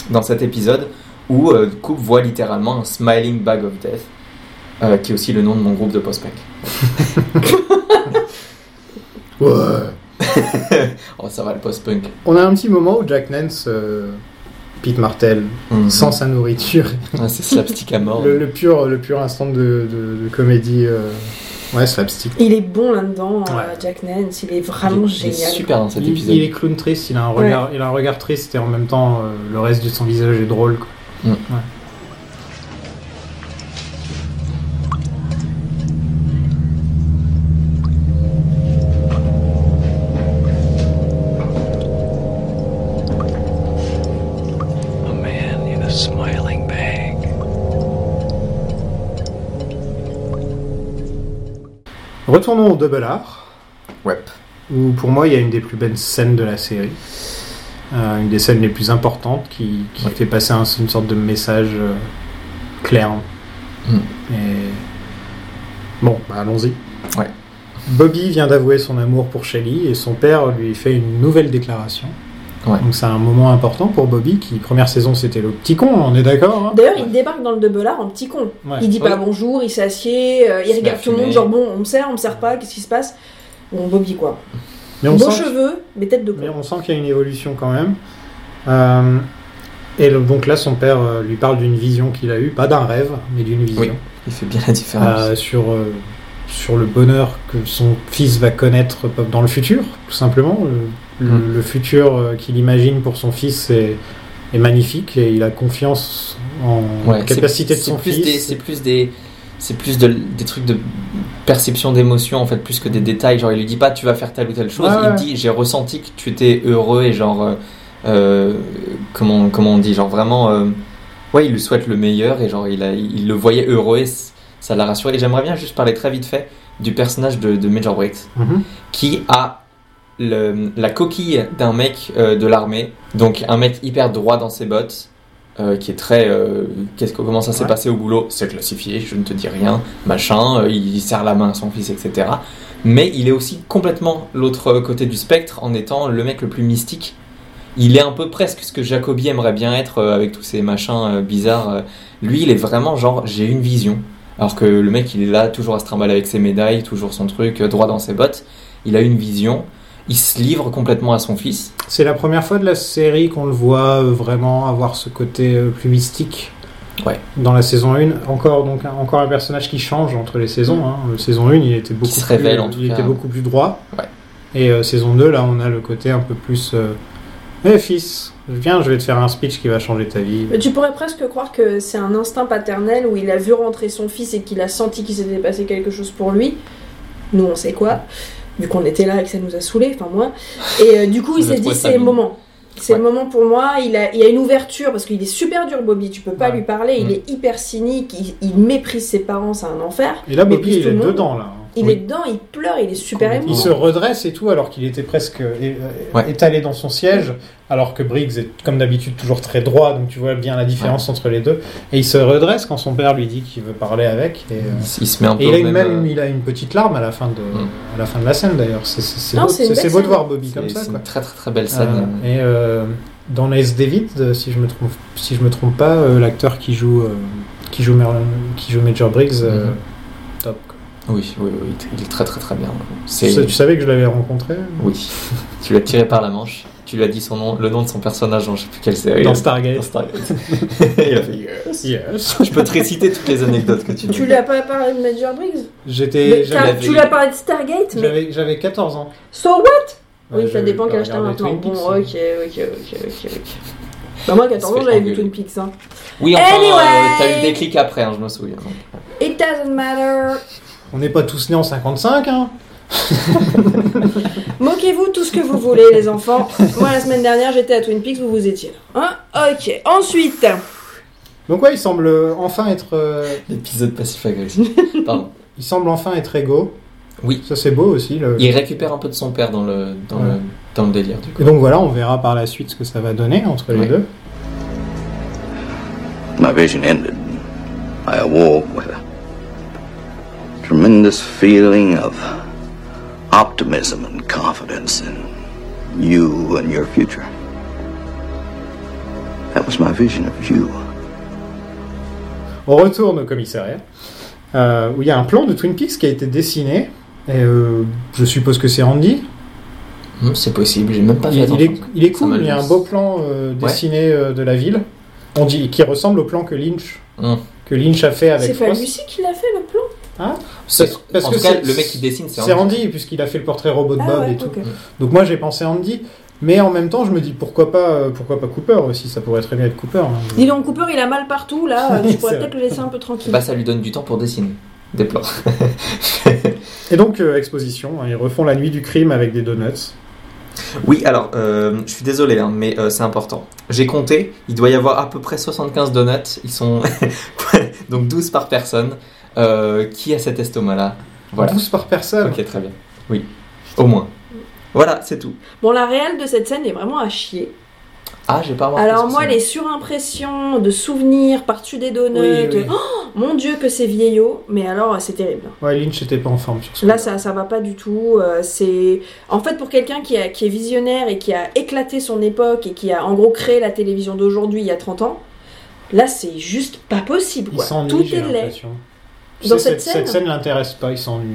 dans cet épisode où euh, Coupe voit littéralement un smiling bag of death, euh, qui est aussi le nom de mon groupe de post-punk. Ouais. Oh ça va le post-punk. On a un petit moment où Jack Nance, euh, Pete Martel, Mhm. sans sa nourriture, Ah, c'est slapstick à mort. le, le pur, le pur instant de, de- de comédie. euh, Ouais, slapstick. Il est bon là-dedans, euh, Ouais. Jack Nance, il est Il est- vraiment il est génial. super dans cet Il, épisode. il est clown triste, il a un regard, il a un regard triste et en même temps, euh, le reste de son visage est drôle. quoi. Mm. A man in a smiling bag. Retournons au Double R. Ouais. où pour moi il y a une des plus belles scènes de la série, Euh, une des scènes les plus importantes qui, qui Ouais. fait passer un- une sorte de message euh, clair. Mm. Et... Bon, bah, allons-y. Ouais. Bobby vient d'avouer son amour pour Shelly et son père lui fait une nouvelle déclaration. Ouais. Donc c'est un moment important pour Bobby qui première saison c'était le petit con, on est d'accord hein D'ailleurs, il débarque dans le double-art en petit con. Ouais. Il dit pas Ouais. bonjour, il s'assied, euh, Il il se met regarde à tout le monde, fumer. genre bon, on me sert, on me sert pas, qu'est-ce qui se passe Bon, Bobby quoi. Mais on Beaux sent- cheveux, mais tête de Mais con. on sent qu'il y a une évolution quand même. Euh, et le- donc là, son père euh, lui parle d'une vision qu'il a eue, pas d'un rêve, mais d'une vision, Oui, il fait bien la différence. euh, sur, euh, sur le bonheur que son fils va connaître dans le futur, tout simplement. Euh, Le, le- Mm. le futur euh, qu'il imagine pour son fils est, est magnifique et il a confiance en Ouais, la c'est- capacité de c'est son plus fils. des- C'est plus des, c'est plus de- des trucs de perception d'émotion en fait, plus que des détails. Genre, il lui dit pas tu vas faire telle ou telle chose. Ouais, il ouais. dit j'ai ressenti que tu étais heureux et genre euh, euh, comment comment on dit genre vraiment euh, ouais il lui souhaite le meilleur et genre il a il le voyait heureux et c- ça l'a rassuré. Et j'aimerais bien juste parler très vite fait du personnage de, de Major Waite Mhm. qui a le- la coquille d'un mec euh, de l'armée, donc un mec hyper droit dans ses bottes, euh, qui est très. euh, qu'est-ce que, comment ça s'est Ouais. passé au boulot C'est classifié, je ne te dis rien, machin, euh, il serre la main à son fils, etc. Mais il est aussi complètement l'autre côté du spectre en étant le mec le plus mystique. Il est un peu presque ce que Jacobi aimerait bien être euh, avec tous ces machins euh, bizarres. euh. Lui, il est vraiment genre j'ai une vision. Alors que le mec, il est là, toujours à se trimballer avec ses médailles, toujours son truc, euh, droit dans ses bottes. Il a une vision. Il se livre complètement à son fils. C'est la première fois de la série qu'on le voit euh, vraiment avoir ce côté euh, plus mystique. Ouais. Dans la saison 1, encore, donc, un- encore un personnage qui change entre les saisons. Hein. Euh, Saison 1, il était beaucoup, se révèle, plus, en tout il cas. était beaucoup plus droit. Ouais. Et euh, saison 2, là, on a le côté un peu plus. Euh, Eh, fils, viens, je vais te faire un speech qui va changer ta vie. Mais tu pourrais presque croire que c'est un instinct paternel où il a vu rentrer son fils et qu'il a senti qu'il s'était passé quelque chose pour lui. Nous, on sait quoi, vu qu'on était là et que ça nous a saoulés, enfin moi. Et euh, du coup, il Je s'est trouve dit ça c'est le mignon. moment. C'est le Ouais. moment pour moi. Il a, il a une ouverture parce qu'il est super dur, Bobby. Tu peux pas Ouais. lui parler. Il Mm. est hyper cynique. Il, il méprise ses parents, c'est un enfer. Et là, Mais Bobby, puis, il tout est le monde- dedans, là. Il Oui. est dedans, il pleure, il est super ému. Il se redresse et tout, alors qu'il était presque euh, é- Ouais. étalé dans son siège, alors que Briggs est comme d'habitude toujours très droit, donc tu vois bien la différence entre les deux. Et il se redresse quand son père lui dit qu'il veut parler avec. Et, euh, Il, s- il se met un peu et il, au a une, même, même, euh, il a une petite larme à la fin de, Mm. à la, fin de la scène d'ailleurs. C'est- C'est c'est Non, beau, c'est une c'est- belle c'est beau de scène. voir Bobby c'est- comme ça. C'est quoi. une très très très belle scène. Euh, et euh, dans Ace David, euh, si je me trompe, si je me trompe pas, euh, l'acteur qui joue euh, qui joue Merlin, qui joue Major Briggs, euh, Mhm. top. quoi. Oui, oui, oui, il est très très très bien. Tu, C'est sais- Ah, tu savais que je l'avais rencontré oui. tu l'as tiré par la manche. Tu lui as dit son nom, le nom de son personnage dans je sais plus quelle série. dans Dans Stargate. Stargate. Il a fait, yes. Yes. euh, Je peux te réciter toutes les anecdotes que tu veux. Tu lui as pas parlé de Major Briggs J'étais Mais t'as- j'avais- l'avais- Tu lui as parlé de Stargate, mais j'avais j'avais 14 ans. so what Ouais, Oui, ça j'avais dépend pas quel âge t'as regardé maintenant. Twin Bon, Peaks, ok, hein. ok, ok, ok, ok. Bah moi, 14 ans, fait j'avais vu engueuler. Twin Peaks. Hein. Oui, enfin, Anyway. euh, t'as eu des clics après, hein, je me souviens. It doesn't matter. On n'est pas tous nés en 55 hein. Moquez-vous tout ce que vous voulez, les enfants. Moi, la semaine dernière, j'étais à Twin Peaks, vous vous étiez là. Hein ok, ensuite. Donc ouais, il semble euh, enfin être euh, L'épisode passif agressif. Pardon. il semble enfin être égaux. Oui. Ça c'est beau aussi le- Il récupère un peu de son père dans le, dans Ouais. le, dans le délire, du coup. Et donc voilà, on verra par la suite ce que ça va donner entre les Ouais. deux. My vision ended. I awoke with a tremendous feeling of optimism and confidence in you and your future. That was my vision of you. On retourne au commissariat, euh, où il y a un plan de Twin Peaks qui a été dessiné. Et euh, je suppose que c'est Andy. Hum, c'est possible, j'ai même pas Il, fait il est, attention. il est Ça cool, il y a un m'amuse. beau plan euh, dessiné euh, de la ville. On dit qui ressemble au plan que Lynch Hum. que Lynch a fait C'est avec pas Frost. Lucie qui l'a fait le plan Parce- parce en que tout cas, c'est- le mec qui dessine, c'est C'est un Andy puisqu'il a fait le portrait robot de Ah Bob ouais, et tout. ok. Donc moi j'ai pensé Andy, mais en même temps je me dis pourquoi pas euh, pourquoi pas Cooper aussi, ça pourrait très bien être Cooper. hein. Dis donc, Cooper, il a mal partout, là. euh, Tu C'est pourrais vrai. peut-être le laisser un peu tranquille. Bah, ça lui donne du temps pour dessiner des plans. Et donc euh, exposition, hein, ils refont la nuit du crime avec des donuts. Oui, alors, euh, je suis désolé, hein, mais euh, c'est important. J'ai compté, il doit y avoir à peu près 75 donuts. Ils sont donc 12 par personne. Euh, qui a cet estomac-là Voilà. 12 par personne. Ok, très bien. Oui, au moins. Voilà, c'est tout. Bon, la réelle de cette scène est vraiment à chier. Ah, j'ai pas remarqué. ce Alors, moi, personnage. les surimpressions de souvenirs par-dessus des donuts. Oui, oui. oh, mon dieu, que c'est vieillot. Mais alors, c'est terrible. Ouais, Lynch était pas en forme sur ce Là, ça, ça va pas du tout. euh, c'est en fait pour quelqu'un qui, a- qui est visionnaire et qui a éclaté son époque et qui a en gros créé la télévision d'aujourd'hui il y a 30 ans. Là, c'est juste pas possible. Il quoi. s'ennuie, Tout j'ai est laid. l'impression. Tu Dans sais, cette scène l'intéresse pas, il s'ennuie.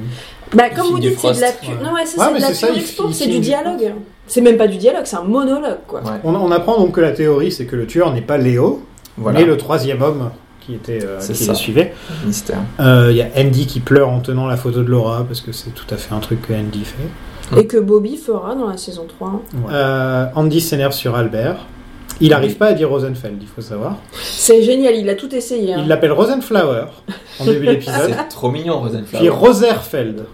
Bah, Il comme vous file du dites, c'est de la Frost, pure. ouais. Non, ouais, ça, Ouais, c'est mais de la c'est ça, pure il expo, file- c'est il du file du dialogue. C'est même pas du dialogue, c'est un monologue, quoi. Ouais. On, on apprend donc que la théorie, c'est que le tueur n'est pas Léo, Voilà, mais le troisième homme qui était euh, C'est qui ça. le suivait. mystère. Euh, Il y a Andy qui pleure en tenant la photo de Laura parce que c'est tout à fait un truc que Andy fait. Et que Bobby fera dans la saison 3. hein. Euh, Andy s'énerve sur Albert. Il n'arrive Oui. pas à dire Rosenfeld, il faut savoir. C'est génial, il a tout essayé. hein. Il l'appelle Rosenflower en début d'épisode, C'est trop mignon, puis Rosenflower. Roserfeld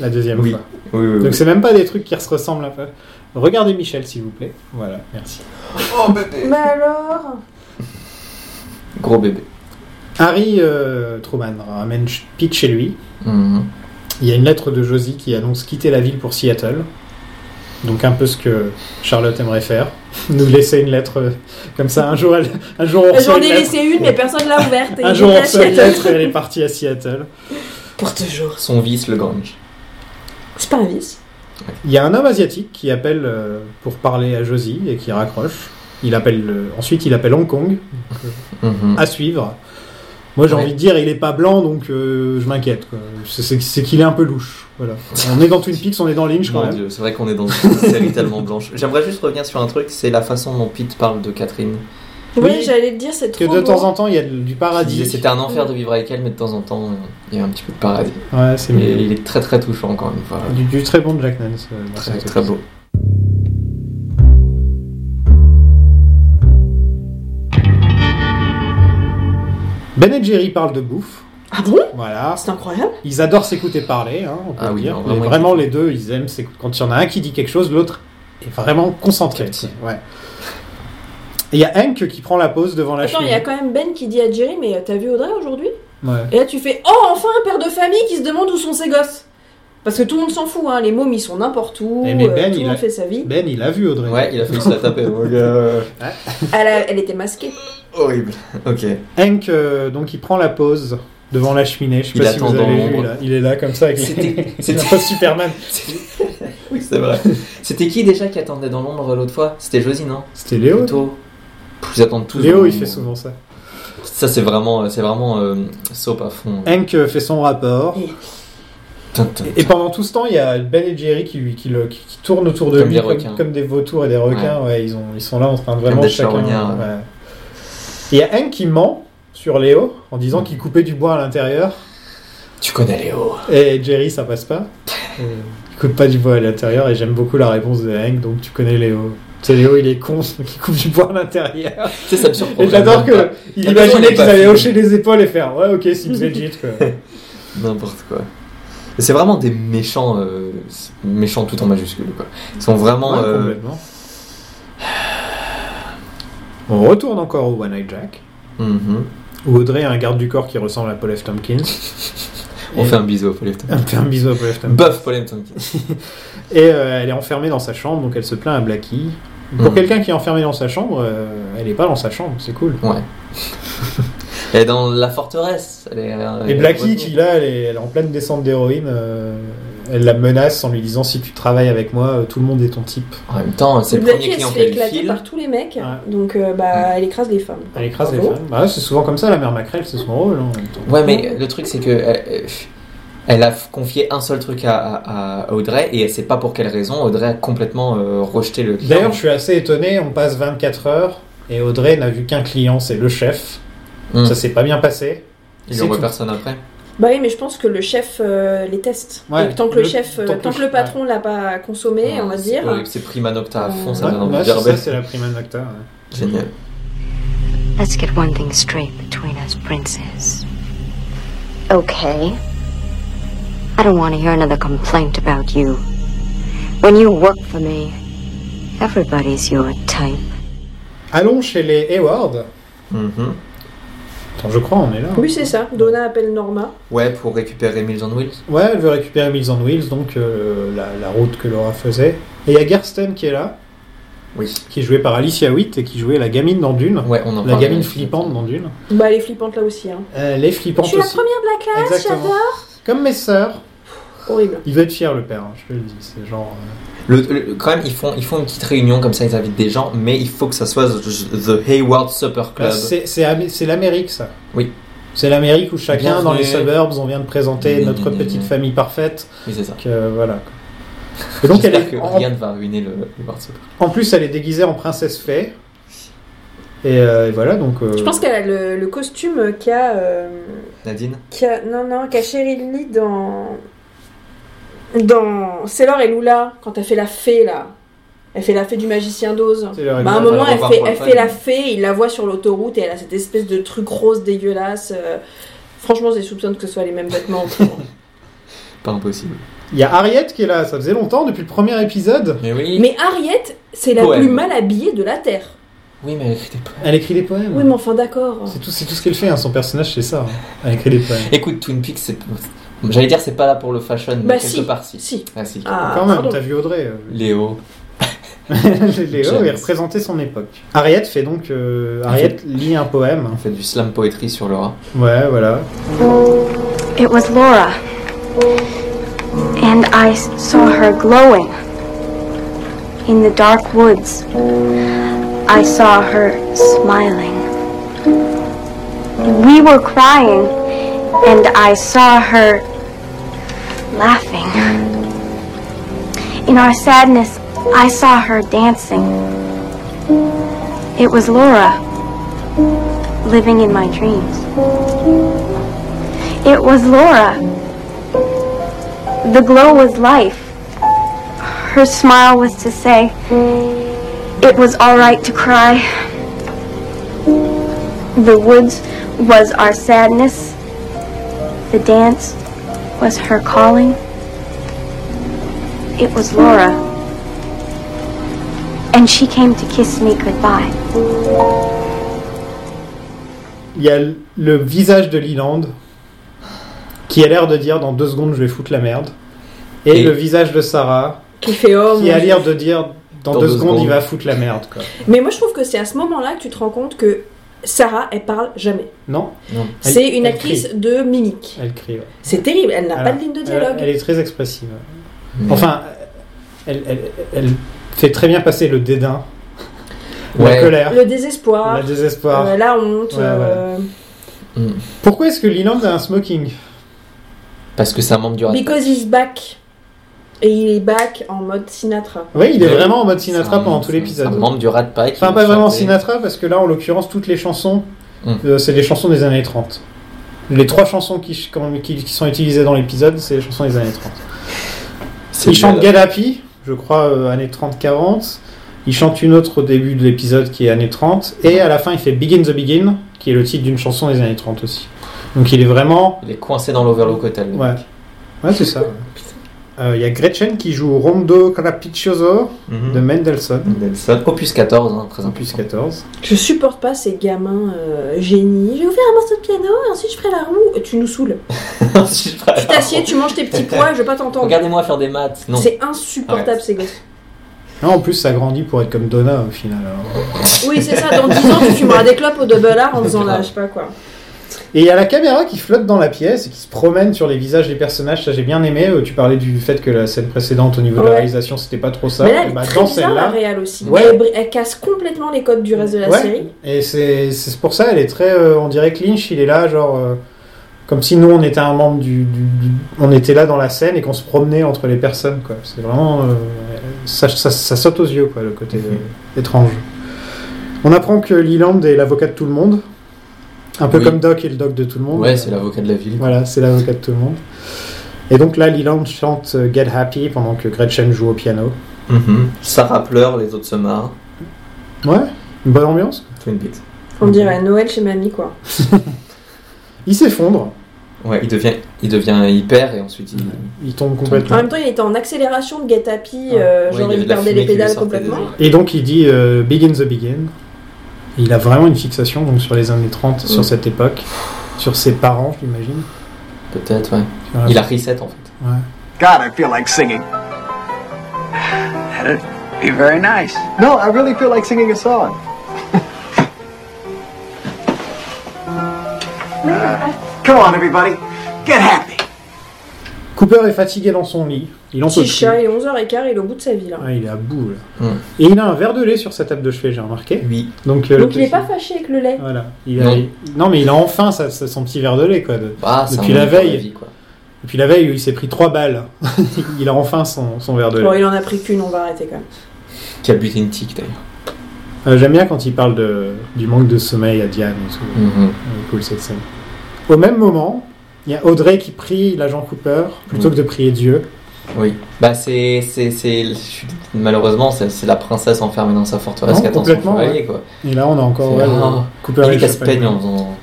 la deuxième Oui. fois. Oui, oui, oui. Donc c'est même pas des trucs qui se ressemblent un peu. Regardez Michel, s'il vous plaît. Voilà, merci. Mais alors Gros bébé. Harry euh, Truman ramène Ch- Pete chez lui. Mhm. Il y a une lettre de Josie qui annonce quitter la ville pour Seattle. Donc un peu ce que Charlotte aimerait faire. Nous laisser une lettre euh, comme ça. Un jour, elle, un jour on reçoit J'en une ai lettre. laissé une, mais personne l'a ouverte. Et Un il jour est on à reçoit une Seattle. lettre et elle est partie à Seattle. Pour toujours. Son vice, le Grange. C'est pas un vice. Il y a un homme asiatique qui appelle euh, pour parler à Josie et qui raccroche. Il appelle euh, ensuite il appelle Hong Kong Mhm. à suivre. Moi j'ai Ouais. envie de dire il est pas blanc donc euh, je m'inquiète. quoi. C'est- C'est c'est qu'il est un peu louche. Voilà. On est dans Twin Peaks, on est dans Lynch quand Mon même. Dieu, c'est vrai qu'on est dans une série tellement blanche. J'aimerais juste revenir sur un truc, c'est la façon dont Pete parle de Catherine. Oui, Oui, j'allais te dire, c'est Que trop. de beau. temps en temps il y a du Il disait paradis. c'était un enfer de vivre avec elle, mais de temps en temps, euh, il y a un petit peu de paradis. Ouais, c'est Et Ah, mignon. il est très très touchant encore une fois. du, du très bon Jack Nance. euh, dans Très cette très beau. Ben et Jerry parlent de bouffe. Ah bon Voilà. C'est incroyable. Ils adorent s'écouter parler, hein, on peut Ah le oui, dire. non, Mais vraiment, vraiment, ils les deux, ils aiment s'écouter. Quand il y en a un qui dit quelque chose, l'autre est vraiment concentré. Captif. quoi. Ouais. Et il y a Hank qui prend la pause devant la Attends, il cheminée. y a quand même Ben qui dit à Jerry, mais t'as vu Audrey aujourd'hui Ouais. Et là tu fais, oh enfin un père de famille qui se demande où sont ses gosses. Parce que tout le monde s'en fout, hein, les mômes ils sont n'importe où, Mais- mais euh, Ben, tout il le monde a- fait sa vie. Ben, il a vu Audrey. Ouais, il a failli se la taper. Oh, donc, euh, Elle, a- elle était masquée. Horrible. Ok. Hank, euh, donc, il prend la pause devant la cheminée. Je sais Il pas si vous attend avez dans vu, l'ombre. là. Il est là comme ça avec C'était- les... c'était- C'est pas Superman. Oui, c'est vrai. C'était qui déjà qui attendait dans l'ombre l'autre fois C'était Josie, non C'était Léo. Plutôt. Pff, Ils attendent tous. Léo, dans il l'ombre. fait souvent ça. Ça, c'est vraiment, c'est vraiment euh, soap à fond. Hank euh, fait son rapport. Tin, tin. Et pendant tout ce temps, il y a Ben et Jerry qui, lui- qui, le- qui- qui tournent autour de Comme lui des comme, requins. comme des vautours et des requins. Ouais, ils, ont, ils sont là en train de Comme vraiment des chacun. charognards, ouais. ouais. Et Il y a Hank qui ment sur Léo en disant qu'il coupait du bois à l'intérieur. Tu connais Léo. Et Jerry, ça passe pas. Euh, Il coupe pas du bois à l'intérieur et j'aime beaucoup la réponse de Hank, donc tu connais Léo. C'est Léo, il est con, qui coupe du bois à l'intérieur. Tu sais, ça me surprend. Et j'adore vraiment que pas. il La personne imaginait n'est qu'ils pas allaient fine. hocher les épaules et faire ouais, ok, c'est legit quoi. N'importe quoi. Et C'est vraiment des méchants, euh, méchants tout en majuscule. Quoi. Ils sont vraiment. Ouais, euh, complètement. On retourne encore au One Eye Jack. mhm. Où Audrey a un garde du corps qui ressemble à Paul F. Tompkins. On Et- fait un bisou à Paul Hampton. Un peu un bisou à Paul F. Tompkins. Buff Paul Hampton. Et euh, elle est enfermée dans sa chambre, donc elle se plaint à Blackie. Pour Mm. quelqu'un qui est enfermé dans sa chambre, euh, elle est pas dans sa chambre, c'est cool. Ouais. Elle est dans la forteresse. Elle est, euh, elle Et est Blackie, retenue. qui là, elle est, elle est en pleine descente d'héroïne, euh, elle la menace en lui disant si tu travailles avec moi, euh, tout le monde est ton type. En même temps, c'est le Blackie, premier elle client se fait qu'elle éclater file. par tous les mecs, Ouais. donc euh, bah elle écrase les femmes. Elle écrase les Bravo. femmes. Bah, ouais, c'est souvent comme ça, la mère Macrel, c'est son rôle. hein, en même temps. Ouais, mais le truc, c'est que. Elle, elle a confié un seul truc à, à- à Audrey et elle sait pas pour quelle raison. Audrey a complètement euh, rejeté le client. D'ailleurs, je suis assez étonné, on passe 24 heures et Audrey n'a vu qu'un client, c'est le chef. Mm. Ça s'est pas bien passé. il c'est voit tout. personne après. Bah oui, mais je pense que le chef euh, les teste. Ouais, Et que tant que le, le- chef, euh, tant tant, que que le- le patron l'a pas consommé, on va C'est dire. horrible, C'est prima nocta à fond, ça Ouais, donne envie ouais, de c'est dire ça, belle. c'est la prima nocta. ouais. Génial. Let's get one thing straight between us, Princess. Okay. I don't want to hear another complaint about you. When you work for me, everybody's your type. Allons chez les Hayward. Mhm. Attends, je crois, on est là. hein. Oui, c'est ça. Donna appelle Norma. Ouais, pour récupérer Mills on Wheels. Ouais, elle veut récupérer Mills on Wheels, donc euh, la, la route que Laura faisait. Et il y a Gersten qui est là, Oui. qui est jouée par Alicia Witt et qui jouait la gamine dans Dune. Ouais, on en La parle. gamine flippante dans Dune. Bah elle est flippante là aussi. Hein. Euh, Elle est flippante Je suis la aussi. première de la classe, Exactement. j'adore. Comme mes sœurs. Horrible. Il veut être fier, le père, hein, je te le dis. C'est genre. euh, Le, le- quand même, ils font, ils font une petite réunion comme ça, ils invitent des gens, mais il faut que ça soit The Hayward Supper là, Club. Ah, Bah, c'est- C'est Am- c'est l'Amérique, ça. Oui. C'est l'Amérique où chacun, Bienvenue. dans les suburbs, on vient de présenter Gna, notre gna, gna, petite gna. famille parfaite. oui, c'est ça. Donc, euh, voilà. Et donc, elle J'espère est- que en- rien ne va ruiner le Hayward Supper En Club. plus, elle est déguisée en princesse fée. Et, euh, et voilà, donc. euh, Je pense qu'elle a le, le costume qu'a euh, Nadine qu'a- non non qu'a Cheryl Lee dans dans Sailor et Lula quand elle fait la fée là. Elle fait la fée du magicien d'Oz. c'est leur- Bah, à un va moment, le elle revoir fait, pour le elle fun. fait la fée, il la voit sur l'autoroute et elle a cette espèce de truc rose dégueulasse. euh, Franchement, j'ai soupçonne que ce soit les mêmes vêtements. Pas impossible. Il y a Harriet qui est là, ça faisait longtemps depuis le premier épisode. Mais oui. mais Harriet, c'est la Poème. plus mal habillée de la Terre. Oui, mais elle écrit des poèmes. Elle écrit des poèmes. Oui, mais enfin, d'accord. C'est tout, c'est tout ce qu'elle fait, hein, son personnage, c'est ça. hein. Elle écrit des poèmes. Écoute, Twin Peaks, c'est. J'allais dire, c'est pas là pour le fashion, mais Bah, quelque si. part, si. Si. Ah, si. Ah, Quand même, pardon. t'as vu Audrey. euh, Léo. Léo, il James. représentait son époque. Harriet fait donc. euh, Harriet lit un poème. On fait du slam poétrie sur Laura. Ouais, voilà. It was Laura. And I s- saw her glowing in the dark woods. I saw her smiling. We were crying, and I saw her laughing. In our sadness, I saw her dancing. It was Laura living in my dreams. It was Laura. The glow was life. Her smile was to say, it was all right to cry. The woods was our sadness. The dance was her calling. It was Laura. And she came to kiss me goodbye. Il y a l- le visage de Leland qui a l'air de dire dans deux secondes je vais foutre la merde. Et, le visage de Sarah, Qui fait homme. qui a l'air de dire dans, deux, secondes, il va foutre la merde. Quoi. Mais moi, je trouve que c'est à ce moment-là que tu te rends compte que Sarah, elle parle jamais. Non Elle- C'est une elle actrice crie. de mimique. Elle crie. ouais. C'est terrible, elle n'a Voilà. pas de ligne de Elle- dialogue. Elle, est très expressive. Enfin, elle, elle- elle fait très bien passer le dédain, Ouais. la colère, Le désespoir, la désespoir. euh, la honte. Ouais, ouais. euh, Mm. Pourquoi est-ce que Leland a un smoking Parce que c'est un membre du Rat Because he's back. Et il est back en mode Sinatra. Oui, il est Ouais. vraiment en mode C'est Sinatra un- pendant tout c'est un- l'épisode. c'est Un membre du Rat Pack. Enfin, qui pas va vraiment chanter. Sinatra, parce que là, en l'occurrence, toutes les chansons, Mm. euh, c'est des chansons des années 30. Les trois chansons qui, ch- qu'on- qui- qui sont utilisées dans l'épisode, c'est les chansons des années 30. C'est Il du- chante Get Happy, je crois, euh, années 30-40. Il chante une autre au début de l'épisode qui est années 30. Et à la fin, il fait Begin the Begin, qui est le titre d'une chanson des années 30 aussi. Donc il est vraiment. Il est coincé dans l'Overlook Hotel. le Ouais, mec. ouais c'est ça. ouais. Euh, Il y a Gretchen qui joue Rondo Carapicioso Mhm. de Mendelssohn, Mendelssohn. Opus 14, hein, très opus important. 14. Je supporte pas ces gamins euh, génies. Je vais vous faire un morceau de piano et ensuite je ferai la roue. Tu nous saoules. Si je parle- Tu t'assieds, tu manges tes petits pois, je veux pas t'entendre. Regardez-moi faire des maths. Non. C'est insupportable Arrête. ces gosses. Non, en plus, ça grandit pour être comme Donna au final. alors. Oui, c'est ça, dans 10 ans, tu fumeras des clopes au double R en faisant là, grave. je sais pas quoi. Et il y a la caméra qui flotte dans la pièce et qui se promène sur les visages des personnages. Ça, j'ai bien aimé. Euh, Tu parlais du fait que la scène précédente, au niveau de la Ouais. réalisation, c'était pas trop ça. Mais là, Et elle est bah, très bizarre, la réal aussi. Ouais. Elle, bri- elle casse complètement les codes du reste de la Ouais. série. Et c'est c'est pour ça, elle est très. euh, on dirait que Lynch, il est là, genre. euh, comme si nous, on était un membre du, du- du- On était là dans la scène et qu'on se promenait entre les personnes, quoi. C'est vraiment. euh, ça, ça- ça saute aux yeux, quoi, le côté Mhm. euh, étrange. On apprend que Leland est l'avocat de tout le monde. Un peu Oui. comme Doc est le doc de tout le monde. Ouais, c'est l'avocat de la ville. Voilà, c'est l'avocat de tout le monde. Et donc là, Leland chante euh, Get Happy pendant que Gretchen joue au piano. Mhm. Sarah pleure, les autres se marrent. Ouais, une bonne ambiance. Twin Peaks. On dirait Noël chez mamie, quoi. Il s'effondre, Ouais, il devient, il devient hyper et ensuite il. il tombe En complètement. même temps, il était en accélération de Get Happy, euh, Ouais, genre avait il, de la perdait fumée les qui lui pédales sortait des complètement. oreilles. Et donc il dit euh, Begin the Begin. Il a vraiment une fixation donc, sur les années 30, Ouais. sur cette époque, sur ses parents, j'imagine. Peut-être, ouais. Voilà. Il a reset en fait. Ouais. God, I feel like singing. That'd be very nice. No, I really feel like singing a song. Uh, Come on, everybody. Get happy. Cooper est fatigué dans son lit. Il en peut Petit plus. chat, il est 11h15, il est au bout de sa vie, là. Ouais, il est à bout là. Mm. Et il a un verre de lait sur sa table de chevet, j'ai remarqué. Oui. Donc, euh, le Donc il est petit- pas fâché avec le lait. Voilà. Il a- Non. il- non, mais il a enfin sa- sa- son petit verre de lait quoi. de- Bah, c'est un Depuis la moment dans veille. vie, quoi. Et puis la veille, il s'est pris trois balles. il a enfin son, son verre de lait. Bon, il en a pris qu'une, on va arrêter quand même. Qui a buté une tique d'ailleurs. Euh, J'aime bien quand il parle de, du manque de sommeil à Diane. et tout. Mhm. Elle est cool, cette scène. Au même moment, il y a Audrey qui prie l'agent Cooper plutôt Mm. que de prier Dieu. Oui. Bah, c'est. c'est- c'est- je suis- Malheureusement, c'est c'est la princesse enfermée dans sa forteresse Non, qui attend son complètement, chevalier, quoi. Et là, on a encore C'est- ouais, le- ah, Cooper, Il et est le chevalier, casse-peigne en faisant.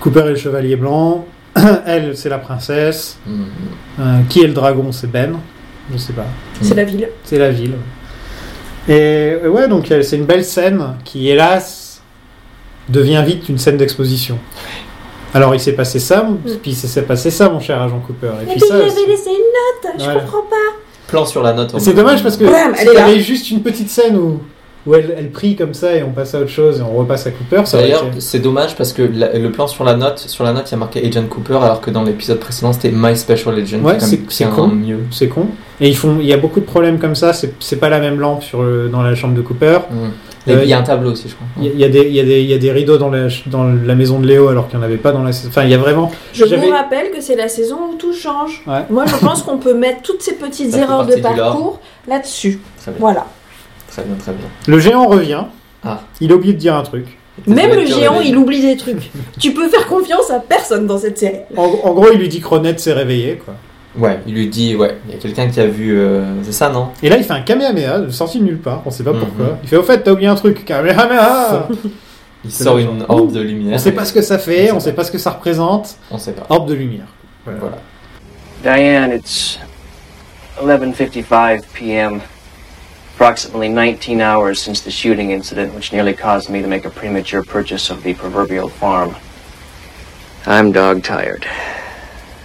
Cooper et le chevalier blanc. Elle, c'est la princesse. Mhm. Euh, qui est le dragon C'est Ben Je sais pas. C'est la ville. C'est la ville. Et euh, ouais, donc euh, c'est une belle scène qui, hélas, devient vite une scène d'exposition. Alors il s'est passé ça, mon- puis il s'est passé ça, mon cher agent Cooper. Et Mm. Mais puis puis ça. j'avais c'est- laissé une note, je Voilà. comprends pas. Plan sur la note. en C'est bas. dommage parce que Blam, si elle est là. t'avais juste une petite scène où, où elle, elle prie comme ça et on passe à autre chose et on repasse à Cooper, ça aurait D'ailleurs, été- c'est dommage parce que la- le plan sur la note, sur la note, il y a marqué Agent Cooper, alors que dans l'épisode précédent, c'était My Special Agent. Ouais, qui est quand c'est- même c'est bien con. mieux. C'est con. Et ils font, il y a beaucoup de problèmes comme ça. C'est c'est pas la même lampe sur le- dans la chambre de Cooper. Mhm. Et Euh, il y a un tableau aussi, je crois. Il y a- il y, a des- il y a des- il y a des rideaux dans la, ch- dans la maison de Léo alors qu'il n'y en avait pas dans la. Enfin, il y a vraiment. Je J'avais- vous rappelle que c'est la saison où tout change. Ouais. Moi, je pense qu'on peut mettre toutes ces petites Ça fait erreurs de partie du lore. parcours là-dessus. Très bien, Voilà. très bien, très bien. Le géant revient. Ah. Il a oublié de dire un truc. Même Désolé le de te géant, réveiller. il oublie des trucs. tu peux faire confiance à personne dans cette série. En, en gros, il lui dit que Ronette s'est réveillé. Quoi. Ouais, il lui dit, ouais, il y a quelqu'un qui a vu. euh, C'est ça, non Et là, il fait un Kamehameha, sorti de nulle part. On sait pas Mhm. pourquoi. Il fait Au fait, t'as oublié un truc. Kamehameha Il sort une orbe de lumière. On sait pas ce que ça fait, on sait pas ce que ça représente. On sait pas. Orbe de lumière. Voilà. Diane, it's 11:55 p.m. Approximately 19 hours since the shooting incident, which nearly caused me to make a premature purchase of the proverbial farm. I'm dog tired.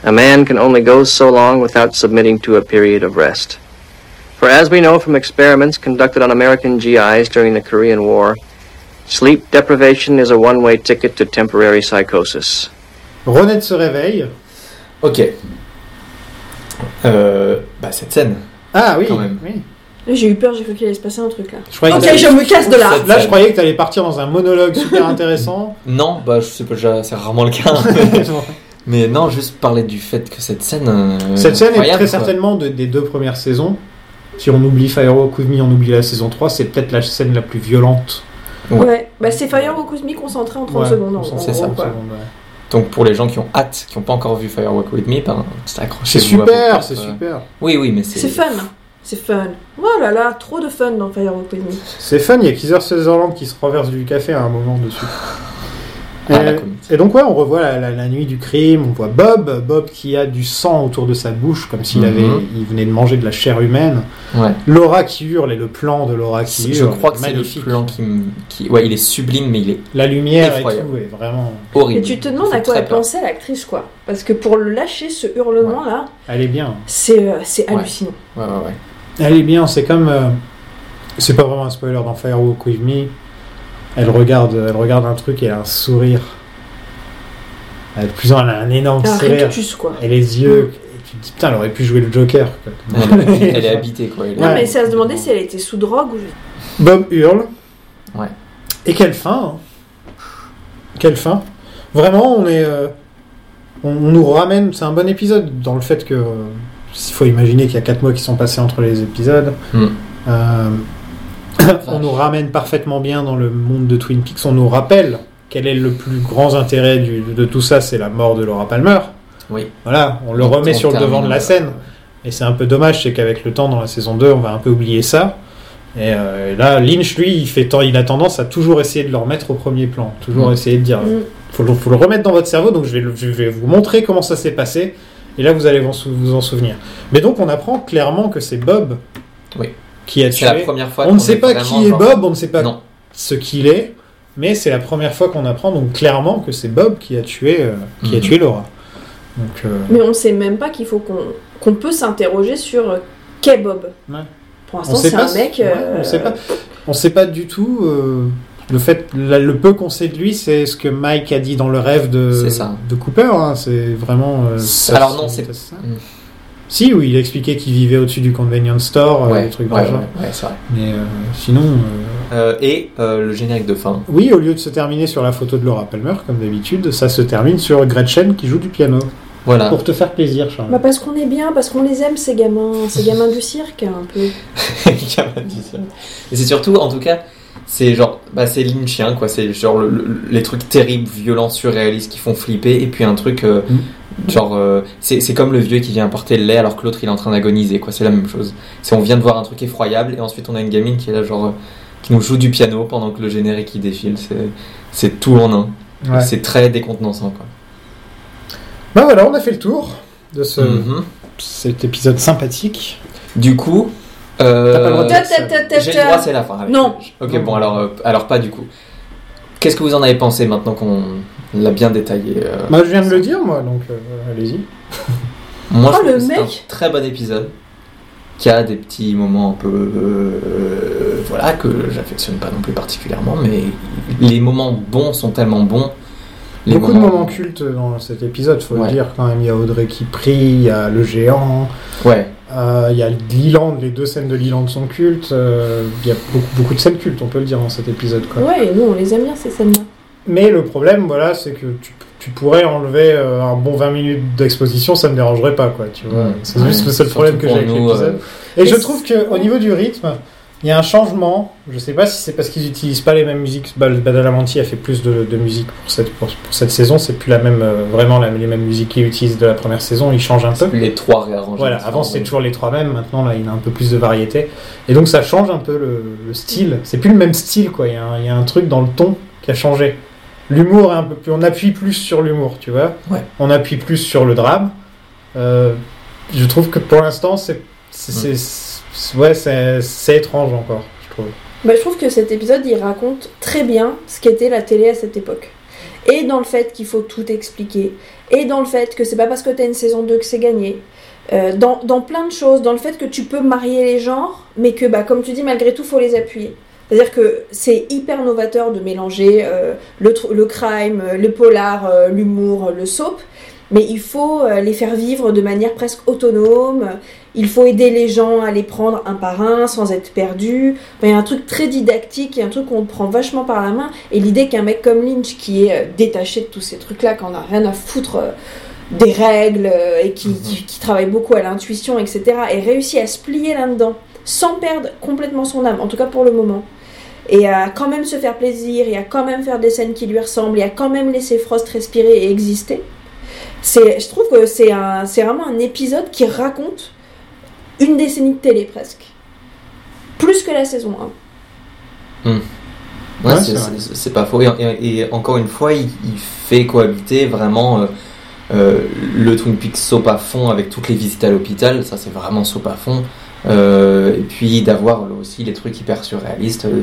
A man can only go so long without submitting to a period of rest. For as we know from experiments conducted on American GIs during the Korean War, sleep deprivation is a one way ticket to temporary psychosis. Ronette se réveille. Ok. Euh, bah cette scène. Ah oui, Quand même. oui. J'ai eu peur, j'ai cru qu'il allait se passer un truc là. Je croyais que ok, t'allais- je me casse de là. Là, je croyais que t'allais partir dans un monologue super intéressant. Non, bah je sais pas, déjà, c'est rarement le cas. Mais non, juste parler du fait que cette scène. euh, Cette scène est incroyable, très quoi. certainement de- des deux premières saisons. Si on oublie Firewalk With Me, on oublie la saison 3, c'est peut-être la scène la plus violente. Ouais. Ouais, bah c'est Firewalk With Me concentré en 30 Ouais, secondes. en- c'est en ça, gros, en quoi. seconde, ouais. Donc pour les gens qui ont hâte, qui n'ont pas encore vu Firewalk With Me, ben, c'est accroché. C'est super, c'est super. Oui, oui, mais C'est c'est. fun. C'est fun. Oh là là, trop de fun dans Firewalk With Me. C'est fun, il y a Kaiser Sutherland qui se renverse du café à un moment dessus. Ah, la Et- comédie. et, donc ouais, on revoit la, la- la nuit du crime, on voit Bob, Bob qui a du sang autour de sa bouche, comme s'il Mhm. avait, il venait de manger de la chair humaine. Ouais. Laura qui hurle et le plan de Laura Ah, qui Je hurle, crois que c'est le magnifique. plan qui, me- qui. Ouais, il est sublime, mais il est La lumière Effroyable. et tout est vraiment, Et horrible. tu te demandes C'est à quoi très elle peur. pensait l'actrice quoi. Parce que pour le lâcher ce hurlement là, elle est bien. c'est euh, c'est hallucinant. Ouais, ouais, ouais. Elle est bien, c'est comme. euh, c'est pas vraiment un spoiler dans Firewalk With Me. Elle regarde, elle regarde un truc et elle a un sourire. Elle, plus en, elle a un énorme Un sourire. rictus quoi. Et les yeux. Et tu te dis, putain, elle aurait pu jouer le Joker. quoi. elle est habitée, quoi. elle est- Non mais c'est à se demander si elle était sous drogue ou. Bob hurle. Ouais. Et quelle fin hein. Quelle fin Vraiment, on est. euh, on, on nous ramène. C'est un bon épisode dans le fait que. euh, Il faut imaginer qu'il y a 4 mois qui sont passés entre les épisodes. Hmm. Euh, on nous ramène parfaitement bien dans le monde de Twin Peaks. On nous rappelle quel est le plus grand intérêt du- de tout ça, c'est la mort de Laura Palmer. Oui. Voilà, on le On- remet on sur le devant de la termine, euh, scène. Et c'est un peu dommage, c'est qu'avec le temps, dans la saison 2, on va un peu oublier ça. Et euh, et là, Lynch, lui, il, fait ten- il a tendance à toujours essayer de le remettre au premier plan. Toujours Mm. essayer de dire, Mm. faut, le- faut le remettre dans votre cerveau, donc je vais, le- je vais vous montrer comment ça s'est passé. Et là, vous allez vous en, sou- vous en souvenir. Mais donc, on apprend clairement que c'est Bob Oui. qui a C'est la tué. première fois On qu'on ne sait est pas vraiment qui est genre- Bob, on ne sait pas Non, ce qu'il est, mais c'est la première fois qu'on apprend donc clairement que c'est Bob qui a tué, euh, qui a Mhm. tué Laura. Donc, euh, Mais on sait même pas qu'il faut qu'on qu'on peut s'interroger sur euh, qu'est Bob. Ouais. Pour on l'instant sait c'est pas, un mec. ouais, euh, on sait pas, on sait pas du tout. euh, le fait, la- le peu qu'on sait de lui, c'est ce que Mike a dit dans le rêve de, C'est ça. de Cooper. hein, c'est vraiment. euh, C'est- alors non, c'est- ça. Mm. Si, où il expliquait qu'il vivait au-dessus du convenience store, euh, ouais, des trucs dans ouais, le genre. ouais, ouais, c'est vrai. Mais euh, sinon, euh, Euh, et euh, le générique de fin. oui, au lieu de se terminer sur la photo de Laura Palmer, comme d'habitude, ça se termine sur Gretchen qui joue du piano. Voilà. Pour te faire plaisir, Charles. Bah parce qu'on est bien, parce qu'on les aime ces gamins, ces gamins du cirque un peu. Il y a pas de souci. Et c'est surtout, en tout cas, c'est genre, bah, c'est Lynchien, quoi. C'est genre le- le- les trucs terribles, violents, surréalistes qui font flipper. Et puis un truc, euh, Mm. genre, euh, c'est c'est comme le vieux qui vient apporter le lait alors que l'autre il est en train d'agoniser, quoi. C'est la même chose. C'est on vient de voir un truc effroyable et ensuite on a une gamine qui est là, genre, euh, qui nous joue du piano pendant que le générique il défile. C'est- C'est tout en un. Ouais. C'est très décontenançant, quoi. Bah voilà, on a fait le tour de ce, Mhm. cet épisode sympathique. Du coup. euh, T'as pas le droit de Ta- ta- ta- ta- J'ai le ta- droit, c'est la fin. avec Non. Lynch. Ok, bon, alors, euh, alors pas du coup. Qu'est-ce que vous en avez pensé maintenant qu'on l'a bien détaillé euh, Bah, je viens de le dire, moi, donc euh, allez-y. Moi, Oh, je le trouve que c'est mec un très bon épisode qui a des petits moments un peu. euh, voilà, que j'affectionne pas non plus particulièrement, mais les moments bons sont tellement bons. Les Beaucoup de moments cultes dans cet épisode, faut Ouais. le dire quand même. Il y a Audrey qui prie, il y a le géant, Ouais, euh, il y a Leland, les deux scènes de Leland sont cultes. euh, il y a beaucoup, beaucoup de scènes cultes, on peut le dire, dans cet épisode. Quoi. Ouais, et nous on les aime bien ces scènes-là. Mais le problème, voilà, c'est que tu, tu pourrais enlever euh, un bon 20 minutes d'exposition, ça ne me dérangerait pas, quoi, tu vois. Ouais. C'est juste le seul Surtout problème que pour j'ai avec nous, euh, l'épisode. Et Et je c'est- trouve qu'au niveau du rythme, il y a un changement. Je sais pas si c'est parce qu'ils n'utilisent pas les mêmes musiques. Bah, le Badalamenti a fait plus de, de musique pour cette, pour, pour cette saison. C'est plus la même, euh, vraiment la- les mêmes musiques qu'ils utilisent de la première saison. Ils changent un peu. euh, les trois réarrangés. Voilà, avant c'était toujours les trois mêmes. Maintenant, là, il y en a un peu plus de variété. Et donc, ça change un peu le, le style. C'est plus le même style, quoi. Il y, a un- il y a un truc dans le ton qui a changé. L'humour est un peu plus. On appuie plus sur l'humour, tu vois. Ouais. On appuie plus sur le drame. Euh, je trouve que pour l'instant, c'est. c'est- c'est- c'est- Ouais, c'est c'est étrange encore, je trouve. Bah, je trouve que cet épisode, il raconte très bien ce qu'était la télé à cette époque. et dans le fait qu'il faut tout expliquer, et dans le fait que c'est pas parce que t'as une saison 2 que c'est gagné, euh, dans, dans plein de choses, dans le fait que tu peux marier les genres, mais que, bah, comme tu dis, malgré tout, faut les appuyer. C'est-à-dire que c'est hyper novateur de mélanger euh, le, tr- le crime, euh, le polar, euh, l'humour, le soap, mais il faut euh, les faire vivre de manière presque autonome. Il faut aider les gens à les prendre un par un sans être perdus. Enfin, il y a un truc très didactique, il y a un truc qu'on prend vachement par la main. Et l'idée qu'un mec comme Lynch, qui est euh, détaché de tous ces trucs-là, qu'on n'a rien à foutre euh, des règles euh, et qui, qui- qui travaille beaucoup à l'intuition, etc., et réussit à se plier là-dedans sans perdre complètement son âme, en tout cas pour le moment et à quand même se faire plaisir, et à quand même faire des scènes qui lui ressemblent, et à quand même laisser Frost respirer et exister. C'est, je trouve que c'est un, c'est vraiment un épisode qui raconte une décennie de télé presque, plus que la saison 1. Ouais, Ouais, c'est- c'est vrai. c'est c'est pas faux. Et, et- et encore une fois, il, il fait cohabiter vraiment euh, euh, le Twin Peaks soap à fond avec toutes les visites à l'hôpital. Ça, c'est vraiment soap à fond. Euh, et puis d'avoir là aussi les trucs hyper surréalistes. Euh,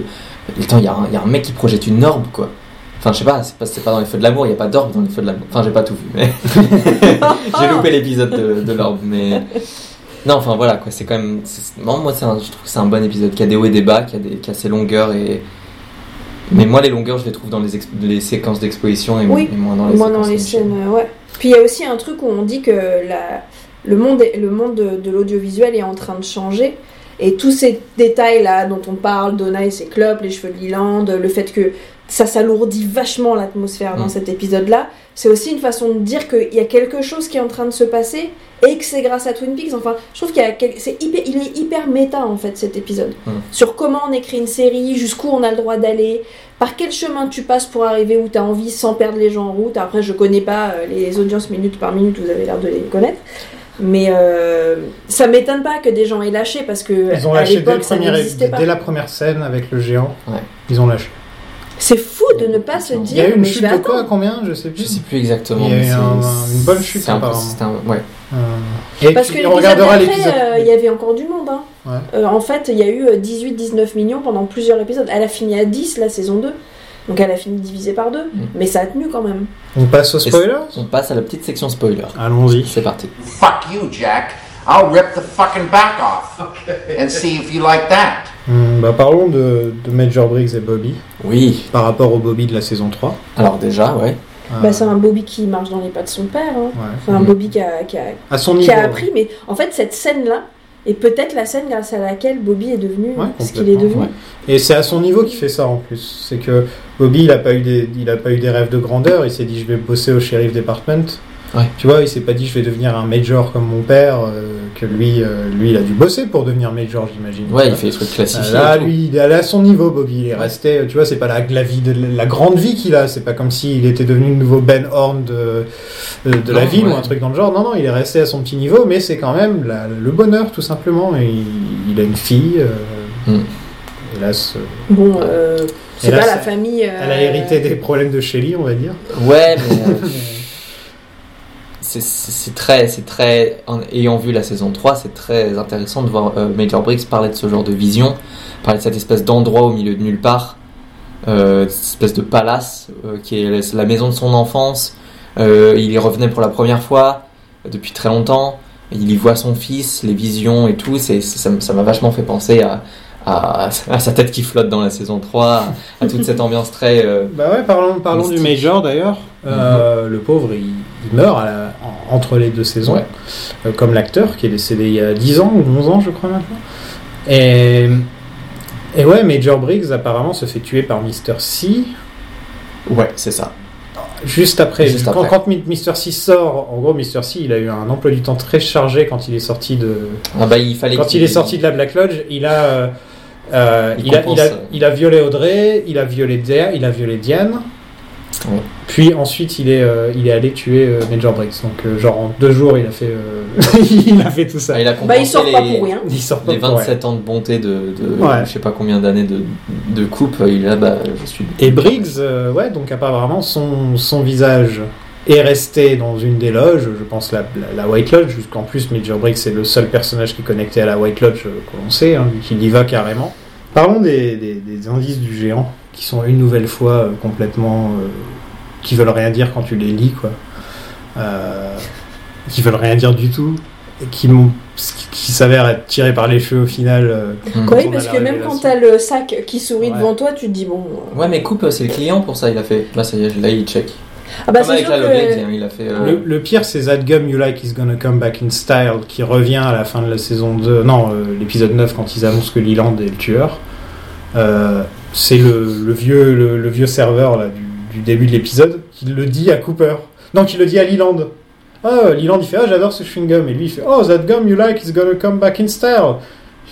Attends, il y, a un- il y a un mec qui projette une orbe, quoi. Enfin, je sais pas, c'est pas, c'est pas dans les feux de l'amour, il n'y a pas d'orbe dans les feux de l'amour. Enfin, j'ai pas tout vu, mais. j'ai Ah. loupé l'épisode de, de l'orbe, mais. Non, enfin voilà, quoi, c'est quand même. c'est- Non, moi, c'est un- je trouve que c'est un bon épisode qui a des hauts et des bas, qui a, des, qui a ses longueurs et. Mais moi, les longueurs, je les trouve dans les, exp- les séquences d'exposition et, Oui, et moins dans les Moi, séquences. dans les scènes, euh, ouais. Puis il y a aussi un truc où on dit que la, le monde, est- le monde de, de l'audiovisuel est en train de changer. Et tous ces détails-là dont on parle, Donna et ses clopes, les cheveux de Leland, le fait que ça s'alourdit vachement l'atmosphère dans Mm. cet épisode-là, c'est aussi une façon de dire qu'il y a quelque chose qui est en train de se passer et que c'est grâce à Twin Peaks. Enfin, je trouve qu'il y a quel- c'est hyper, il est hyper méta en fait cet épisode Mmh. sur comment on écrit une série, jusqu'où on a le droit d'aller, par quel chemin tu passes pour arriver où tu as envie sans perdre les gens en route. Après, je connais pas euh, les audiences minute par minute, vous avez l'air de les connaître. Mais euh, ça m'étonne pas que des gens aient lâché parce que Ils ont à lâché dès, le l'époque ça premier- n'existait pas. dès la première scène avec le géant. Ils ont lâché. C'est fou de ne pas se Il y a dire eu une mais je chute vais de attendre. quoi Combien Je sais plus. Je sais plus exactement. Il y a mais eu c'est- un- une bonne chute, c'est un peu- apparemment. c'est un- ouais. Euh, Et Parce tu- que on l'épisode regardera d'après, l'épisode. euh, il y avait encore du monde. hein. Ouais. Euh, en fait, il y a eu euh, 18-19 millions pendant plusieurs épisodes. Elle a fini à 10 la saison 2. Donc elle a fini divisée par deux. Mm. Mais ça a tenu quand même. On passe au Et spoiler c'est- On passe à la petite section spoiler. Allons-y. C'est parti. Fuck you, Jack. I'll rip the fucking back off and see if you like that. Hum, bah, parlons de, de Major Briggs et Bobby. Oui. Par rapport au Bobby de la saison 3. Alors déjà, ouais. Ah. Bah, c'est un Bobby qui marche dans les pas de son père. hein. Ouais. C'est un Mhm. Bobby qui a, qui a, À son qui a niveau, appris. Mais en fait, cette scène-là est peut-être la scène grâce à laquelle Bobby est devenu ce qu'il est Complètement, devenu. ouais. Et c'est à son niveau qu'il fait ça en plus. C'est que Bobby, il a pas eu des, il a pas eu des rêves de grandeur. Il s'est dit, je vais bosser au sheriff department. Ouais. Tu vois, il s'est pas dit, je vais devenir un major comme mon père. euh, que lui, euh, lui, il a dû bosser pour devenir major, j'imagine. Ouais, il fait des trucs classifiés. Ah, Là, et tout. lui, il est allé à son niveau, Bobby. Il est resté, tu vois, c'est pas la, la vie, de, la grande vie qu'il a. C'est pas comme s'il était devenu le nouveau Ben Horn de, de, de la Non, ville ouais. ou un truc dans le genre. Non, non, il est resté à son petit niveau, mais c'est quand même la- le bonheur, tout simplement. Et il, il a une fille. euh, Mm. Hélas. euh, Bon, euh, c'est Hélas, pas la famille. euh, Elle a hérité des problèmes de Shelly, on va dire. Ouais, mais. euh, c'est- c'est c'est très, c'est très. En ayant vu la saison 3, c'est très intéressant de voir euh, Major Briggs parler de ce genre de vision, parler de cette espèce d'endroit au milieu de nulle part, euh, cette espèce de palace euh, qui est la- c'est la maison de son enfance. Euh, il y revenait pour la première fois euh, depuis très longtemps. Il y voit son fils, les visions et tout. C'est, c'est- ça m- ça m'a vachement fait penser à, à, à sa tête qui flotte dans la saison 3, à, à toute cette ambiance très. euh, Bah ouais, parlons, parlons du Major d'ailleurs. Mm-hmm. Euh, Le pauvre, il, il meurt à la- en- entre les deux saisons, Ouais. Euh, comme l'acteur qui est décédé il y a 10 ans ou 11 ans, je crois maintenant. Et, et ouais, Major Briggs apparemment se fait tuer par Mr. C. Ouais, c'est ça. Juste après, Juste quand, après. quand Mi- Mr. C sort, en gros, Mr. C, il a eu un emploi du temps très chargé quand il est sorti de. Ah bah, il fallait quand qu'il- il est sorti de la Black Lodge, il a. euh, euh, Il il, a, compense, il a- euh. il a violé Audrey, il a violé, Dia- il a violé Diane. Puis ensuite, il est, euh, il est allé tuer euh, Major Briggs. Donc, euh, genre en deux jours, il a fait, euh, il a fait tout ça. Ah, il a Bah, il sort compensé pas les- pour rien. Il sort pas les pour rien. 27 ans de bonté de, de Ouais. je sais pas combien d'années de, de coupe, il a bah je suis. Et Briggs, euh, ouais, donc apparemment son, son visage est resté dans une des loges, je pense la, la, la White Lodge, jusqu'en plus Major Briggs est le seul personnage qui est connecté à la White Lodge euh, que l'on sait, hein, qui y va carrément. Parlons des, des- des indices du géant, qui sont une nouvelle fois euh, complètement euh, qui veulent rien dire quand tu les lis, quoi. Euh, qui veulent rien dire du tout, et qui, m'ont- qui s'avèrent être tirés par les cheveux au final. euh, quand Oui, on a parce la que même révélation. quand t'as le sac qui sourit Ouais. devant toi, tu te dis bon. euh, Ouais, mais coupe, euh, c'est le client pour ça, il a fait. Là, ça y est, là, il check. Ah bah, Comme c'est avec sûr la que- Lowblade, hein, il a fait. euh, Le, le pire, c'est That Gum You Like Is Gonna Come Back in Style qui revient à la fin de la saison 2, non, euh, l'épisode 9 quand ils annoncent que Leland est le tueur. Euh, c'est le, le vieux, le, le vieux serveur là, du, du début de l'épisode qui le dit à Cooper. Non, qui le dit à Leland. Ah, Leland il fait Ah, j'adore ce chewing-gum. Et lui il fait Oh, That Gum You Like Is Gonna Come Back in Style.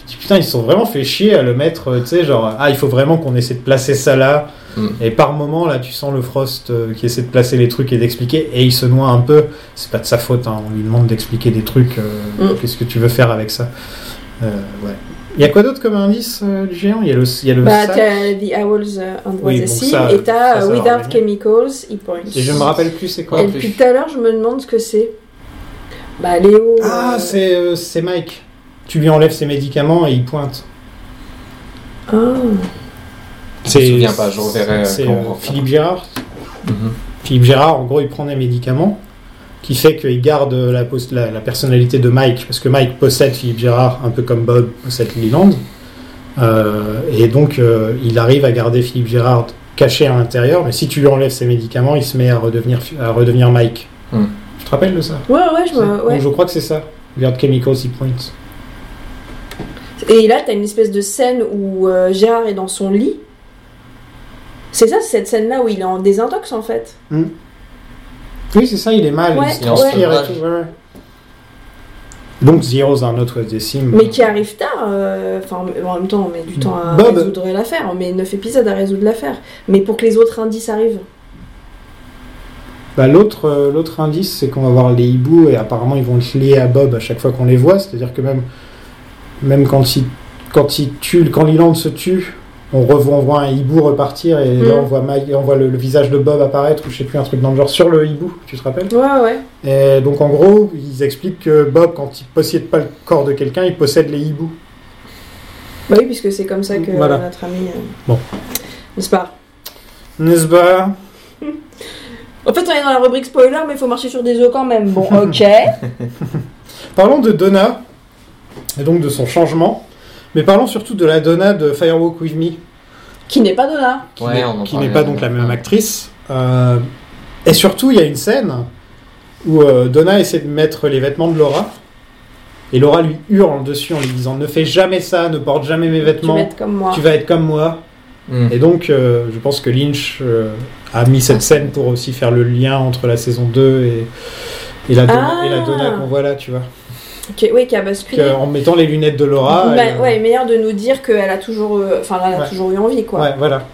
Je dis Putain, ils se sont vraiment fait chier à le mettre, euh, tu sais, genre Ah, il faut vraiment qu'on essaie de placer ça là. Mm. Et par moment, là, tu sens le Frost euh, qui essaie de placer les trucs et d'expliquer, et il se noie un peu. C'est pas de sa faute, hein, on lui demande d'expliquer des trucs. euh, Mm. Qu'est-ce que tu veux faire avec ça Euh, ouais. Il y a quoi d'autre comme indice euh, du géant Il y a le, il y a le Bah, sac. t'as The Owls euh, and Oui, Was bon, a Seal, ça, et t'as ça, ça euh, va Without revenir. Chemicals, il pointe. Et je me rappelle plus c'est quoi. Et depuis tout à l'heure, je me demande ce que c'est. Bah, Léo. Ah, c'est euh, c'est Mike. Tu lui enlèves ses médicaments et il pointe. Ah. Je me souviens pas, je reverrai, euh, C'est quand on euh, refera. Philippe Gérard. Mhm. Philippe Gérard, en gros, il prend des médicaments qui fait qu'il garde la, pos- la- la personnalité de Mike, parce que Mike possède Philippe Gérard, un peu comme Bob possède Leland. Euh, et donc, euh, il arrive à garder Philippe Gérard caché à l'intérieur, mais si tu lui enlèves ses médicaments, il se met à redevenir, à redevenir Mike. Hmm. Tu te rappelles de ça Ouais, ouais, je me. Euh, ouais. Donc, Je crois que c'est ça. Regarde Chemicals, il pointe. Et là, t'as une espèce de scène où euh, Gérard est dans son lit. C'est ça, c'est cette scène-là où il est en désintox en fait. Hmm. Oui, c'est ça, il est mal. Ouais, il se ouais. transpire et tout, ouais, ouais. Donc, Zero's un autre décime. Mais qui arrive tard. euh, Enfin, en même temps, on met du temps à Bob. résoudre l'affaire. On met 9 épisodes à résoudre l'affaire. Mais pour que les autres indices arrivent. Bah, l'autre, euh, l'autre indice, c'est qu'on va voir les hiboux et apparemment ils vont le lier à Bob à chaque fois qu'on les voit. C'est-à-dire que même, même quand il, quand il tue, quand Leland se tue, on, revoit, on voit un hibou repartir et là Mm. on voit, Mike- on voit le, le visage de Bob apparaître ou je sais plus, un truc dans le genre sur le hibou, tu te rappelles Ouais, ouais. Et donc en gros, ils expliquent que Bob, quand il possède pas le corps de quelqu'un, il possède les hiboux. Bah oui, puisque c'est comme ça que Voilà. notre ami. euh, Bon. N'est-ce pas N'est-ce pas En fait, on est dans la rubrique spoiler, mais il faut marcher sur des œufs quand même. Bon, ok. Parlons de Donna, et donc de son changement, mais parlons surtout de la Donna de Firewalk With Me, Qui n'est pas Donna. qui Ouais, n'est- on en qui n'est parlait euh, pas avant. donc la même actrice. Euh, et surtout, il y a une scène où euh, Donna essaie de mettre les vêtements de Laura, et Laura lui hurle dessus en lui disant Ne fais jamais ça, ne porte jamais mes Tu vas vêtements, être comme moi. tu vas être comme moi. Mm. Et donc, euh, je pense que Lynch euh, a mis Ah. cette scène pour aussi faire le lien entre la saison 2 et, et la Donna, Ah. et la Donna qu'on voit là, tu vois. Qui- oui, qui a basculé. Que, en mettant les lunettes de Laura. Bah, elle, euh, ouais, meilleur de nous dire qu'elle a toujours, euh, enfin, là, elle a Ouais. toujours eu envie, quoi. Ouais, voilà.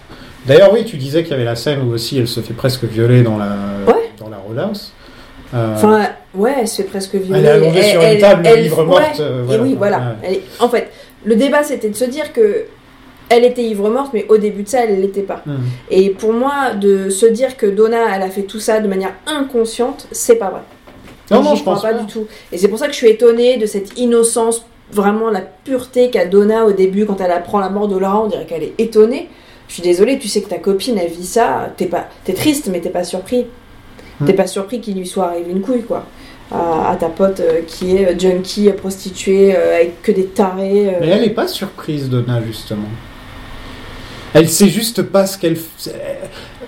D'ailleurs, oui, tu disais qu'il y avait la scène où aussi elle se fait presque violer dans la, Ouais. dans la roadhouse. Euh, Enfin, ouais, elle se fait presque violer. Elle est allongée sur une table, le livre morte, ouais. euh, Et voilà. oui, voilà. Ouais. Elle est- En fait, le débat, c'était de se dire que elle était ivre morte, mais au début de ça, elle l'était pas. hmm. Et pour moi, de se dire que Donna, elle a fait tout ça de manière inconsciente, c'est pas vrai. Non, non, J'y je crois pense pas, du tout. Et c'est pour ça que je suis étonnée de cette innocence, vraiment la pureté qu'a Donna au début quand elle apprend la mort de Laura. On dirait qu'elle est étonnée. Je suis désolée, tu sais que ta copine, elle vit ça. T'es pas, t'es triste, mais t'es pas surpris. Hmm. T'es pas surpris qu'il lui soit arrivé une couille, quoi. À, à ta pote euh, qui est euh, junkie, euh, prostituée, euh, avec que des tarés. euh. Mais elle n'est pas surprise, Donna, justement. Elle sait juste pas ce qu'elle. f- euh,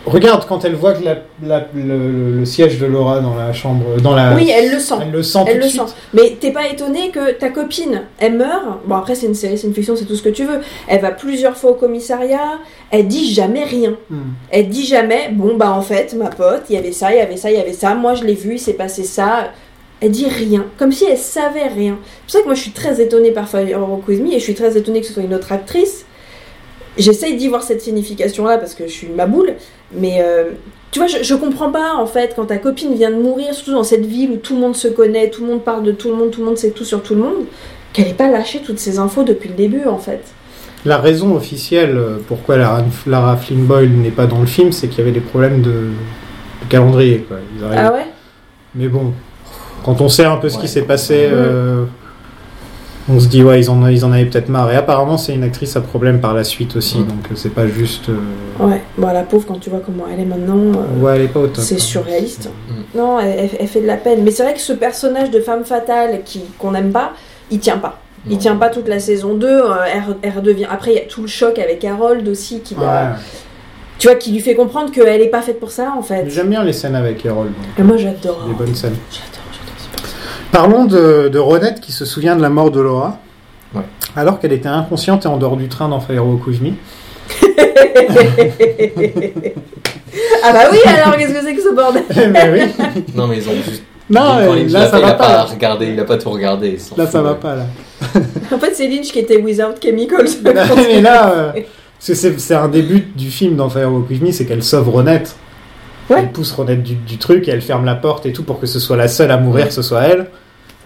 Regarde, quand elle voit que la- la- le, le siège de Laura dans la chambre. Dans la... Oui, elle le sent. Elle le sent tout Elle de le suite. sent. Mais t'es pas étonné que ta copine, elle meurt. Bon, après, c'est une série, c'est une fiction, c'est tout ce que tu veux. Elle va plusieurs fois au commissariat. Elle dit jamais rien. Hmm. Elle dit jamais, bon, bah, en fait, ma pote, il y avait ça, il y avait ça, il y avait ça. Moi, je l'ai vu, il s'est passé ça. Elle dit rien. Comme si elle savait rien. C'est pour ça que moi, je suis très étonnée par Fire Kuzmi et je suis très étonnée que ce soit une autre actrice. J'essaye d'y voir cette signification-là parce que je suis ma boule. Mais euh, tu vois, je, je comprends pas en fait quand ta copine vient de mourir, surtout dans cette ville où tout le monde se connaît, tout le monde parle de tout le monde, tout le monde sait tout sur tout le monde, qu'elle n'ait pas lâché toutes ces infos depuis le début en fait. La raison officielle euh, pourquoi Lara, Lara Flynn Boyle n'est pas dans le film, c'est qu'il y avait des problèmes de, de calendrier. Quoi. Ils arrivaient- Ah ouais Mais bon, quand on sait un peu ce Ouais. qui s'est passé, euh, on se dit, ouais, ils en, ils en avaient peut-être marre. Et apparemment, c'est une actrice à problème par la suite aussi, donc euh, c'est pas juste. euh, Ouais, bon, la pauvre, quand tu vois comment elle est maintenant, euh, Ouais, elle est pas au top. hein. Mm. c'est surréaliste. Non, elle, elle- elle fait de la peine. Mais c'est vrai que ce personnage de femme fatale qui qu'on n'aime pas, il tient pas. Il tient pas toute la saison 2. euh, elle, re- elle redevient. Après, il y a tout le choc avec Harold aussi qui, l'a- tu vois, qui lui fait comprendre qu'elle est pas faite pour ça en fait. J'aime bien les scènes avec Erol. euh, Et moi, j'adore. hein. Des bonnes scènes. Parlons de, de Ronette qui se souvient de la mort de Laura. Alors qu'elle était inconsciente et en dehors du train dans Firewalk With Me. Ah bah oui, alors qu'est-ce que c'est que ce bordel Non, mais ils ont juste. Non, Quand euh, Lynch là, l'a ça fait, il va a pas, là. regardé, il a pas tout regardé. il s'en Là, ça fout. va pas, là. En fait, c'est Lynch qui était Without Chemicals. Mais là, euh, parce que c'est c'est un début du film dans Firewalk With Me, c'est qu'elle sauve Ronette. Elle pousse Ronette du, du truc et elle ferme la porte et tout pour que ce soit la seule à mourir, que ce soit elle.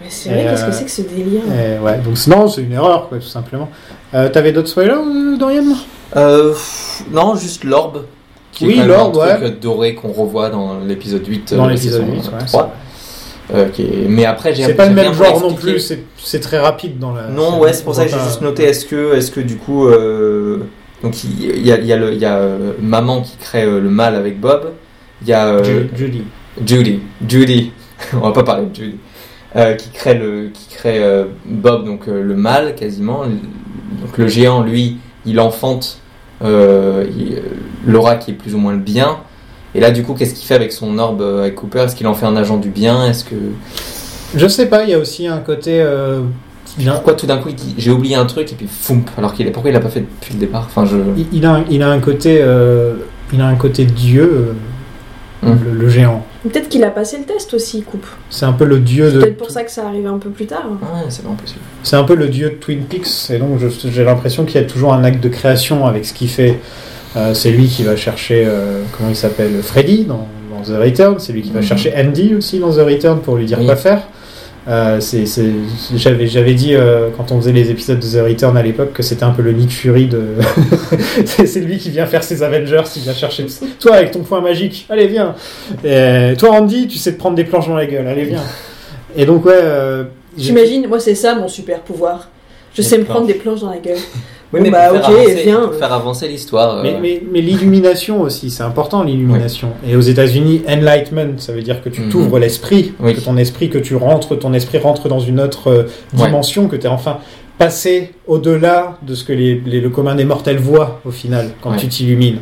Mais c'est vrai, Et, qu'est-ce euh, que c'est que ce délire Et ouais, donc non, c'est une erreur, quoi, tout simplement. Euh, T'avais d'autres spoilers, euh, Dorian Euh, pff, non, juste l'orbe. Qui Oui, est quand même l'orbe, un truc ouais. euh, doré qu'on revoit dans l'épisode 8 Dans de la l'épisode saison, 8, euh, ouais, 3. Euh, qui est- Mais après, j'ai C'est pas le j'ai même bien genre voulu non plus, expliquer. c'est c'est très rapide dans la. Non, ouais, c'est pour ça que j'ai Enfin, juste noté est-ce que, est que du coup. euh, donc il il y a, il y a, le- il y a euh, maman qui crée euh, le mal avec Bob. Il y a. euh, Ju- Judy. Judy. Judy. On va pas parler de Judy. Euh, qui crée, le, qui crée euh, Bob, donc euh, le mal quasiment. Donc le géant, lui, il enfante euh, il- euh, Laura qui est plus ou moins le bien. Et là, du coup, qu'est-ce qu'il fait avec son orbe euh, avec Cooper Est-ce qu'il en fait un agent du bien Est-ce que. Je sais pas, il y a aussi un côté. euh, Pourquoi tout d'un coup il dit j'ai oublié un truc et puis foum alors qu'il est pourquoi il l'a pas fait depuis le départ enfin je il, il a, il a un côté. euh, il a un côté dieu, euh, le, le géant. Peut-être qu'il a passé le test aussi, Coupe. C'est un peu le dieu C'est de. peut-être pour ça que ça arrivait un peu plus tard. hein. Ouais, c'est vraiment possible. C'est un peu le dieu de Twin Peaks, et donc je- j'ai l'impression qu'il y a toujours un acte de création avec ce qu'il fait. Euh, c'est lui qui va chercher, euh, comment il s'appelle, Freddy dans, dans The Return, c'est lui qui va chercher Andy aussi dans The Return pour lui dire quoi faire. Euh, c'est- c'est- J'avais j'avais dit euh, quand on faisait les épisodes de The Return à l'époque que c'était un peu le Nick Fury de. c'est c'est lui qui vient faire ses Avengers, il vient chercher. Toi avec ton point magique, allez viens. Et, toi Andy, tu sais te prendre des planches dans la gueule, allez viens. Et donc ouais. euh, j'ai- J'imagine, moi, c'est ça mon super pouvoir. Je Des sais me planches. prendre des planches dans la gueule. Oui, Bon, mais bah pour ok, faire avancer, viens. pour faire avancer l'histoire. euh, Mais, mais- mais l'illumination aussi, c'est important l'illumination. Et aux États-Unis, enlightenment, ça veut dire que tu Mhm. t'ouvres l'esprit, que ton esprit, que tu rentres, ton esprit rentre dans une autre euh, Ouais. dimension, que tu es enfin passé au-delà de ce que les, les- le commun des mortels voit au final quand Ouais. tu t'illumines.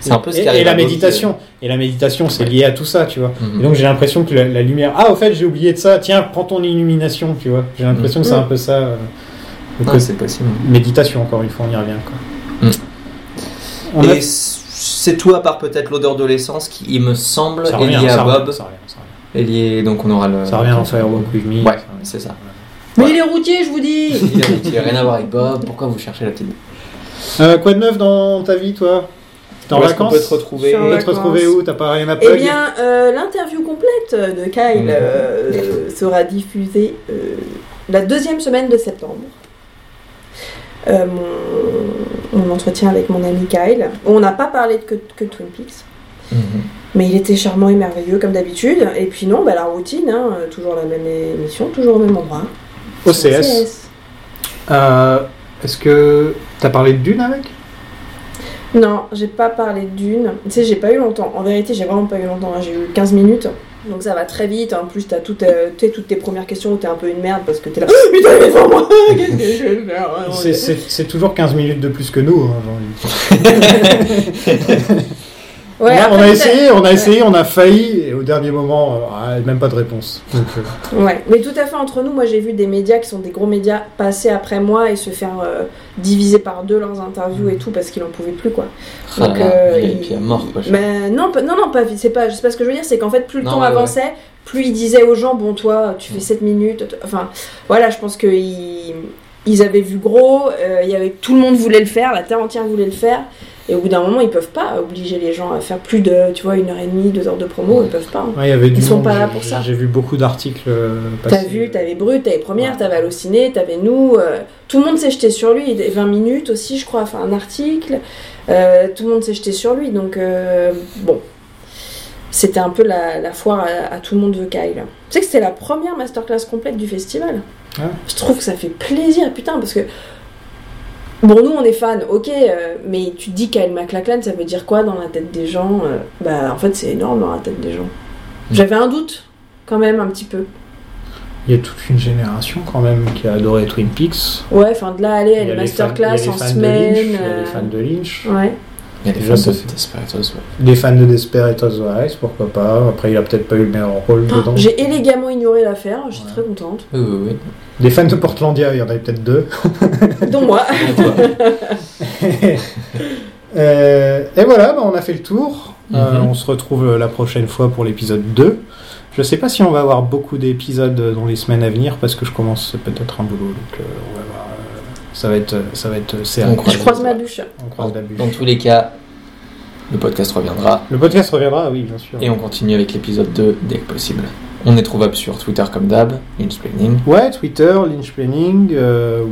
C'est un peu ce et, qui arrive et la à Bob, méditation. Et la méditation, c'est lié à tout ça, tu vois. Mhm. Et donc j'ai l'impression que la, la lumière. Ah, au fait, j'ai oublié de ça. Tiens, prends ton illumination, tu vois. J'ai l'impression Mhm. que c'est un peu ça. euh, le Ouais, côté- c'est possible. Méditation, encore une fois, on y revient. Quoi. On et a- c'est tout à part peut-être l'odeur de l'essence qui, il me semble, Ça est revient, liée à ça revient, Bob. ça revient, Est liée- donc on aura le. Ça revient en Firewalk With Me. Ouais, c'est ça. Mais il est routier, je vous dis Il a- il a rien à voir avec Bob. Pourquoi vous cherchez la petite Euh, quoi de neuf dans ta vie, toi T'es en Où est-ce qu'on vacances peut te retrouver On peut Je te suis en retrouver vacances. où T'as pas rien à Eh plug bien, euh, l'interview complète de Kyle Mhm. euh, sera diffusée euh, la deuxième semaine de septembre. Euh, mon, mon entretien avec mon ami Kyle. On n'a pas parlé de que, que de Twin Peaks. Mhm. Mais il était charmant et merveilleux comme d'habitude. Et puis non, bah, la routine, hein, euh, toujours la même émission, toujours au même endroit. OCS. CS. Euh, Est-ce que t'as parlé de Dune avec Non, j'ai pas parlé d'une. Tu sais, j'ai pas eu longtemps. En vérité, j'ai vraiment pas eu longtemps. hein. J'ai eu 15 minutes. Donc ça va très vite. En plus, t'as tout, euh, tu sais, toutes tes premières questions où t'es un peu une merde parce que t'es là. Ah, Putain, il est devant moi Qu'est-ce que je vais faire C'est- C'est c'est toujours 15 minutes de plus que nous. hein, j'ai envie de- Ouais, Là, on après, a peut-être- essayé, on a ouais. essayé, on a failli, et au dernier moment, euh, ah, même pas de réponse. Donc, euh, Ouais, mais tout à fait entre nous, moi j'ai vu des médias qui sont des gros médias passer après moi et se faire euh, diviser par deux leurs interviews et tout parce qu'ils en pouvaient plus quoi. Ah Donc, là là, euh, il est- il- puis à mort. Quoi, Mais Ben, non, pas- non, non, pas vite. C'est pas, c'est pas ce que je veux dire. C'est qu'en fait, plus le Non, temps ouais, Mm. avançait, plus il disait aux gens, bon, toi, tu fais 7 minutes. t- Enfin, voilà, je pense que ils, ils avaient vu gros. euh, il y avait, tout le monde voulait le faire, la terre entière voulait le faire. Et au bout d'un moment, ils peuvent pas obliger les gens à faire plus de, tu vois, une heure et demie, deux heures de promo. Ils peuvent pas. hein. ouais, il y avait du ils sont monde, pas là j'ai- pour ça. J'ai vu beaucoup d'articles euh, T'as passer. vu, t'avais Brut, t'avais Première, t'avais Allociné, t'avais nous. euh, tout le monde s'est jeté sur lui. Il- 20 minutes aussi, je crois, enfin un article. euh, tout le monde s'est jeté sur lui. Donc, euh, bon. C'était un peu la, la foire à, à tout le monde veut Kyle. Tu sais que c'était la première masterclass complète du festival. Ah. Je trouve que ça fait plaisir, putain, parce que. Bon, nous, on est fans, ok, euh, mais tu te dis Kyle MacLachlan, ça veut dire quoi dans la tête des gens euh, Bah, en fait, c'est énorme dans la tête des gens. Mm. J'avais un doute, quand même, un petit peu. Il y a toute une génération quand même qui a adoré Twin Peaks. Ouais, enfin, de là, aller à Il y une a les fans- masterclass il y a les en fans de semaine. Lynch, il y a les euh, fans de Lynch. Ouais. Il y a des Déjà, gens ça de fait- Desperados, ouais. Des fans de Desperados Wives, pourquoi pas. Après, il a peut-être pas eu le meilleur rôle dedans. Ah, J'ai élégamment ignoré l'affaire, je suis très contente. Oui, oui, Des fans de Portlandia, il y en avait peut-être deux. Dont moi. Euh, et voilà, bah, on a fait le tour. Euh, Mhm. on se retrouve euh, la prochaine fois pour l'épisode 2. Je sais pas si on va avoir beaucoup d'épisodes euh, dans les semaines à venir parce que je commence peut-être un boulot. Donc euh, on va voir, euh, ça va être, euh, ça va être euh, serré. On croise- je croise ma douche. On croise la bûche. Dans tous les cas, le podcast reviendra Le podcast reviendra, oui, bien sûr. et on continue avec l'épisode 2 dès que possible. On est trouvable sur Twitter comme d'hab, Insplaining. Ouais, Twitter, Lynch Planning, euh,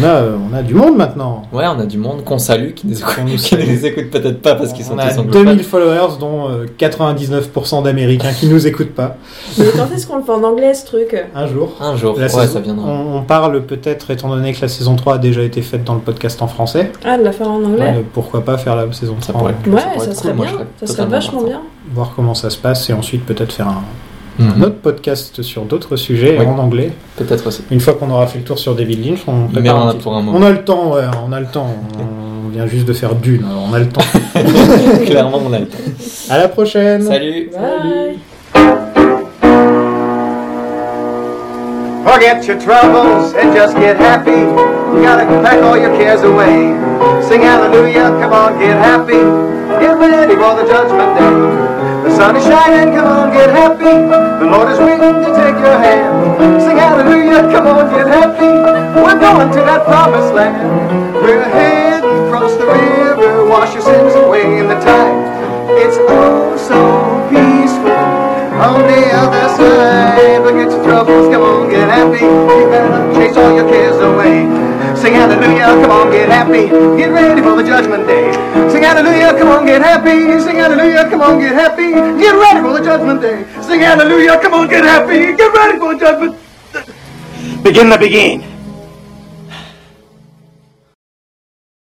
on, a, euh, on a du monde maintenant. Ouais, on a du monde qu'on salue, qui nous On nous écoute, qui salue. nous écoute peut-être pas parce qu'ils sont On a tous anglophones. 2000 followers, dont euh, 99% d'Américains qui nous écoutent pas. Mais quand est-ce qu'on le fait en anglais ce truc Un jour. Un jour, La ouais, saison- ça viendra. On, on parle peut-être, étant donné que la saison 3 a déjà été faite dans le podcast en français, Ah, de la faire en anglais euh, pourquoi pas faire la saison 3 Ça pourrait être Ouais, ça ça, pourrait être serait cool, moi, bien. je serais ça serait totalement vachement partant. bien. voir comment ça se passe et ensuite peut-être faire un, Mhm. un autre podcast sur d'autres sujets Oui. en anglais. Peut-être aussi. Une fois qu'on aura fait le tour sur David Lynch, on Mais prépare on en un a petit- pour un moment. On a le temps, ouais, on a le temps. On vient juste de faire Dune, alors on a le temps. Clairement, on a le temps. à la prochaine. Salut Bye. Forget your troubles and just get happy. You gotta pack all your cares away. Sing hallelujah, come on, get happy. Get ready for the judgment day. The sun is shining, come on, get happy. The Lord is waiting to take your hand. Sing hallelujah, come on, get happy. We're going to that promised land. We're heading across the river, wash your sins away in the tide. It's oh so peaceful on the other side. Look at your troubles, come on, get happy. You better chase all your cares away. Sing hallelujah, come on, get happy. Get ready for the judgment day. Sing hallelujah, come on, get happy. Sing hallelujah, come on, get happy. Get ready for the judgment day. Sing hallelujah, come on, get happy. Get ready for the judgment. Begin to begin.